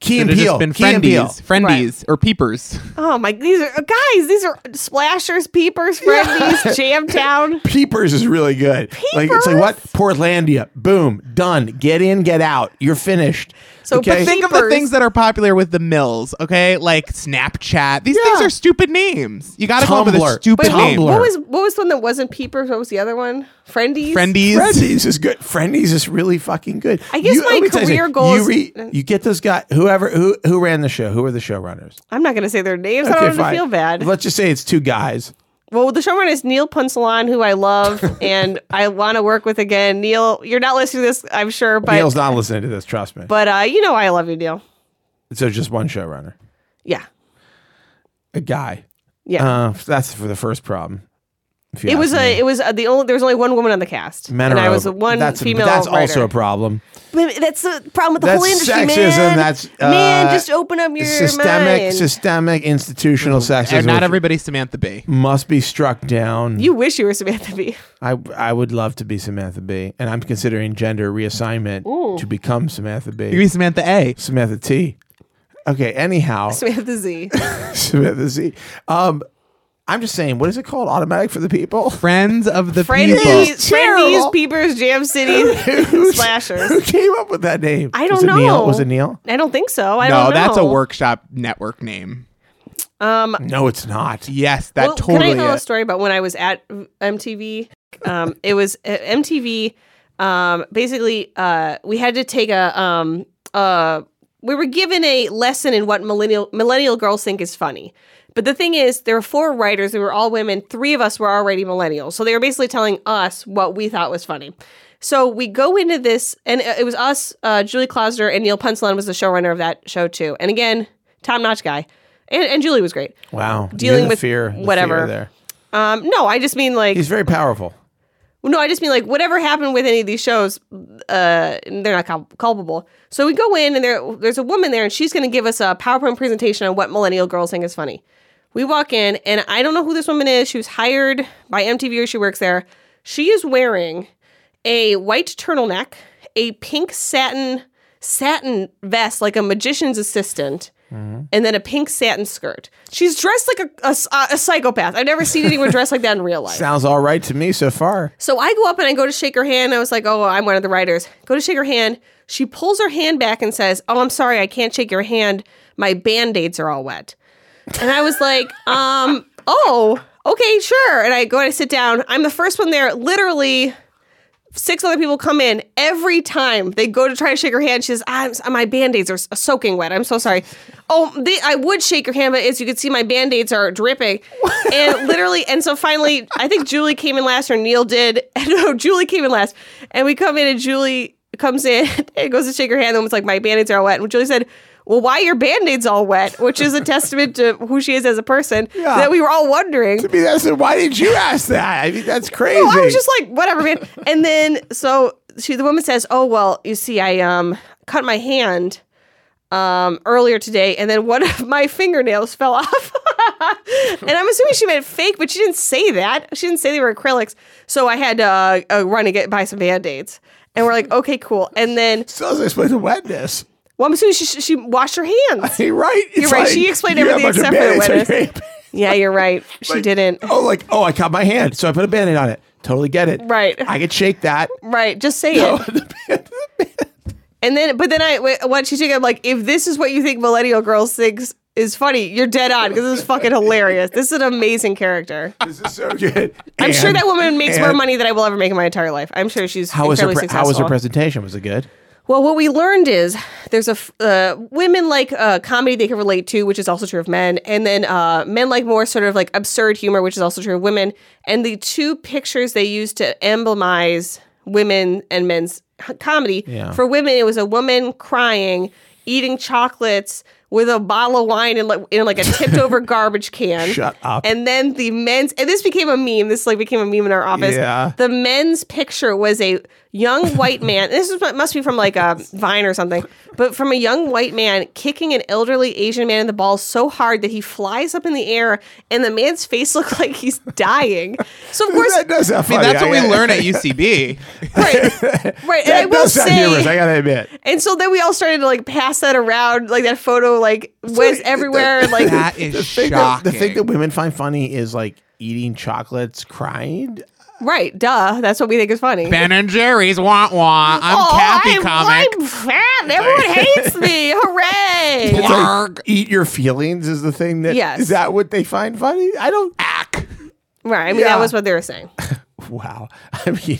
Speaker 1: Key and
Speaker 3: Should have
Speaker 1: Peele.
Speaker 3: just been
Speaker 1: Key and Peele.
Speaker 3: friendies, friendies, or peepers.
Speaker 2: Oh my! These are guys. These are splashers, peepers, friendies, jam town.
Speaker 1: Peepers is really good. Like it's like what Portlandia. Boom, done. Get in, get out. You're finished.
Speaker 2: So,
Speaker 1: okay?
Speaker 2: but
Speaker 3: Think of the
Speaker 2: Peepers.
Speaker 3: things that are popular with the mills, okay? Like Snapchat. These things
Speaker 1: Yeah.
Speaker 3: are stupid names. You got to come up with a
Speaker 1: Tumblr.
Speaker 3: stupid
Speaker 1: But
Speaker 3: name.
Speaker 1: Tumblr.
Speaker 2: What was what was the one that wasn't peepers? What was the other one? Friendies.
Speaker 3: Friendies.
Speaker 1: Friendies is good. Friendies is really fucking good.
Speaker 2: I guess my
Speaker 1: let me tell you
Speaker 2: career
Speaker 1: something.
Speaker 2: goal
Speaker 1: You,
Speaker 2: is-
Speaker 1: you get those guys. Whoever who who ran the show. Who are the showrunners?
Speaker 2: I'm not going to say their names. I don't want to feel bad.
Speaker 1: Let's just say it's two guys.
Speaker 2: Well, the showrunner is Neil Punsalon, who I love and I want to work with again. Neil, you're not listening to this, I'm sure, but
Speaker 1: Neil's not listening to this. Trust me.
Speaker 2: but uh, you know I love you, Neil.
Speaker 1: so just one showrunner,
Speaker 2: Yeah,
Speaker 1: a guy.
Speaker 2: yeah.
Speaker 1: Uh, that's for the first problem. if you
Speaker 2: it
Speaker 1: ask
Speaker 2: was
Speaker 1: me.
Speaker 2: a it was a, the only there was only one woman on the cast,
Speaker 1: Men
Speaker 2: and
Speaker 1: are
Speaker 2: I was the
Speaker 1: over.
Speaker 2: one
Speaker 1: that's,
Speaker 2: female.
Speaker 1: That's
Speaker 2: writer.
Speaker 1: also a problem.
Speaker 2: But that's the problem with the
Speaker 1: That's
Speaker 2: whole industry,
Speaker 1: sexism,
Speaker 2: man.
Speaker 1: that's,
Speaker 2: man,
Speaker 1: uh,
Speaker 2: just open up your
Speaker 1: systemic,
Speaker 2: mind.
Speaker 1: systemic, institutional sexism.
Speaker 3: And not
Speaker 1: which
Speaker 3: everybody's Samantha Bee.
Speaker 1: must be struck down.
Speaker 2: you wish you were Samantha Bee.
Speaker 1: I I would love to be Samantha B, and I'm considering gender reassignment to become Samantha B.
Speaker 3: You be Samantha A.
Speaker 1: Samantha T. Okay. Anyhow,
Speaker 2: Samantha Z.
Speaker 1: Samantha Z. Um, I'm just saying, what is it called? Automatic for the people?
Speaker 3: Friends of the people.
Speaker 2: Friendies,
Speaker 1: terrible.
Speaker 2: Friendies, Peepers, Jam City,
Speaker 1: Who
Speaker 2: Splashers.
Speaker 1: came up with that name?
Speaker 2: I don't
Speaker 1: was it
Speaker 2: know.
Speaker 1: Neil? Was it Neil?
Speaker 2: I don't think so. I
Speaker 3: No,
Speaker 2: don't know.
Speaker 3: that's a workshop network name.
Speaker 1: No, it's not.
Speaker 3: Yes, that
Speaker 2: well,
Speaker 3: totally
Speaker 2: Can I tell a
Speaker 3: is.
Speaker 2: story about when I was at MTV? Um, it was at MTV. Um, basically, uh, we had to take a. Um, uh, we were given a lesson in what millennial millennial girls think is funny. But the thing is, there were four writers. We were all women. Three of us were already millennials, so they were basically telling us what we thought was funny. So we go into this, and it was us, uh, Julie Klausner, and Neil Punselon was the showrunner of that show too. And again, top notch guy, and, and Julie was great.
Speaker 1: Wow.
Speaker 2: Dealing
Speaker 1: You're the
Speaker 2: with
Speaker 1: fear, the fear
Speaker 2: whatever.
Speaker 1: there.
Speaker 2: Um, no, I just mean like
Speaker 1: He's very powerful.
Speaker 2: no, I just mean like whatever happened with any of these shows, uh, they're not cul- culpable. So we go in and there, there's a woman there, and she's going to give us a PowerPoint presentation on what millennial girls think is funny. We walk in, and I don't know who this woman is. She was hired by MTV or she works there. She is wearing a white turtleneck, a pink satin satin vest like a magician's assistant. And then a pink satin skirt. She's dressed like a, a s- a psychopath. I've never seen anyone dressed like that in real life.
Speaker 1: Sounds all right to me so far.
Speaker 2: So I go up and I go to shake her hand. I was like, oh, I'm one of the writers. Go to shake her hand. She pulls her hand back and says, oh, I'm sorry, I can't shake your hand. My band aids are all wet. And I was like, um, oh, okay, sure. And I go and I sit down. I'm the first one there. Literally, six other people come in every time they go to try to shake her hand. She says, I'm, my band aids are s- soaking wet. I'm so sorry. Oh, they, I would shake your hand, but as you can see, my band aids are dripping. and literally, and so finally, I think Julie came in last, or Neil did. no, Julie came in last. And we come in, and Julie comes in and goes to shake her hand. The woman's like, My band aids are all wet. And Julie said, well, why are your band-aids all wet? Which is a testament to who she is as a person
Speaker 1: Yeah.
Speaker 2: that we were all wondering.
Speaker 1: I mean, that's why did you ask that? I mean, that's crazy.
Speaker 2: Oh, I was just like, whatever, man. And then so she, the woman says, "Oh well, you see, I um cut my hand um earlier today, and then one of my fingernails fell off." and I'm assuming she meant fake, but she didn't say that. She didn't say they were acrylics. So I had to uh, uh, run and get buy some band aids. And we're like, okay, cool. And then,
Speaker 1: so I was explaining the wetness.
Speaker 2: well, I'm assuming she, she washed her hands.
Speaker 1: You're right. It's
Speaker 2: You're right. She explained everything
Speaker 1: have a bunch
Speaker 2: except for the
Speaker 1: of Band-Aids on your hand.
Speaker 2: yeah, you're right. She
Speaker 1: Like,
Speaker 2: didn't.
Speaker 1: Oh, like oh, I caught my hand, so I put a band-aid on it. Totally get it.
Speaker 2: Right.
Speaker 1: I could shake that. Oh,
Speaker 2: Right. Just say it. And then, but then I, wait, what she took, I'm like, if this is what you think millennial girls thinks is funny, you're dead on because this is fucking hilarious. This is an amazing character. I'm
Speaker 1: this is so good. I'm
Speaker 2: sure that woman makes more
Speaker 1: and-
Speaker 2: money than I will ever make in my entire life. I'm sure she's
Speaker 1: How was her?
Speaker 2: incredibly
Speaker 1: pre-
Speaker 2: successful.
Speaker 1: how was her presentation? Was it good?
Speaker 2: Well, what we learned is there's a f- uh, women like uh, comedy they can relate to, which is also true of men, and then uh, men like more sort of like absurd humor, which is also true of women. And the two pictures they used to emblemize women and men's h- comedy
Speaker 1: Yeah.
Speaker 2: for women, it was a woman crying, eating chocolates with a bottle of wine in like, in like a tipped over garbage can.
Speaker 1: Shut up.
Speaker 2: And then the men's and this became a meme. This like became a meme in our office.
Speaker 1: Yeah.
Speaker 2: The men's picture was a young white man. This is, must be from like a Vine or something, but from a young white man kicking an elderly Asian man in the balls so hard that he flies up in the air, and the man's face looked like he's dying. So of course,
Speaker 1: That does sound
Speaker 3: I mean,
Speaker 1: funny.
Speaker 3: that's what
Speaker 1: I-
Speaker 3: we
Speaker 1: I-
Speaker 3: learn at UCB.
Speaker 2: right, right. And I
Speaker 1: That
Speaker 2: will
Speaker 1: does sound
Speaker 2: say,
Speaker 1: humorous. I gotta admit.
Speaker 2: and so then we all started to like pass that around, like that photo, like was everywhere, and, like.
Speaker 3: That is shocking.
Speaker 1: Think that- the thing that women find funny is like eating chocolates, crying.
Speaker 2: Right, duh. That's what we think is funny.
Speaker 3: ben and Jerry's want want. I'm
Speaker 2: oh,
Speaker 3: Kathy
Speaker 2: I'm,
Speaker 3: comic.
Speaker 2: I'm fat. Everyone hates me. Hooray!
Speaker 1: It's like,
Speaker 3: Yarg.
Speaker 1: eat your feelings is the thing that is
Speaker 2: Yes.
Speaker 1: that what they find funny? I don't.
Speaker 3: Ack.
Speaker 2: Right. I mean,
Speaker 1: Yeah.
Speaker 2: that was what they were saying.
Speaker 1: Wow. I mean,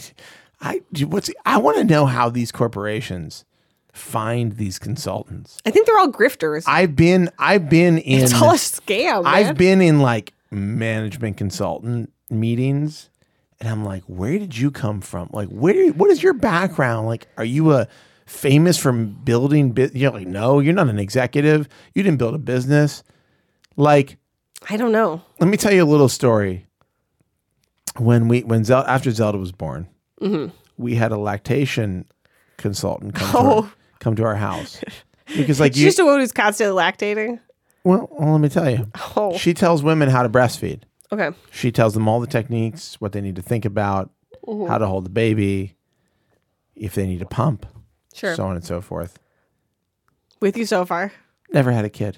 Speaker 1: I do- what's I want to know how these corporations find these consultants.
Speaker 2: I think they're all grifters.
Speaker 1: I've been I've been in
Speaker 2: it's all a scam.
Speaker 1: I've
Speaker 2: man.
Speaker 1: been in like management consultant meetings and I'm like, where did you come from? Like, where what is your background? Like, are you a famous from building bit you're like, no, you're not an executive. You didn't build a business. Like,
Speaker 2: I don't know.
Speaker 1: let me tell you a little story. When we when Zel- after Zelda was born,
Speaker 2: Mm-hmm.
Speaker 1: we had a lactation consultant come, to,
Speaker 2: Oh.
Speaker 1: our, come to our house because like
Speaker 2: She's
Speaker 1: you
Speaker 2: just a woman who's constantly lactating.
Speaker 1: well, well, let me tell you,
Speaker 2: Oh,
Speaker 1: she tells women how to breastfeed.
Speaker 2: okay.
Speaker 1: She tells them all the techniques, what they need to think about,
Speaker 2: Mm-hmm.
Speaker 1: how to hold the baby, if they need a pump,
Speaker 2: Sure.
Speaker 1: so on and so forth.
Speaker 2: With you so far.
Speaker 1: Never had a kid.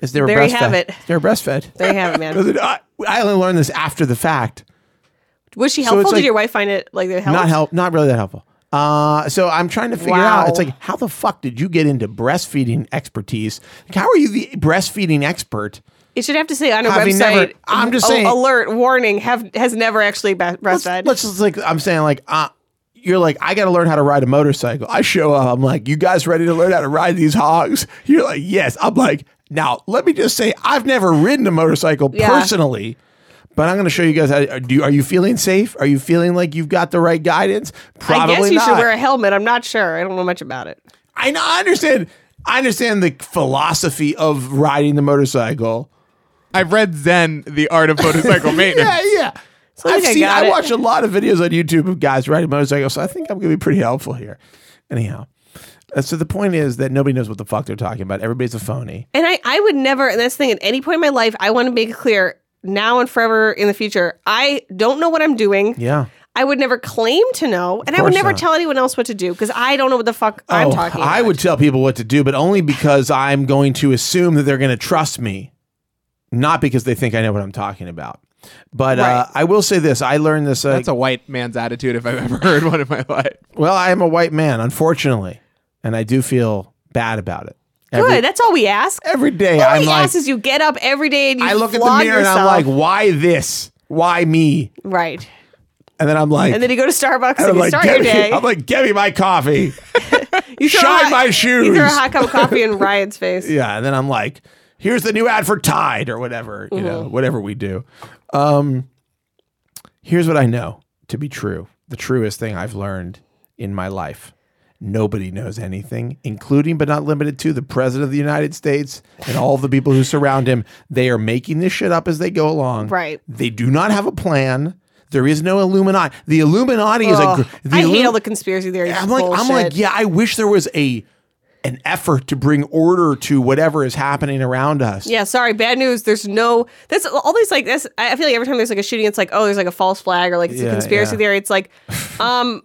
Speaker 1: Is they were
Speaker 2: There you
Speaker 1: breastfed.
Speaker 2: have it.
Speaker 1: They were breastfed.
Speaker 2: There you have it,
Speaker 1: 'Cause
Speaker 2: man.
Speaker 1: it- I, I only learned this after the fact.
Speaker 2: Was she
Speaker 1: So
Speaker 2: helpful?
Speaker 1: it's like-
Speaker 2: Did your wife find it like that helped?
Speaker 1: Not help. Not really that helpful. Uh, so I'm trying to figure out. It's
Speaker 2: Wow.
Speaker 1: like, how the fuck did you get into breastfeeding expertise? Like, how are you the breastfeeding expert?
Speaker 2: It should have to say on her
Speaker 1: Having
Speaker 2: website.
Speaker 1: never- I'm just
Speaker 2: a-
Speaker 1: saying-
Speaker 2: Alert warning: have has never actually be-
Speaker 1: Let's,
Speaker 2: breastfed.
Speaker 1: let's just like I'm saying, like uh, you're like I got to learn how to ride a motorcycle. I show up. I'm like, you guys ready to learn how to ride these hogs? You're like, yes. I'm like, now let me just say, I've never ridden a motorcycle
Speaker 2: Yeah.
Speaker 1: personally. But I'm going to show you guys. How, are- do you, are you feeling safe? Are you feeling like you've got the right guidance?
Speaker 2: I
Speaker 1: Probably
Speaker 2: guess you
Speaker 1: not.
Speaker 2: should wear a helmet. I'm not sure. I don't know much about it.
Speaker 1: I know. I understand. I understand the philosophy of riding the motorcycle.
Speaker 3: I've read Zen, The Art of Motorcycle Maintenance.
Speaker 1: Yeah, yeah.
Speaker 2: I
Speaker 1: I've
Speaker 2: think I
Speaker 1: seen.
Speaker 2: got
Speaker 1: I
Speaker 2: it.
Speaker 1: watch a lot of videos on YouTube of guys riding motorcycles, so I think I'm going to be pretty helpful here. Anyhow, uh, so the point is that nobody knows what the fuck they're talking about. Everybody's a phony.
Speaker 2: And I, I would never, and that's the thing, at any point in my life, I want to make it clear now and forever in the future, I don't know what I'm doing.
Speaker 1: Yeah.
Speaker 2: I would never claim to know, and I would
Speaker 1: course
Speaker 2: never
Speaker 1: not.
Speaker 2: tell anyone else what to do because I don't know what the fuck I'm
Speaker 1: Oh,
Speaker 2: talking
Speaker 1: I
Speaker 2: about.
Speaker 1: would tell people what to do, but only because I'm going to assume that they're going to trust me, not because they think I know what I'm talking about. But uh,
Speaker 2: Right.
Speaker 1: I will say this: I learned this. Uh,
Speaker 3: That's a white man's attitude if I've ever heard one in my life.
Speaker 1: well, I am a white man, unfortunately, and I do feel bad about it.
Speaker 2: Good.
Speaker 1: Every-
Speaker 2: that's all we ask.
Speaker 1: every day,
Speaker 2: all
Speaker 1: I'm
Speaker 2: we
Speaker 1: like,
Speaker 2: ask is you get up every day and you
Speaker 1: I look at the
Speaker 2: flog
Speaker 1: mirror and I'm like,
Speaker 2: yourself.
Speaker 1: why this? Why me?
Speaker 2: right.
Speaker 1: And then I'm like,
Speaker 2: And then you go to Starbucks and,
Speaker 1: I'm
Speaker 2: you
Speaker 1: like,
Speaker 2: start
Speaker 1: "Get
Speaker 2: your
Speaker 1: me-"
Speaker 2: day.
Speaker 1: I'm like, get me my coffee.
Speaker 2: you throw a
Speaker 1: shine
Speaker 2: hot-
Speaker 1: my
Speaker 2: You throw a
Speaker 1: shoes.
Speaker 2: hot cup of coffee in Ryan's face.
Speaker 1: yeah. And then I'm like, here's the new ad for Tide or whatever, you know,
Speaker 2: Mm-hmm.
Speaker 1: whatever we do. Um, here's what I know to be true. The truest thing I've learned in my life. Nobody knows anything, including but not limited to the president of the United States and all the people who surround him. They are making this shit up as they go along.
Speaker 2: Right.
Speaker 1: They do not have a plan. There is no Illuminati. The Illuminati is a.
Speaker 2: Ugh,
Speaker 1: gr-
Speaker 2: I
Speaker 1: Illu-
Speaker 2: hate all the conspiracy theories.
Speaker 1: I'm like, I'm like,
Speaker 2: bullshit.
Speaker 1: yeah, I wish there was a an effort to bring order to whatever is happening around us.
Speaker 2: Yeah, sorry, bad news. There's no that's all these like this. I I feel like every time there's like a shooting, it's like oh, there's like a false flag or like it's
Speaker 1: Yeah,
Speaker 2: a conspiracy
Speaker 1: yeah.
Speaker 2: theory. It's like, um,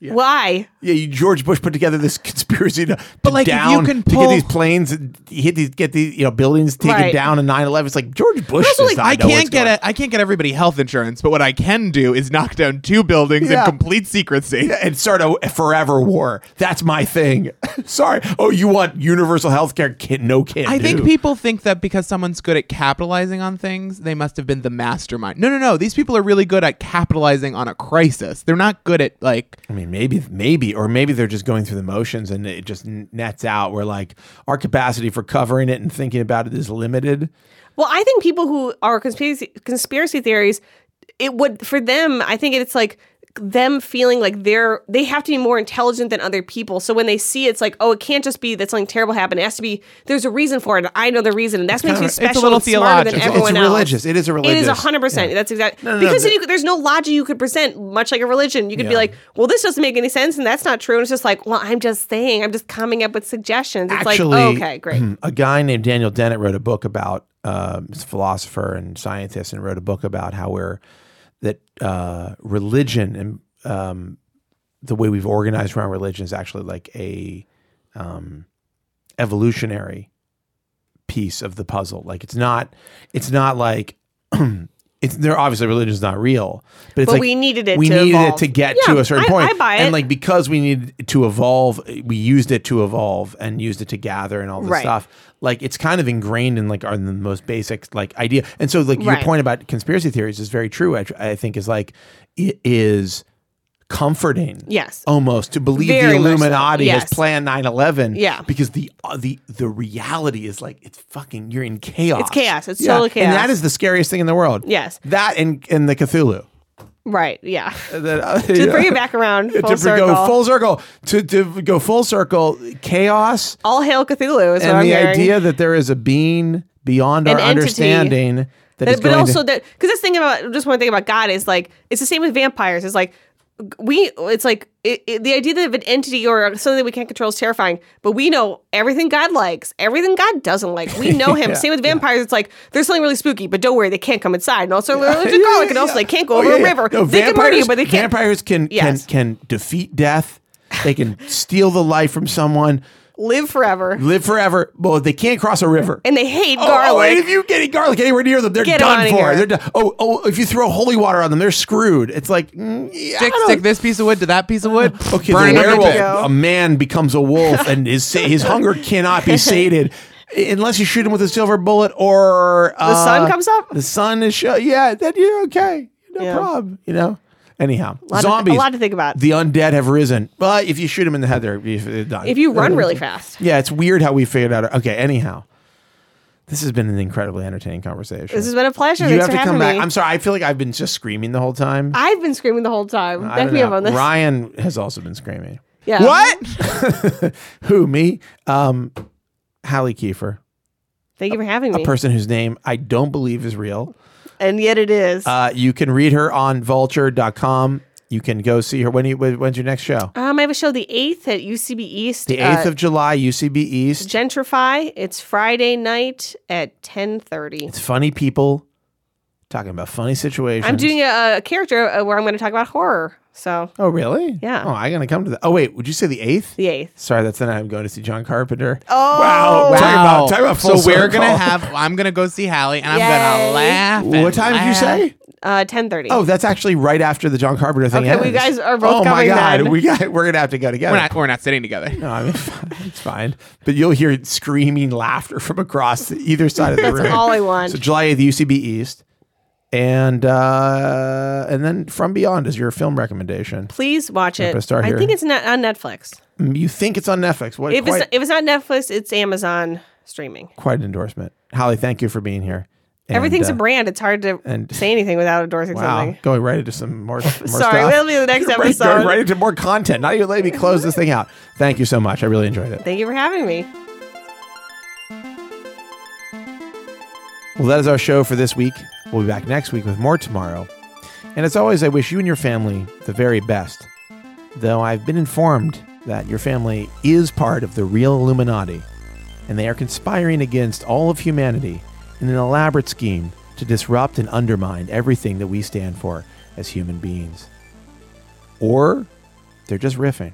Speaker 2: why?
Speaker 1: Yeah, you, George Bush put together this conspiracy to, but
Speaker 3: like, if you
Speaker 1: down
Speaker 3: can
Speaker 1: to get
Speaker 3: pull-
Speaker 1: these planes, hit these, get these you know buildings taken
Speaker 2: Right.
Speaker 1: down in 9/11. It's like George Bush.
Speaker 2: also,
Speaker 1: does
Speaker 2: like,
Speaker 1: not
Speaker 3: I,
Speaker 1: know what's
Speaker 3: can't get
Speaker 1: going-
Speaker 3: a, I can't get everybody health insurance, but what I can do is knock down two buildings
Speaker 1: Yeah.
Speaker 3: in complete secrecy.
Speaker 1: and start a forever war. That's my thing. Sorry. Oh, you want universal health care? Can, no can
Speaker 3: I
Speaker 1: do.
Speaker 3: think people think that because someone's good at capitalizing on things, they must have been the mastermind. No, no, no. These people are really good at capitalizing on a crisis. They're not good at like
Speaker 1: I mean, maybe, maybe, or maybe they're just going through the motions and it just n- nets out where like our capacity for covering it and thinking about it is limited.
Speaker 2: Well, I think people who are conspiracy conspiracy theories, it would for them. I think it's like them feeling like they're they have to be more intelligent than other people. So when they see it's like, oh, it can't just be that something terrible happened. It has to be there's a reason for it. and I know the reason, and that
Speaker 1: kind
Speaker 2: makes you
Speaker 1: of- it's a
Speaker 2: special.
Speaker 3: little
Speaker 2: and smarter than
Speaker 3: theological.
Speaker 2: everyone
Speaker 1: it's
Speaker 2: else.
Speaker 1: religious. It is a
Speaker 2: It
Speaker 1: religious.
Speaker 2: is hundred percent. That's exactly
Speaker 1: no, no,
Speaker 2: because
Speaker 1: the-
Speaker 2: you could- there's no logic you could present. Much like a religion, you could be
Speaker 1: Yeah.
Speaker 2: like, "Well, this doesn't make any sense, and that's not true." And it's just like, "Well, I'm just saying. I'm just coming up with suggestions." It's
Speaker 1: Actually,
Speaker 2: like, "Okay, great."
Speaker 1: Mm. a guy named Daniel Dennett wrote a book about um, he's a philosopher and scientist, and wrote a book about how we're that uh, religion and um, the way we've organized around religion is actually like a um, evolutionary piece of the puzzle. Like it's not, it's not like it's. They're obviously religion's not real, but it's
Speaker 2: But
Speaker 1: like
Speaker 2: we needed it.
Speaker 1: we
Speaker 2: to
Speaker 1: needed
Speaker 2: evolve.
Speaker 1: it to get
Speaker 2: Yeah,
Speaker 1: to a certain
Speaker 2: I-
Speaker 1: point.
Speaker 2: I buy
Speaker 1: And
Speaker 2: it.
Speaker 1: like because we needed to evolve, we used it to evolve and used it to gather and all this
Speaker 2: Right.
Speaker 1: stuff. Like it's kind of ingrained in like our the most basic like idea. And so like your
Speaker 2: Right.
Speaker 1: point about conspiracy theories is very true. I, I think is like it is comforting.
Speaker 2: Yes.
Speaker 1: Almost to believe the
Speaker 2: Very much so.
Speaker 1: Illuminati has
Speaker 2: Yes.
Speaker 1: planned 9/11
Speaker 2: Yeah.
Speaker 1: because the uh, the the reality is like it's fucking you're in chaos.
Speaker 2: It's chaos. It's total
Speaker 1: And
Speaker 2: chaos.
Speaker 1: that is the scariest thing in the world.
Speaker 2: Yes.
Speaker 1: That and and the Cthulhu.
Speaker 2: Right. Yeah.
Speaker 1: That,
Speaker 2: To bring it back around, full
Speaker 1: to
Speaker 2: circle.
Speaker 1: go full circle to, to go full circle chaos
Speaker 2: All hail Cthulhu is what
Speaker 1: and
Speaker 2: I'm
Speaker 1: the
Speaker 2: hearing.
Speaker 1: idea that there is a being beyond
Speaker 2: An
Speaker 1: our
Speaker 2: entity.
Speaker 1: understanding that is
Speaker 2: but
Speaker 1: going
Speaker 2: also
Speaker 1: to,
Speaker 2: that because that's the thing about just one thing about God is like it's the same with vampires. It's like we it's like it, it- the idea of an entity or something that we can't control is terrifying. But we know everything God likes, everything God doesn't like. We know Him.
Speaker 1: Yeah,
Speaker 2: same with vampires. It's like there's something really spooky, but don't worry, they can't come inside. And also, they're allergic to garlic, and also they can't go
Speaker 1: Oh,
Speaker 2: over
Speaker 1: yeah,
Speaker 2: a
Speaker 1: yeah.
Speaker 2: river.
Speaker 1: No,
Speaker 2: they can murder you, but they can't.
Speaker 1: vampires can
Speaker 2: Yes.
Speaker 1: can can defeat death they can steal the life from someone
Speaker 2: live forever,
Speaker 1: Live forever. Well, they can't cross a river.
Speaker 2: and they hate
Speaker 1: Oh,
Speaker 2: garlic.
Speaker 1: and if you get garlic anywhere near them, they're
Speaker 2: Get 'em
Speaker 1: done
Speaker 2: outta
Speaker 1: for.
Speaker 2: here.
Speaker 1: They're done. Oh, oh, if you throw holy water on them, they're screwed. It's like, mm, yeah, I
Speaker 3: Stick,
Speaker 1: don't-
Speaker 3: stick this piece of wood to that piece of wood.
Speaker 1: Okay,
Speaker 3: burn
Speaker 1: the
Speaker 3: it up and
Speaker 1: werewolf,
Speaker 3: do-
Speaker 2: go.
Speaker 1: a man becomes a wolf, and his his hunger cannot be sated unless you shoot him with a silver bullet or uh,
Speaker 2: sun comes up?
Speaker 1: The sun is show. Yeah, then you're okay. No
Speaker 2: Yeah.
Speaker 1: problem. You know. Anyhow,
Speaker 2: lot of-
Speaker 1: zombies.
Speaker 2: a lot to think about.
Speaker 1: The undead have risen, but if you shoot them in the head, they're, they're done.
Speaker 2: if you run really fast,
Speaker 1: yeah, it's weird how we figured out. Okay, anyhow, this has been an incredibly entertaining conversation.
Speaker 2: this has been a pleasure.
Speaker 1: you
Speaker 2: Thanks
Speaker 1: have
Speaker 2: for
Speaker 1: to
Speaker 2: having
Speaker 1: come
Speaker 2: me.
Speaker 1: back. I'm sorry. I feel like I've been just screaming the whole time.
Speaker 2: I've been screaming the whole time.
Speaker 1: I
Speaker 2: Back
Speaker 1: don't
Speaker 2: me up
Speaker 1: know.
Speaker 2: on this.
Speaker 1: Ryan has also been screaming.
Speaker 2: Yeah.
Speaker 3: What?
Speaker 1: Who me? Um, Hallie Kiefer,
Speaker 2: Thank you for having me.
Speaker 1: person whose name I don't believe is real.
Speaker 2: and yet it is.
Speaker 1: Uh, you can read her on Vulture.com. You can go see her. When you, when- when's your next show?
Speaker 2: um, I have a show the eighth at UCB East.
Speaker 1: The eighth
Speaker 2: uh,
Speaker 1: of July, UCB East.
Speaker 2: Gentrify. It's Friday night at ten thirty.
Speaker 1: It's funny people talking about funny situations.
Speaker 2: I'm doing a, a character uh, where I'm going to talk about horror. So
Speaker 1: Oh really?
Speaker 2: Yeah.
Speaker 1: Oh, I'm gonna come to that. Oh wait, would you say the eighth?
Speaker 2: the eighth.
Speaker 1: Sorry, that's the night I'm going to see John Carpenter.
Speaker 2: Oh.
Speaker 1: wow! Talk about talk about full
Speaker 3: so we're
Speaker 1: circle.
Speaker 3: gonna have. I'm gonna go see Hallie, and I'm
Speaker 2: Yay.
Speaker 3: gonna laugh. and
Speaker 1: What time did you
Speaker 3: laugh.
Speaker 1: say?
Speaker 2: Uh, ten thirty.
Speaker 1: Oh, that's actually right after the John Carpenter thing.
Speaker 2: Okay, we
Speaker 1: ends.
Speaker 2: guys are both
Speaker 1: Oh my
Speaker 2: coming
Speaker 1: god,
Speaker 2: then.
Speaker 1: we got we're gonna have to go together.
Speaker 3: We're not. We're not sitting together.
Speaker 1: no, I mean it's fine, but you'll hear screaming laughter from across the, either side of the room.
Speaker 2: That's all I want.
Speaker 1: So July eighth, UCB East, and uh, and then From Beyond is your film recommendation.
Speaker 2: Please watch it.
Speaker 1: a star
Speaker 2: I
Speaker 1: here.
Speaker 2: think it's not on Netflix.
Speaker 1: You think it's on Netflix? What
Speaker 2: If
Speaker 1: quite,
Speaker 2: it's if it's not Netflix, it's Amazon streaming.
Speaker 1: quite an endorsement, Holly. Thank you for being here. And,
Speaker 2: Everything's
Speaker 1: uh,
Speaker 2: a brand. It's hard to
Speaker 1: and-
Speaker 2: say anything without endorsing
Speaker 1: Wow,
Speaker 2: something.
Speaker 1: going right into some more. more
Speaker 2: Sorry,
Speaker 1: stuff.
Speaker 2: that'll be the next
Speaker 1: Right,
Speaker 2: episode.
Speaker 1: going right into more content. Not even letting me close this thing out. Thank you so much. I really enjoyed it.
Speaker 2: Thank you for having me.
Speaker 1: Well, that is our show for this week. We'll be back next week with more tomorrow. And as always, I wish you and your family the very best. Though I've been informed that your family is part of the real Illuminati, and they are conspiring against all of humanity in an elaborate scheme to disrupt and undermine everything that we stand for as human beings. Or they're just riffing.